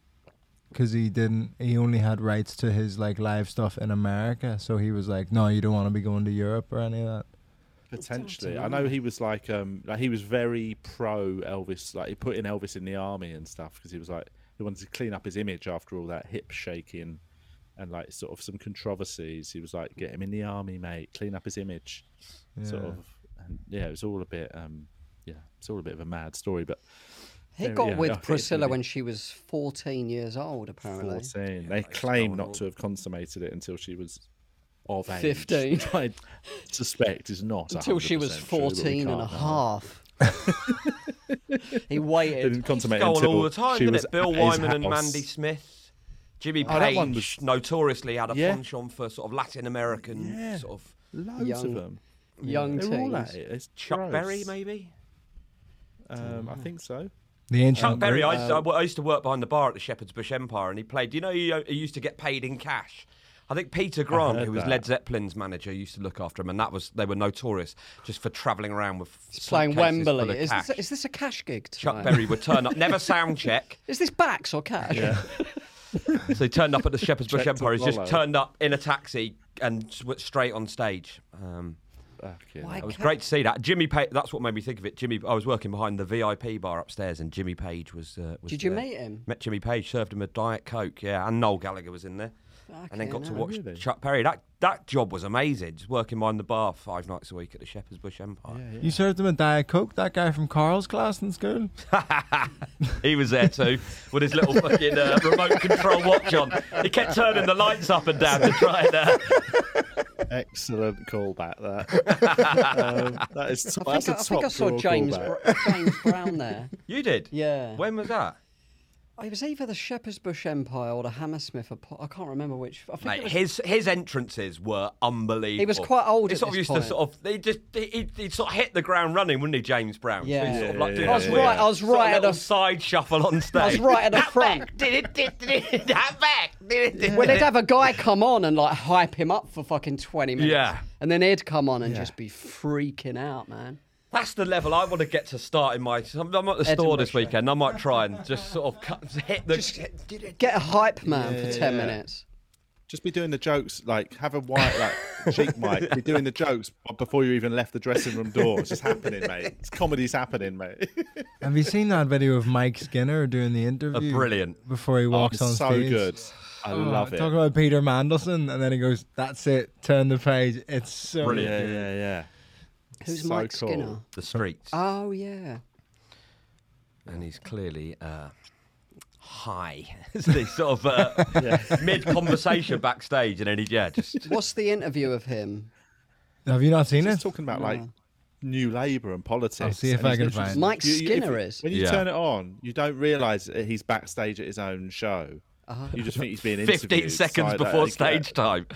[SPEAKER 4] because he didn't? He only had rights to his like live stuff in America, so he was like, "No, you don't want to be going to Europe or any of that."
[SPEAKER 1] Potentially, I know he was like, um, like he was very pro Elvis. Like he put in Elvis in the army and stuff because he was like he wanted to clean up his image after all that hip shaking and like sort of some controversies. He was like, get him in the army, mate, clean up his image, sort
[SPEAKER 4] Yeah.
[SPEAKER 1] of. And yeah, it was all a bit, um, yeah, it's all a bit of a mad story, but
[SPEAKER 5] He
[SPEAKER 1] There-
[SPEAKER 5] got
[SPEAKER 1] yeah,
[SPEAKER 5] with
[SPEAKER 1] no, it's
[SPEAKER 5] Priscilla
[SPEAKER 1] really-
[SPEAKER 5] when she was 14 years old, apparently.
[SPEAKER 1] 14.
[SPEAKER 6] Yeah,
[SPEAKER 1] They
[SPEAKER 6] it's
[SPEAKER 1] claim
[SPEAKER 6] going
[SPEAKER 1] not
[SPEAKER 6] on.
[SPEAKER 1] to have consummated it until she was of age.
[SPEAKER 5] 15.
[SPEAKER 1] which I suspect is not.
[SPEAKER 5] Until she was
[SPEAKER 1] 100% true, but we
[SPEAKER 5] 14 and a
[SPEAKER 1] can't know.
[SPEAKER 5] half. he
[SPEAKER 1] They
[SPEAKER 5] waited.
[SPEAKER 1] didn't consummate it
[SPEAKER 6] Go on
[SPEAKER 1] until
[SPEAKER 6] all the time,
[SPEAKER 1] she
[SPEAKER 6] didn't
[SPEAKER 1] was
[SPEAKER 6] it? Bill
[SPEAKER 1] at his
[SPEAKER 6] Wyman and
[SPEAKER 1] house.
[SPEAKER 6] Mandy Smith. Jimmy
[SPEAKER 1] Oh, that
[SPEAKER 6] Page
[SPEAKER 1] one was-
[SPEAKER 6] notoriously had a
[SPEAKER 1] Yeah.
[SPEAKER 6] penchant for sort of Latin American
[SPEAKER 1] Yeah.
[SPEAKER 6] sort of
[SPEAKER 1] Loads
[SPEAKER 5] Young
[SPEAKER 1] of them.
[SPEAKER 5] Young
[SPEAKER 1] They're all at
[SPEAKER 5] teens.
[SPEAKER 1] it. It's
[SPEAKER 6] Chuck
[SPEAKER 1] gross.
[SPEAKER 6] Berry, maybe.
[SPEAKER 1] Um, I think so.
[SPEAKER 4] The ancient
[SPEAKER 6] Chuck Berry.
[SPEAKER 4] Greek-
[SPEAKER 6] I used, to, I used to work behind the bar at the Shepherd's Bush Empire, and he played. You know, he, uh, he used to get paid in cash. I think Peter Grant,
[SPEAKER 1] heard
[SPEAKER 6] who was
[SPEAKER 1] that.
[SPEAKER 6] Led Zeppelin's manager, used to look after him, and that was they were notorious just for travelling around with
[SPEAKER 5] He's playing
[SPEAKER 6] suitcases full
[SPEAKER 5] Wembley.
[SPEAKER 6] of
[SPEAKER 5] Is
[SPEAKER 6] cash.
[SPEAKER 5] this, is this a cash gig
[SPEAKER 6] Chuck
[SPEAKER 5] tonight?
[SPEAKER 6] Berry would turn up, never sound check.
[SPEAKER 5] Is this backs or cash?
[SPEAKER 6] So he turned up at the Shepherd's Bush
[SPEAKER 1] Check to
[SPEAKER 6] Empire. He's just
[SPEAKER 1] follow.
[SPEAKER 6] turned up in a taxi and s- went straight on stage. Um,
[SPEAKER 1] Fucking
[SPEAKER 5] Why
[SPEAKER 1] hell.
[SPEAKER 6] it was
[SPEAKER 5] Okay.
[SPEAKER 6] great to see that. Jimmy Page. That's what made me think of it. Jimmy. I was working behind the VIP bar upstairs, and Jimmy Page was. Uh, was
[SPEAKER 5] Did you
[SPEAKER 6] there.
[SPEAKER 5] meet him?
[SPEAKER 6] Met Jimmy Page. Served him a diet coke. Yeah, and Noel Gallagher was in there. and then
[SPEAKER 5] Fucking
[SPEAKER 6] got to
[SPEAKER 5] hell.
[SPEAKER 6] watch
[SPEAKER 1] Really?
[SPEAKER 6] Chuck Perry. That that job was amazing. Just working behind the bar five nights a week at the Shepherd's Bush Empire.
[SPEAKER 4] You served him a diet coke. That guy from Carl's class in school.
[SPEAKER 6] He was there too, with his little fucking uh, remote control watch on. He kept turning the lights up and down to try and. Uh,
[SPEAKER 1] Excellent callback. That um, that is. Top,
[SPEAKER 5] I
[SPEAKER 1] that's
[SPEAKER 5] think, I,
[SPEAKER 1] a
[SPEAKER 5] I think I
[SPEAKER 1] top
[SPEAKER 5] saw
[SPEAKER 1] drawer
[SPEAKER 5] James,
[SPEAKER 1] callback.
[SPEAKER 5] Br- James Brown there.
[SPEAKER 6] you did.
[SPEAKER 5] Yeah.
[SPEAKER 6] When was that?
[SPEAKER 5] It was either the Shepherd's Bush Empire or the Hammersmith. Apo- I can't remember which. I think
[SPEAKER 6] Mate,
[SPEAKER 5] it was
[SPEAKER 6] his his entrances were unbelievable.
[SPEAKER 5] He was quite old
[SPEAKER 6] He
[SPEAKER 5] at
[SPEAKER 6] sort of
[SPEAKER 5] this
[SPEAKER 6] used
[SPEAKER 5] point.
[SPEAKER 6] to sort of he just he, he, he'd sort of hit the ground running, wouldn't he, James Brown? So he'd
[SPEAKER 5] Yeah.
[SPEAKER 6] sort of like
[SPEAKER 1] Yeah,
[SPEAKER 6] do
[SPEAKER 1] yeah,
[SPEAKER 6] that
[SPEAKER 1] I was
[SPEAKER 6] weird
[SPEAKER 1] right-
[SPEAKER 5] I was
[SPEAKER 6] sort of
[SPEAKER 5] right at
[SPEAKER 6] little
[SPEAKER 5] the-
[SPEAKER 6] side shuffle on stage.
[SPEAKER 5] I was right at the front.
[SPEAKER 6] Did it? Did it? That back? Did it?
[SPEAKER 5] Well, they'd have a guy come on and like hype him up for fucking 20 minutes.
[SPEAKER 6] Yeah.
[SPEAKER 5] And then he'd come on and just be freaking out, man.
[SPEAKER 6] That's the level I want to get to start in my. I'm, I'm at the store this weekend. I might try and just sort of cut, hit the.
[SPEAKER 5] Get a hype man for
[SPEAKER 1] Yeah,
[SPEAKER 5] 10
[SPEAKER 1] yeah.
[SPEAKER 5] minutes.
[SPEAKER 1] Just be doing the jokes, like have a white like cheek mic. Be doing the jokes b- before you even left the dressing room door. It's just happening, mate. It's comedy's happening, mate.
[SPEAKER 4] Have you seen that video of Mike Skinner doing the interview?
[SPEAKER 6] brilliant.
[SPEAKER 4] Before he walks on
[SPEAKER 1] so
[SPEAKER 4] stage.
[SPEAKER 1] good. I
[SPEAKER 4] Oh,
[SPEAKER 1] love it.
[SPEAKER 4] Talk about Peter Mandelson, and then he goes, "That's it. Turn the page. It's so
[SPEAKER 6] Brilliant.
[SPEAKER 1] yeah, yeah, yeah.
[SPEAKER 5] Who's
[SPEAKER 1] So
[SPEAKER 5] Mike
[SPEAKER 1] cool.
[SPEAKER 5] Skinner?
[SPEAKER 6] The streets.
[SPEAKER 5] Oh yeah.
[SPEAKER 6] and he's clearly uh, high. It's this sort of uh, mid conversation backstage, and then he yeah, just
[SPEAKER 5] What's the interview of him?
[SPEAKER 4] Have you not seen
[SPEAKER 1] He's
[SPEAKER 4] it?
[SPEAKER 1] talking about like
[SPEAKER 5] Mm.
[SPEAKER 1] New Labour and politics.
[SPEAKER 4] I'll see if
[SPEAKER 1] and
[SPEAKER 4] I
[SPEAKER 1] he's
[SPEAKER 4] can
[SPEAKER 1] literally
[SPEAKER 4] find
[SPEAKER 1] just-
[SPEAKER 4] it.
[SPEAKER 5] Mike
[SPEAKER 1] you- you- if
[SPEAKER 5] Skinner
[SPEAKER 1] you-
[SPEAKER 5] is?
[SPEAKER 1] When you
[SPEAKER 6] Yeah.
[SPEAKER 1] turn it on, you don't realise that he's backstage at his own show.
[SPEAKER 5] Ah.
[SPEAKER 1] You just think he's being interviewed.
[SPEAKER 6] fifteen seconds
[SPEAKER 1] side A,
[SPEAKER 6] before
[SPEAKER 1] yeah.
[SPEAKER 6] stage time.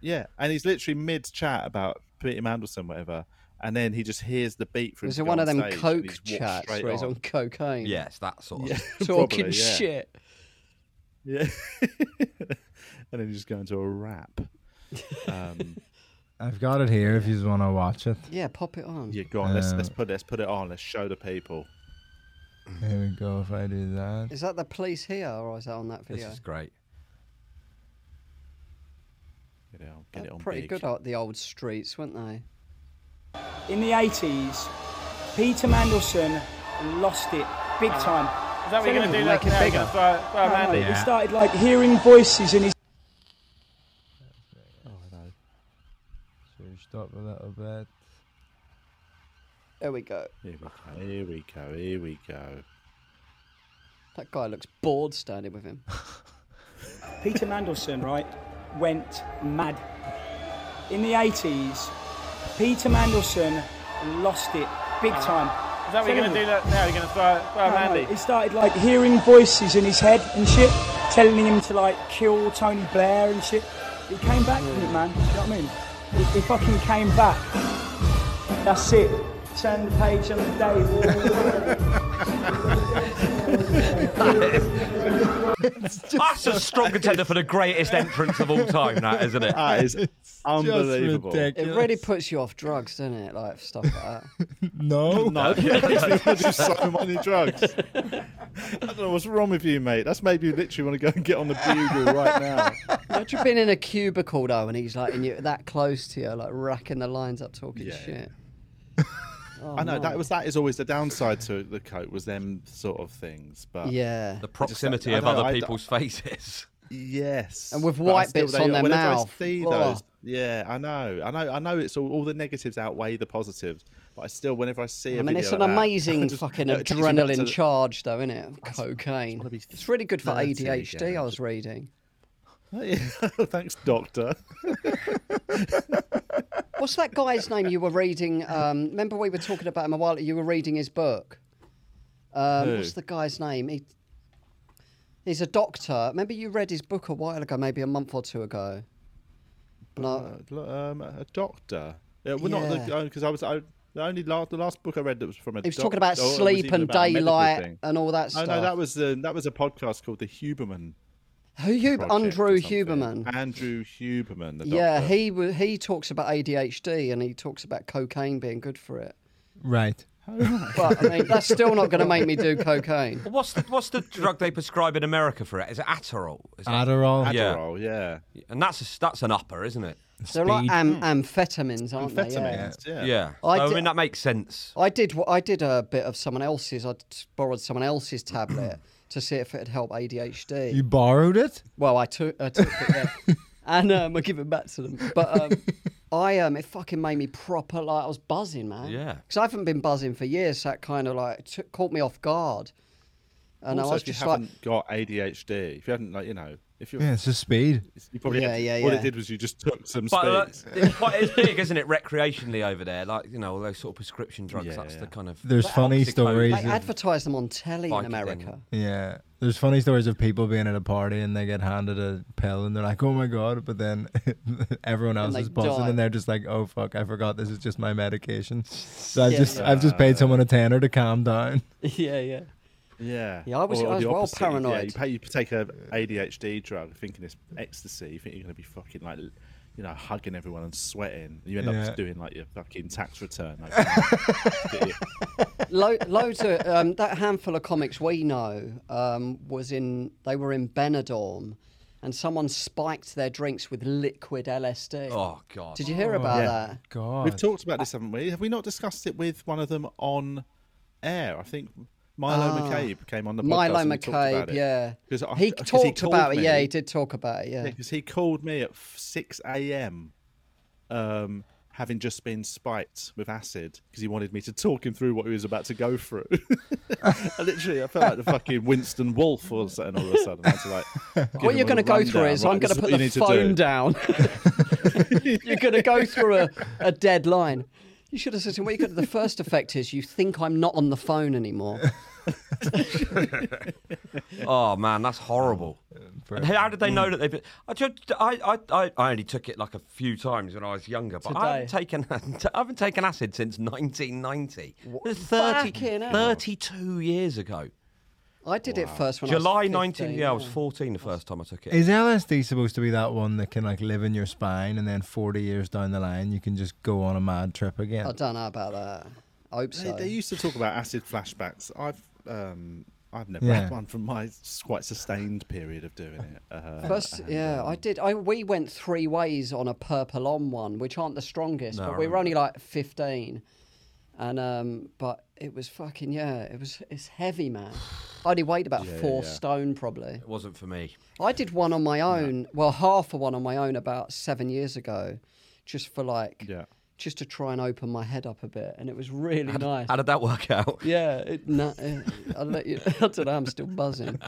[SPEAKER 1] Yeah, and he's literally mid chat about Peter Mandelson, whatever, and then he just hears the beat from.
[SPEAKER 5] Is it one of them coke chats where he's on cocaine?
[SPEAKER 6] Yes, that sort of.
[SPEAKER 1] Yeah,
[SPEAKER 5] Talking
[SPEAKER 1] probably, yeah.
[SPEAKER 5] shit.
[SPEAKER 1] Yeah, and then you just go into a rap. Um,
[SPEAKER 4] I've got it here. If you want to watch it,
[SPEAKER 5] Yeah, pop it on.
[SPEAKER 1] yeah, go on. Let's let's
[SPEAKER 4] Uh,
[SPEAKER 1] put let's put it on. Let's show the people.
[SPEAKER 4] here we go. If I do that,
[SPEAKER 5] Is that the police here or is that on that
[SPEAKER 6] This
[SPEAKER 5] video?
[SPEAKER 6] is great.
[SPEAKER 1] Get it on. Get
[SPEAKER 5] They're
[SPEAKER 1] it on.
[SPEAKER 5] pretty
[SPEAKER 1] big.
[SPEAKER 5] good uh, at the old streets, weren't they?
[SPEAKER 2] In the 80s, Peter Mandelson lost it big time.
[SPEAKER 7] Is that what you're going to do?
[SPEAKER 5] Make
[SPEAKER 7] that
[SPEAKER 5] it
[SPEAKER 7] now?
[SPEAKER 5] bigger.
[SPEAKER 7] Gonna Throw, throw a man
[SPEAKER 2] He
[SPEAKER 7] in?
[SPEAKER 2] started like hearing voices in his
[SPEAKER 4] switched up a little bit.
[SPEAKER 5] There we go.
[SPEAKER 1] Here we go. Here we go. Here we go.
[SPEAKER 5] That guy looks bored standing with him.
[SPEAKER 2] Peter Mandelson, right, went mad. In the 80s, Peter Mandelson lost it big time.
[SPEAKER 7] Is that what you're going to do? that now? You're going to throw, throw a man in?
[SPEAKER 2] He started like hearing voices in his head and shit, telling him to like kill Tony Blair and shit. He came back from it, man. Do you know what I mean? He, he fucking came back. That's it. Turn the page on the day.
[SPEAKER 6] That's a strong contender for the greatest entrance of all time, that isn't it?
[SPEAKER 1] That is Ah, unbelievable.
[SPEAKER 5] It
[SPEAKER 4] ridiculous.
[SPEAKER 5] really puts you off drugs, doesn't it? Like stuff like that.
[SPEAKER 4] No,
[SPEAKER 1] No, I do so many drugs. I don't know what's wrong with you, mate. That's made you literally want to go and get on the bugle right now.
[SPEAKER 5] Imagine being in a cubicle though, and he's like, and you're that close to you, like racking the lines up, talking
[SPEAKER 1] Yeah.
[SPEAKER 5] shit. Oh,
[SPEAKER 1] I know that was that is always the downside to the coat was them sort of things, but
[SPEAKER 5] Yeah.
[SPEAKER 6] The proximity
[SPEAKER 1] I
[SPEAKER 6] of
[SPEAKER 1] don't-
[SPEAKER 6] other
[SPEAKER 1] I don't-
[SPEAKER 6] people's faces.
[SPEAKER 1] yes,
[SPEAKER 5] And with
[SPEAKER 1] But I
[SPEAKER 5] white
[SPEAKER 1] still-
[SPEAKER 5] bits on their
[SPEAKER 1] whenever I
[SPEAKER 5] mouth.
[SPEAKER 1] see
[SPEAKER 5] Oh.
[SPEAKER 1] those- yeah, I know, I know, I know. It's all, all the negatives outweigh the positives, but I still, whenever I see, a
[SPEAKER 5] I mean,
[SPEAKER 1] video
[SPEAKER 5] it's
[SPEAKER 1] like
[SPEAKER 5] an
[SPEAKER 1] that,
[SPEAKER 5] amazing
[SPEAKER 1] just-
[SPEAKER 5] fucking
[SPEAKER 1] it takes me back to
[SPEAKER 5] adrenaline
[SPEAKER 1] the-
[SPEAKER 5] charge, though, isn't it? Cocaine.
[SPEAKER 1] wanna be
[SPEAKER 5] It's really good for
[SPEAKER 1] 30
[SPEAKER 5] ADHD.
[SPEAKER 1] again.
[SPEAKER 5] I was reading.
[SPEAKER 1] Thanks, doctor.
[SPEAKER 5] What's that guy's name you were reading? Um, remember we were talking about him a while. You were reading his book. Um,
[SPEAKER 1] Who?
[SPEAKER 5] what's the guy's name? He, he's a doctor. Remember you read his book a while ago, maybe a month or two ago. No,
[SPEAKER 1] um, a doctor. Yeah, well, not
[SPEAKER 5] Yeah.
[SPEAKER 1] the because I was I, the only last the last book I read that was from a.
[SPEAKER 5] he was
[SPEAKER 1] doc-
[SPEAKER 5] talking about
[SPEAKER 1] or it was
[SPEAKER 5] sleep
[SPEAKER 1] even
[SPEAKER 5] and
[SPEAKER 1] about a medical
[SPEAKER 5] daylight
[SPEAKER 1] thing.
[SPEAKER 5] and all that
[SPEAKER 1] Oh
[SPEAKER 5] stuff.
[SPEAKER 1] no, that was the that was a podcast called the Huberman.
[SPEAKER 5] Who you
[SPEAKER 1] Project
[SPEAKER 5] Andrew
[SPEAKER 1] or something.
[SPEAKER 5] Huberman.
[SPEAKER 1] Andrew Huberman. The
[SPEAKER 5] Yeah,
[SPEAKER 1] doctor.
[SPEAKER 5] he wa- he talks about ADHD and he talks about cocaine being good for it.
[SPEAKER 4] right.
[SPEAKER 5] But I mean, that's still not going to make me do cocaine.
[SPEAKER 6] Well, What's the, what's the drug they prescribe in America for it? Is it Adderall? Is it-
[SPEAKER 4] Adderall.
[SPEAKER 6] Oh, yeah.
[SPEAKER 1] Adderall, yeah.
[SPEAKER 6] and that's a, that's an upper, isn't it?
[SPEAKER 5] They're like
[SPEAKER 4] Speed.
[SPEAKER 5] am- amphetamines, aren't they? Yeah.
[SPEAKER 1] Amphetamines, yeah.
[SPEAKER 6] Yeah. So,
[SPEAKER 5] I Oh,
[SPEAKER 6] I,
[SPEAKER 5] di-
[SPEAKER 6] mean, that makes sense.
[SPEAKER 5] I did. wh- I did a bit of someone else's. I t- borrowed someone else's tablet to see if it'd help ADHD.
[SPEAKER 4] You borrowed it?
[SPEAKER 5] Well, I took. I took it yeah. and um, I give it back to them. But um, I um, it fucking made me proper like I was buzzing, man.
[SPEAKER 6] Yeah.
[SPEAKER 5] Because I haven't been buzzing for years. So that kind of like took, caught me off guard. And I
[SPEAKER 1] also,
[SPEAKER 5] was
[SPEAKER 1] if you
[SPEAKER 5] just like,
[SPEAKER 1] haven't got ADHD, if you hadn't like you know, if you,
[SPEAKER 4] Yeah, it's just speed.
[SPEAKER 1] you probably
[SPEAKER 5] Yeah, yeah,
[SPEAKER 1] What
[SPEAKER 5] yeah.
[SPEAKER 1] it did was you just took some
[SPEAKER 6] But uh,
[SPEAKER 1] speeds.
[SPEAKER 6] it's quite it's big, isn't it, recreationally over there? Like, you know, all those sort of prescription drugs.
[SPEAKER 1] Yeah,
[SPEAKER 6] that's
[SPEAKER 1] yeah.
[SPEAKER 6] the kind of.
[SPEAKER 4] There's funny
[SPEAKER 6] oxycodone.
[SPEAKER 4] stories.
[SPEAKER 5] they advertise them on telly in
[SPEAKER 6] Vicodin.
[SPEAKER 5] America.
[SPEAKER 4] Yeah. There's funny stories of people being at a party and they get handed a pill and they're like, oh my God. But then everyone else
[SPEAKER 5] they
[SPEAKER 4] is buzzing
[SPEAKER 5] die.
[SPEAKER 4] and they're just like, oh fuck, I forgot this is just my medication. So I've
[SPEAKER 5] Yeah,
[SPEAKER 4] just
[SPEAKER 5] yeah.
[SPEAKER 4] I've just paid someone a tenner to calm down.
[SPEAKER 5] yeah, yeah.
[SPEAKER 1] Yeah.
[SPEAKER 5] Yeah, I was-
[SPEAKER 1] Or
[SPEAKER 5] I was
[SPEAKER 1] the
[SPEAKER 5] well
[SPEAKER 1] opposite, Yeah, you,
[SPEAKER 5] paranoid.
[SPEAKER 1] pay, you take a ADHD drug, thinking it's ecstasy. You think you're going to be fucking like, you know, hugging everyone and sweating. You end up
[SPEAKER 4] Yeah.
[SPEAKER 1] just doing like your fucking tax return. Like, yeah,
[SPEAKER 5] Lo- loads of um, that handful of comics we know um, was in. They were in Benidorm, and someone spiked their drinks with liquid LSD.
[SPEAKER 6] Oh, God.
[SPEAKER 5] Did you hear about
[SPEAKER 1] Yeah.
[SPEAKER 5] that?
[SPEAKER 4] God.
[SPEAKER 1] We've talked about this, haven't we? Have we not discussed it with one of them on air? I think Milo McCabe came on the podcast.
[SPEAKER 5] Ah. Milo
[SPEAKER 1] and we talked about
[SPEAKER 5] McCabe,
[SPEAKER 1] it.
[SPEAKER 5] yeah.
[SPEAKER 1] 'Cause I-
[SPEAKER 5] he
[SPEAKER 1] 'cause he
[SPEAKER 5] talked
[SPEAKER 1] called
[SPEAKER 5] about it. Yeah,
[SPEAKER 1] me.
[SPEAKER 5] he did talk about it. Yeah.
[SPEAKER 1] because he called me at f- 6 a.m. Um, having just been spiked with acid because he wanted me to talk him through what he was about to go through. I literally, I felt like the fucking Winston Wolf or something all of a sudden. I had to, like, give
[SPEAKER 5] What
[SPEAKER 1] him
[SPEAKER 5] you're
[SPEAKER 1] a
[SPEAKER 5] going to go through
[SPEAKER 1] rundown,
[SPEAKER 5] is
[SPEAKER 1] right,
[SPEAKER 5] I'm
[SPEAKER 1] this
[SPEAKER 5] going to
[SPEAKER 1] what
[SPEAKER 5] put
[SPEAKER 1] you
[SPEAKER 5] the
[SPEAKER 1] need to
[SPEAKER 5] phone
[SPEAKER 1] do.
[SPEAKER 5] down. you're going to go through a, a dead line. You should have said to him, what you could the first effect is you think I'm not on the phone anymore.
[SPEAKER 6] Oh man, that's horrible. And how did they know that they've been? I, just, I, I, I, I only took it like a few times when I was younger, but I haven't taken I haven't taken acid since 1990. That's 30,
[SPEAKER 5] Fucking hell.
[SPEAKER 6] 32 years ago.
[SPEAKER 5] I did it first when I
[SPEAKER 6] July
[SPEAKER 5] was 15,
[SPEAKER 6] 19. Yeah, I was 14 the first time I took it.
[SPEAKER 4] Is LSD supposed to be that one that can like live in your spine and then 40 years down the line you can just go on a mad trip again?
[SPEAKER 5] I don't know about that. I hope
[SPEAKER 1] They,
[SPEAKER 5] so.
[SPEAKER 1] they used to talk about acid flashbacks. I've um, I've never
[SPEAKER 4] Yeah.
[SPEAKER 1] had one from my s- quite sustained period of doing it. Uh,
[SPEAKER 5] First, yeah, I did. I we went three ways on a purple on one, which aren't the strongest, but we were only like fifteen, and um, but it was fucking yeah, it was it's heavy, man. I only weighed about four stone probably.
[SPEAKER 6] It wasn't for me.
[SPEAKER 5] I did one on my own, well, half of one on my own about seven years ago, just for like,
[SPEAKER 1] Yeah.
[SPEAKER 5] just to try and open my head up a bit, and it was really nice.
[SPEAKER 6] How did that work out?
[SPEAKER 5] Yeah, it, no, uh, I'll let you, I don't know, I'm still buzzing.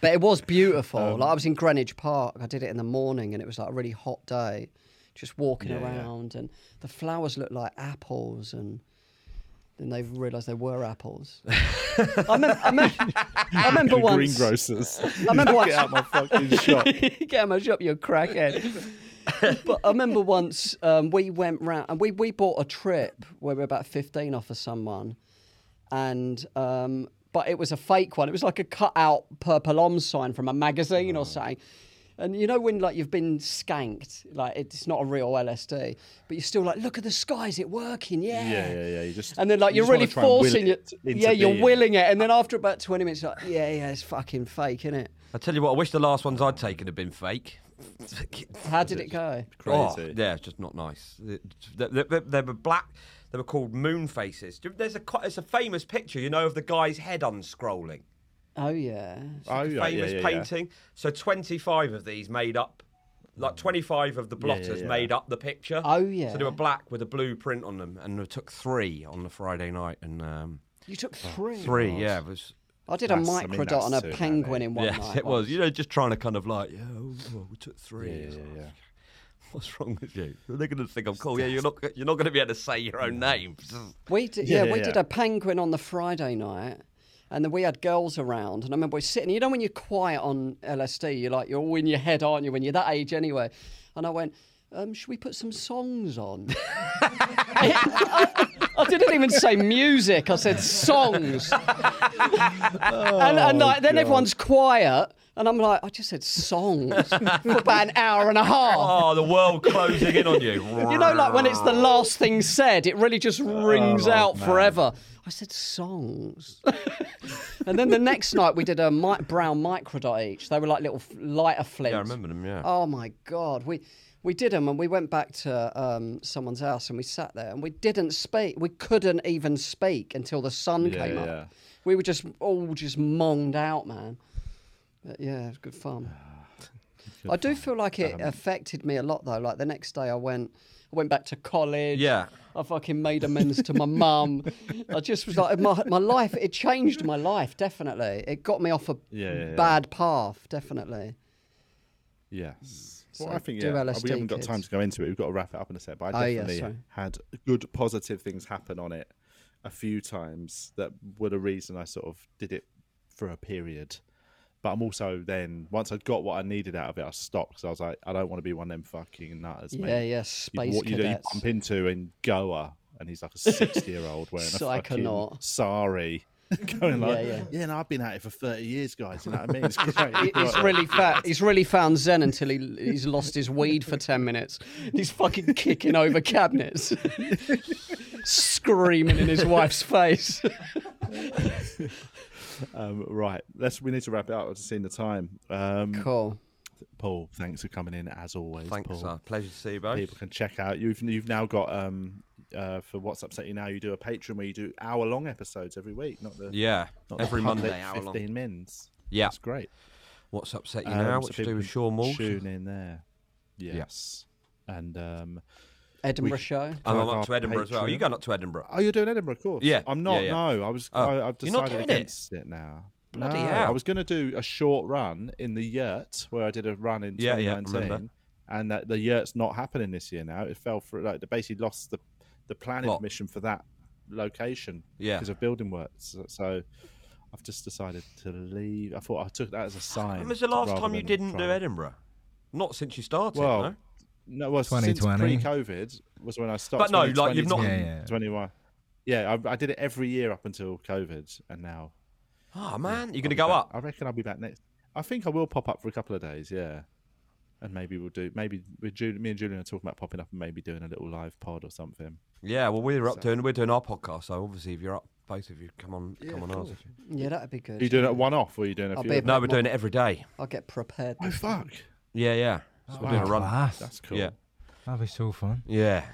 [SPEAKER 5] but it was beautiful. like I was in Greenwich Park. I did it in the morning and it was like a really hot day. Just walking around and the flowers looked like apples and then they realised they were apples. I remember, I remember, I remember
[SPEAKER 1] the
[SPEAKER 5] once.
[SPEAKER 1] greengrocers.
[SPEAKER 5] I remember once.
[SPEAKER 1] Get out my fucking shop.
[SPEAKER 5] Get out of my shop, you crackhead. but I remember once um, we went round and we, we bought a trip where we were about 15 off of someone. And, um, but it was a fake one. It was like a cut out purple om sign from a magazine
[SPEAKER 1] Oh.
[SPEAKER 5] or something. And you know when like you've been skanked, like it's not a real LSD, but you're still like, look at the sky, is it working? Yeah,
[SPEAKER 1] Yeah, yeah, yeah. You just
[SPEAKER 5] and then like
[SPEAKER 1] you
[SPEAKER 5] you are
[SPEAKER 1] just wanna
[SPEAKER 5] really
[SPEAKER 1] try and will
[SPEAKER 5] forcing it.
[SPEAKER 1] into
[SPEAKER 5] yeah, you're
[SPEAKER 1] being.
[SPEAKER 5] willing it, and then after about twenty minutes, you're like yeah, yeah, it's fucking fake, isn't it?
[SPEAKER 6] I tell you what, I wish the last ones I'd taken had been fake.
[SPEAKER 5] How did it go?
[SPEAKER 1] Crazy.
[SPEAKER 6] Oh, yeah, it's just not nice. It- They, they- they- they were black. They were called moon faces. There's a quite- it's a famous picture, you know, of the guy's head unscrolling.
[SPEAKER 5] Oh yeah,
[SPEAKER 1] Oh, yeah, yeah,
[SPEAKER 6] famous
[SPEAKER 1] yeah, yeah.
[SPEAKER 6] painting. So 25 of these made up, like 25 of the blotters
[SPEAKER 1] yeah.
[SPEAKER 6] made up the picture.
[SPEAKER 5] Oh, yeah.
[SPEAKER 6] So they were black with a blue print on them, and we took three on the Friday night, and um,
[SPEAKER 5] you took three.
[SPEAKER 6] three, yeah, it was.
[SPEAKER 5] I did a
[SPEAKER 1] That's- I mean,
[SPEAKER 5] microdot
[SPEAKER 1] that's
[SPEAKER 5] on a
[SPEAKER 1] too
[SPEAKER 5] penguin
[SPEAKER 1] many.
[SPEAKER 5] in one
[SPEAKER 6] yes,
[SPEAKER 5] night.
[SPEAKER 6] it was.
[SPEAKER 5] once.
[SPEAKER 6] You know, just trying to kind of like, yeah, oh, well, we took three.
[SPEAKER 1] Yeah,
[SPEAKER 6] It's
[SPEAKER 1] yeah,
[SPEAKER 6] like,
[SPEAKER 1] yeah.
[SPEAKER 6] What's wrong with you? They're going to think I'm cool. Yeah, you're not. You're not going to be able to say your own name.
[SPEAKER 5] We did, yeah,
[SPEAKER 1] Yeah,
[SPEAKER 5] we
[SPEAKER 1] yeah,
[SPEAKER 5] did
[SPEAKER 1] yeah.
[SPEAKER 5] a penguin on the Friday night, and then we had girls around, and I remember we were sitting. You know, when you're quiet on LSD, you're like you're all in your head, aren't you? When you're that age, anyway. And I went, um, should we put some songs on? I, I didn't even say music. I said songs. and and like,
[SPEAKER 1] Oh,
[SPEAKER 5] then everyone's quiet, and I'm like, I just said songs for about an hour and a half.
[SPEAKER 6] Oh, the world closing in on you.
[SPEAKER 5] You know, like when it's the last thing said, it really just rings out forever. I said songs. and then the next night we did a mi- brown microdot each. They were like little f- lighter flints.
[SPEAKER 6] Yeah, I remember them. Yeah.
[SPEAKER 5] Oh my God. We, we did them and we went back to um, someone's house and we sat there and we didn't speak. We couldn't even speak until the sun
[SPEAKER 1] Yeah,
[SPEAKER 5] came
[SPEAKER 1] yeah.
[SPEAKER 5] up. We were just all just monged out, man. But yeah, it was good fun.
[SPEAKER 1] Ah,
[SPEAKER 5] I do feel like
[SPEAKER 1] Um,
[SPEAKER 5] it affected me a lot though. Like the next day, I went, I went back to college.
[SPEAKER 6] Yeah.
[SPEAKER 5] I fucking made amends to my mum. I just was like, my, my life. It changed my life definitely. It got me off a
[SPEAKER 1] Yeah, yeah, yeah.
[SPEAKER 5] bad path definitely.
[SPEAKER 1] Yes. Well,
[SPEAKER 5] So
[SPEAKER 1] I think
[SPEAKER 5] do
[SPEAKER 1] yeah.
[SPEAKER 5] LSD,
[SPEAKER 1] we haven't got time
[SPEAKER 5] kids.
[SPEAKER 1] to go into it. We've got to wrap it up in a sec. But
[SPEAKER 5] Oh,
[SPEAKER 1] I
[SPEAKER 5] yeah,
[SPEAKER 1] definitely
[SPEAKER 5] sorry.
[SPEAKER 1] had good positive things happen on it a few times that were the reason I sort of did it for a period. But I'm also then once I'd got what I needed out of it, I stopped because I was like, I don't want to be one of them fucking nutters. mate.
[SPEAKER 5] Yeah, yeah.
[SPEAKER 1] You,
[SPEAKER 5] Space
[SPEAKER 1] walk- you, you
[SPEAKER 5] cadets.
[SPEAKER 1] bump into in Goa, and he's like a 60 year old wearing a fucking
[SPEAKER 5] Psychonaut.
[SPEAKER 1] sari. Going like, yeah,
[SPEAKER 5] yeah.
[SPEAKER 1] no, I've been at it for 30 years, guys. You know what I mean? It's great.
[SPEAKER 5] He- He's really fat. He's really found zen until he, he's lost his weed for 10 minutes. He's fucking kicking over cabinets, screaming in his wife's face.
[SPEAKER 1] Um, right, let's. We need to wrap it up. I've just seen the time. Um,
[SPEAKER 5] Cool.
[SPEAKER 1] Paul, thanks for coming in as always.
[SPEAKER 6] Thanks,
[SPEAKER 1] Paul.
[SPEAKER 6] uh, pleasure to see you both.
[SPEAKER 1] People can check out. You've you've now got um, uh, for What's Upset You Now, you do a Patreon where you do hour long episodes every week, not the
[SPEAKER 6] Yeah,
[SPEAKER 1] not
[SPEAKER 6] every
[SPEAKER 1] the
[SPEAKER 6] Monday,
[SPEAKER 1] public
[SPEAKER 6] hour long.
[SPEAKER 1] fifteen mins.
[SPEAKER 6] Yeah.
[SPEAKER 1] It's great.
[SPEAKER 6] What's upset you
[SPEAKER 1] Um,
[SPEAKER 6] now?
[SPEAKER 1] so
[SPEAKER 6] What you do
[SPEAKER 1] people
[SPEAKER 6] with
[SPEAKER 1] can
[SPEAKER 6] Sean Walsh?
[SPEAKER 1] Tune in there. Yes. And um,
[SPEAKER 5] Edinburgh
[SPEAKER 1] We-
[SPEAKER 5] show.
[SPEAKER 6] And I'm
[SPEAKER 1] Like
[SPEAKER 6] up
[SPEAKER 1] our
[SPEAKER 6] to Edinburgh as well.
[SPEAKER 1] Patreon.
[SPEAKER 6] You going up to Edinburgh?
[SPEAKER 1] oh, you're doing Edinburgh, of course.
[SPEAKER 6] Yeah,
[SPEAKER 1] I'm
[SPEAKER 6] yeah,
[SPEAKER 1] not.
[SPEAKER 6] yeah.
[SPEAKER 1] No, I was.
[SPEAKER 6] Oh,
[SPEAKER 1] I, I've
[SPEAKER 6] you're not
[SPEAKER 1] decided
[SPEAKER 6] doing it?
[SPEAKER 1] against it, now.
[SPEAKER 6] Bloody
[SPEAKER 1] no,
[SPEAKER 6] hell.
[SPEAKER 1] I was going to do a short run in the yurt where I did a run in
[SPEAKER 6] Yeah, yeah, I remember.
[SPEAKER 1] 2019, and that the yurt's not happening this year now. It fell through. Like they basically lost the the planning
[SPEAKER 6] Plot.
[SPEAKER 1] permission for that location
[SPEAKER 6] Yeah.
[SPEAKER 1] because of building works. So, so I've just decided to leave. I thought I took that as a sign.
[SPEAKER 6] When was the last
[SPEAKER 1] rather
[SPEAKER 6] time you
[SPEAKER 1] than
[SPEAKER 6] didn't do
[SPEAKER 1] trying-
[SPEAKER 6] Edinburgh? Not since you started,
[SPEAKER 1] Well,
[SPEAKER 6] no?
[SPEAKER 1] No, well, since
[SPEAKER 4] 2020.
[SPEAKER 1] pre-COVID was when I stopped.
[SPEAKER 6] But no, like, you've not-
[SPEAKER 1] 2020,
[SPEAKER 4] Yeah, yeah.
[SPEAKER 1] 21. Yeah, I, I did it every year up until COVID, and now
[SPEAKER 6] Oh, man. You're going
[SPEAKER 1] I'll
[SPEAKER 6] to
[SPEAKER 1] be
[SPEAKER 6] go
[SPEAKER 1] back-
[SPEAKER 6] up?
[SPEAKER 1] I reckon I'll be back next. I think I will pop up for a couple of days. Yeah, and maybe we'll do. Maybe with Jul- me and Julian are talking about popping up and maybe doing a little live pod or something.
[SPEAKER 6] Yeah, well, we're up
[SPEAKER 1] So-
[SPEAKER 6] doing, we're doing our podcast, so obviously if you're up, both of you, come on, come on ours. if you-
[SPEAKER 5] Yeah, that'd be good.
[SPEAKER 1] Are you doing it one off or are you doing a
[SPEAKER 5] I'll
[SPEAKER 1] few?
[SPEAKER 5] be
[SPEAKER 1] of them?
[SPEAKER 6] No, we're doing it every day.
[SPEAKER 5] I'll get prepared.
[SPEAKER 1] Oh fuck!
[SPEAKER 6] Yeah, yeah. So we're doing a run.
[SPEAKER 4] Class.
[SPEAKER 1] That's Oh, cool.
[SPEAKER 6] Yeah.
[SPEAKER 4] That'd be so fun.
[SPEAKER 6] Yeah.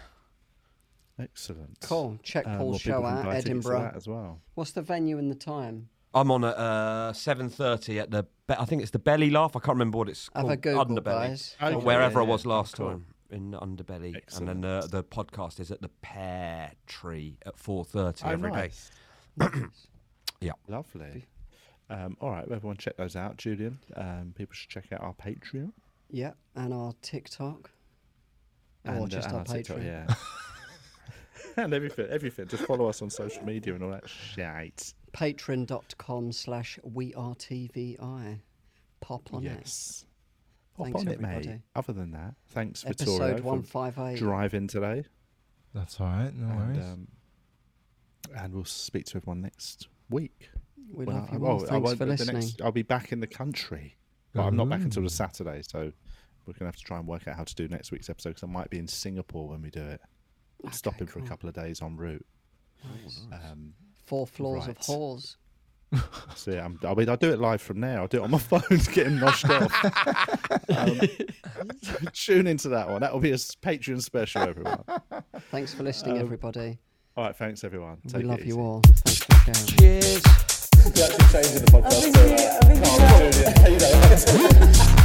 [SPEAKER 1] Excellent.
[SPEAKER 5] Cool. Check
[SPEAKER 1] Um,
[SPEAKER 5] Paul's
[SPEAKER 1] well, people
[SPEAKER 5] show
[SPEAKER 1] can
[SPEAKER 5] out,
[SPEAKER 1] buy tickets to that
[SPEAKER 5] Edinburgh.
[SPEAKER 1] as well.
[SPEAKER 5] What's the venue and the time?
[SPEAKER 6] I'm on at uh, 7.30 at the, Be- I think it's the Belly Laugh. I can't remember what it's
[SPEAKER 5] Have
[SPEAKER 6] called.
[SPEAKER 5] a Google,
[SPEAKER 6] Underbelly.
[SPEAKER 5] guys.
[SPEAKER 1] Okay.
[SPEAKER 6] Or
[SPEAKER 1] Yeah,
[SPEAKER 6] wherever
[SPEAKER 1] yeah,
[SPEAKER 6] I was
[SPEAKER 1] yeah.
[SPEAKER 6] last
[SPEAKER 1] Cool.
[SPEAKER 6] time in Underbelly.
[SPEAKER 1] Excellent.
[SPEAKER 6] And then uh, the podcast is at the Pear Tree at 4.30
[SPEAKER 1] Oh,
[SPEAKER 6] every day.
[SPEAKER 1] nice.
[SPEAKER 6] Yeah.
[SPEAKER 1] Lovely. Um, all right, well, everyone, check those out, Julian. Um, people should check out our Patreon.
[SPEAKER 5] Yeah, and our TikTok. or Oh, just
[SPEAKER 1] and
[SPEAKER 5] our
[SPEAKER 1] TikTok,
[SPEAKER 5] Patreon.
[SPEAKER 1] yeah. and everything, everything. Just follow us on social media and all that shit.
[SPEAKER 5] Patreon.com slash we are TVI. Pop on
[SPEAKER 1] yes. Pop
[SPEAKER 5] Oh, Thanks,
[SPEAKER 1] on it, mate.
[SPEAKER 5] everybody.
[SPEAKER 1] Other than that, thanks,
[SPEAKER 5] it. Episode
[SPEAKER 1] Vittorio, for
[SPEAKER 5] 158.
[SPEAKER 1] driving today.
[SPEAKER 4] That's all right. No
[SPEAKER 1] And,
[SPEAKER 4] worries.
[SPEAKER 1] um, and we'll speak to everyone next week.
[SPEAKER 5] We
[SPEAKER 1] Well,
[SPEAKER 5] love
[SPEAKER 1] I-
[SPEAKER 5] you
[SPEAKER 1] well,
[SPEAKER 5] all.
[SPEAKER 1] I
[SPEAKER 5] Thanks
[SPEAKER 1] won't-
[SPEAKER 5] for
[SPEAKER 1] the
[SPEAKER 5] listening.
[SPEAKER 1] next- I'll be back in the country, but I'm not back until
[SPEAKER 4] Ooh.
[SPEAKER 1] the Saturday, so we're gonna have to try and work out how to do next week's episode because I might be in Singapore when we do it, stopping for a
[SPEAKER 5] cool.
[SPEAKER 1] couple of days en route. Um,
[SPEAKER 5] Four floors of
[SPEAKER 1] Right.
[SPEAKER 5] halls.
[SPEAKER 1] so yeah, I'm, I'll, be, I'll do it live from there. I'll do it on my phone, getting noshed off. Um, tune into that one. That will be a s- Patreon special, everyone. All
[SPEAKER 5] Thanks for listening, everybody.
[SPEAKER 1] right, thanks everyone. Take
[SPEAKER 5] we
[SPEAKER 1] it
[SPEAKER 5] love
[SPEAKER 1] easy.
[SPEAKER 5] you all. Thanks for sharing.
[SPEAKER 6] Cheers.
[SPEAKER 2] I think we- I think we-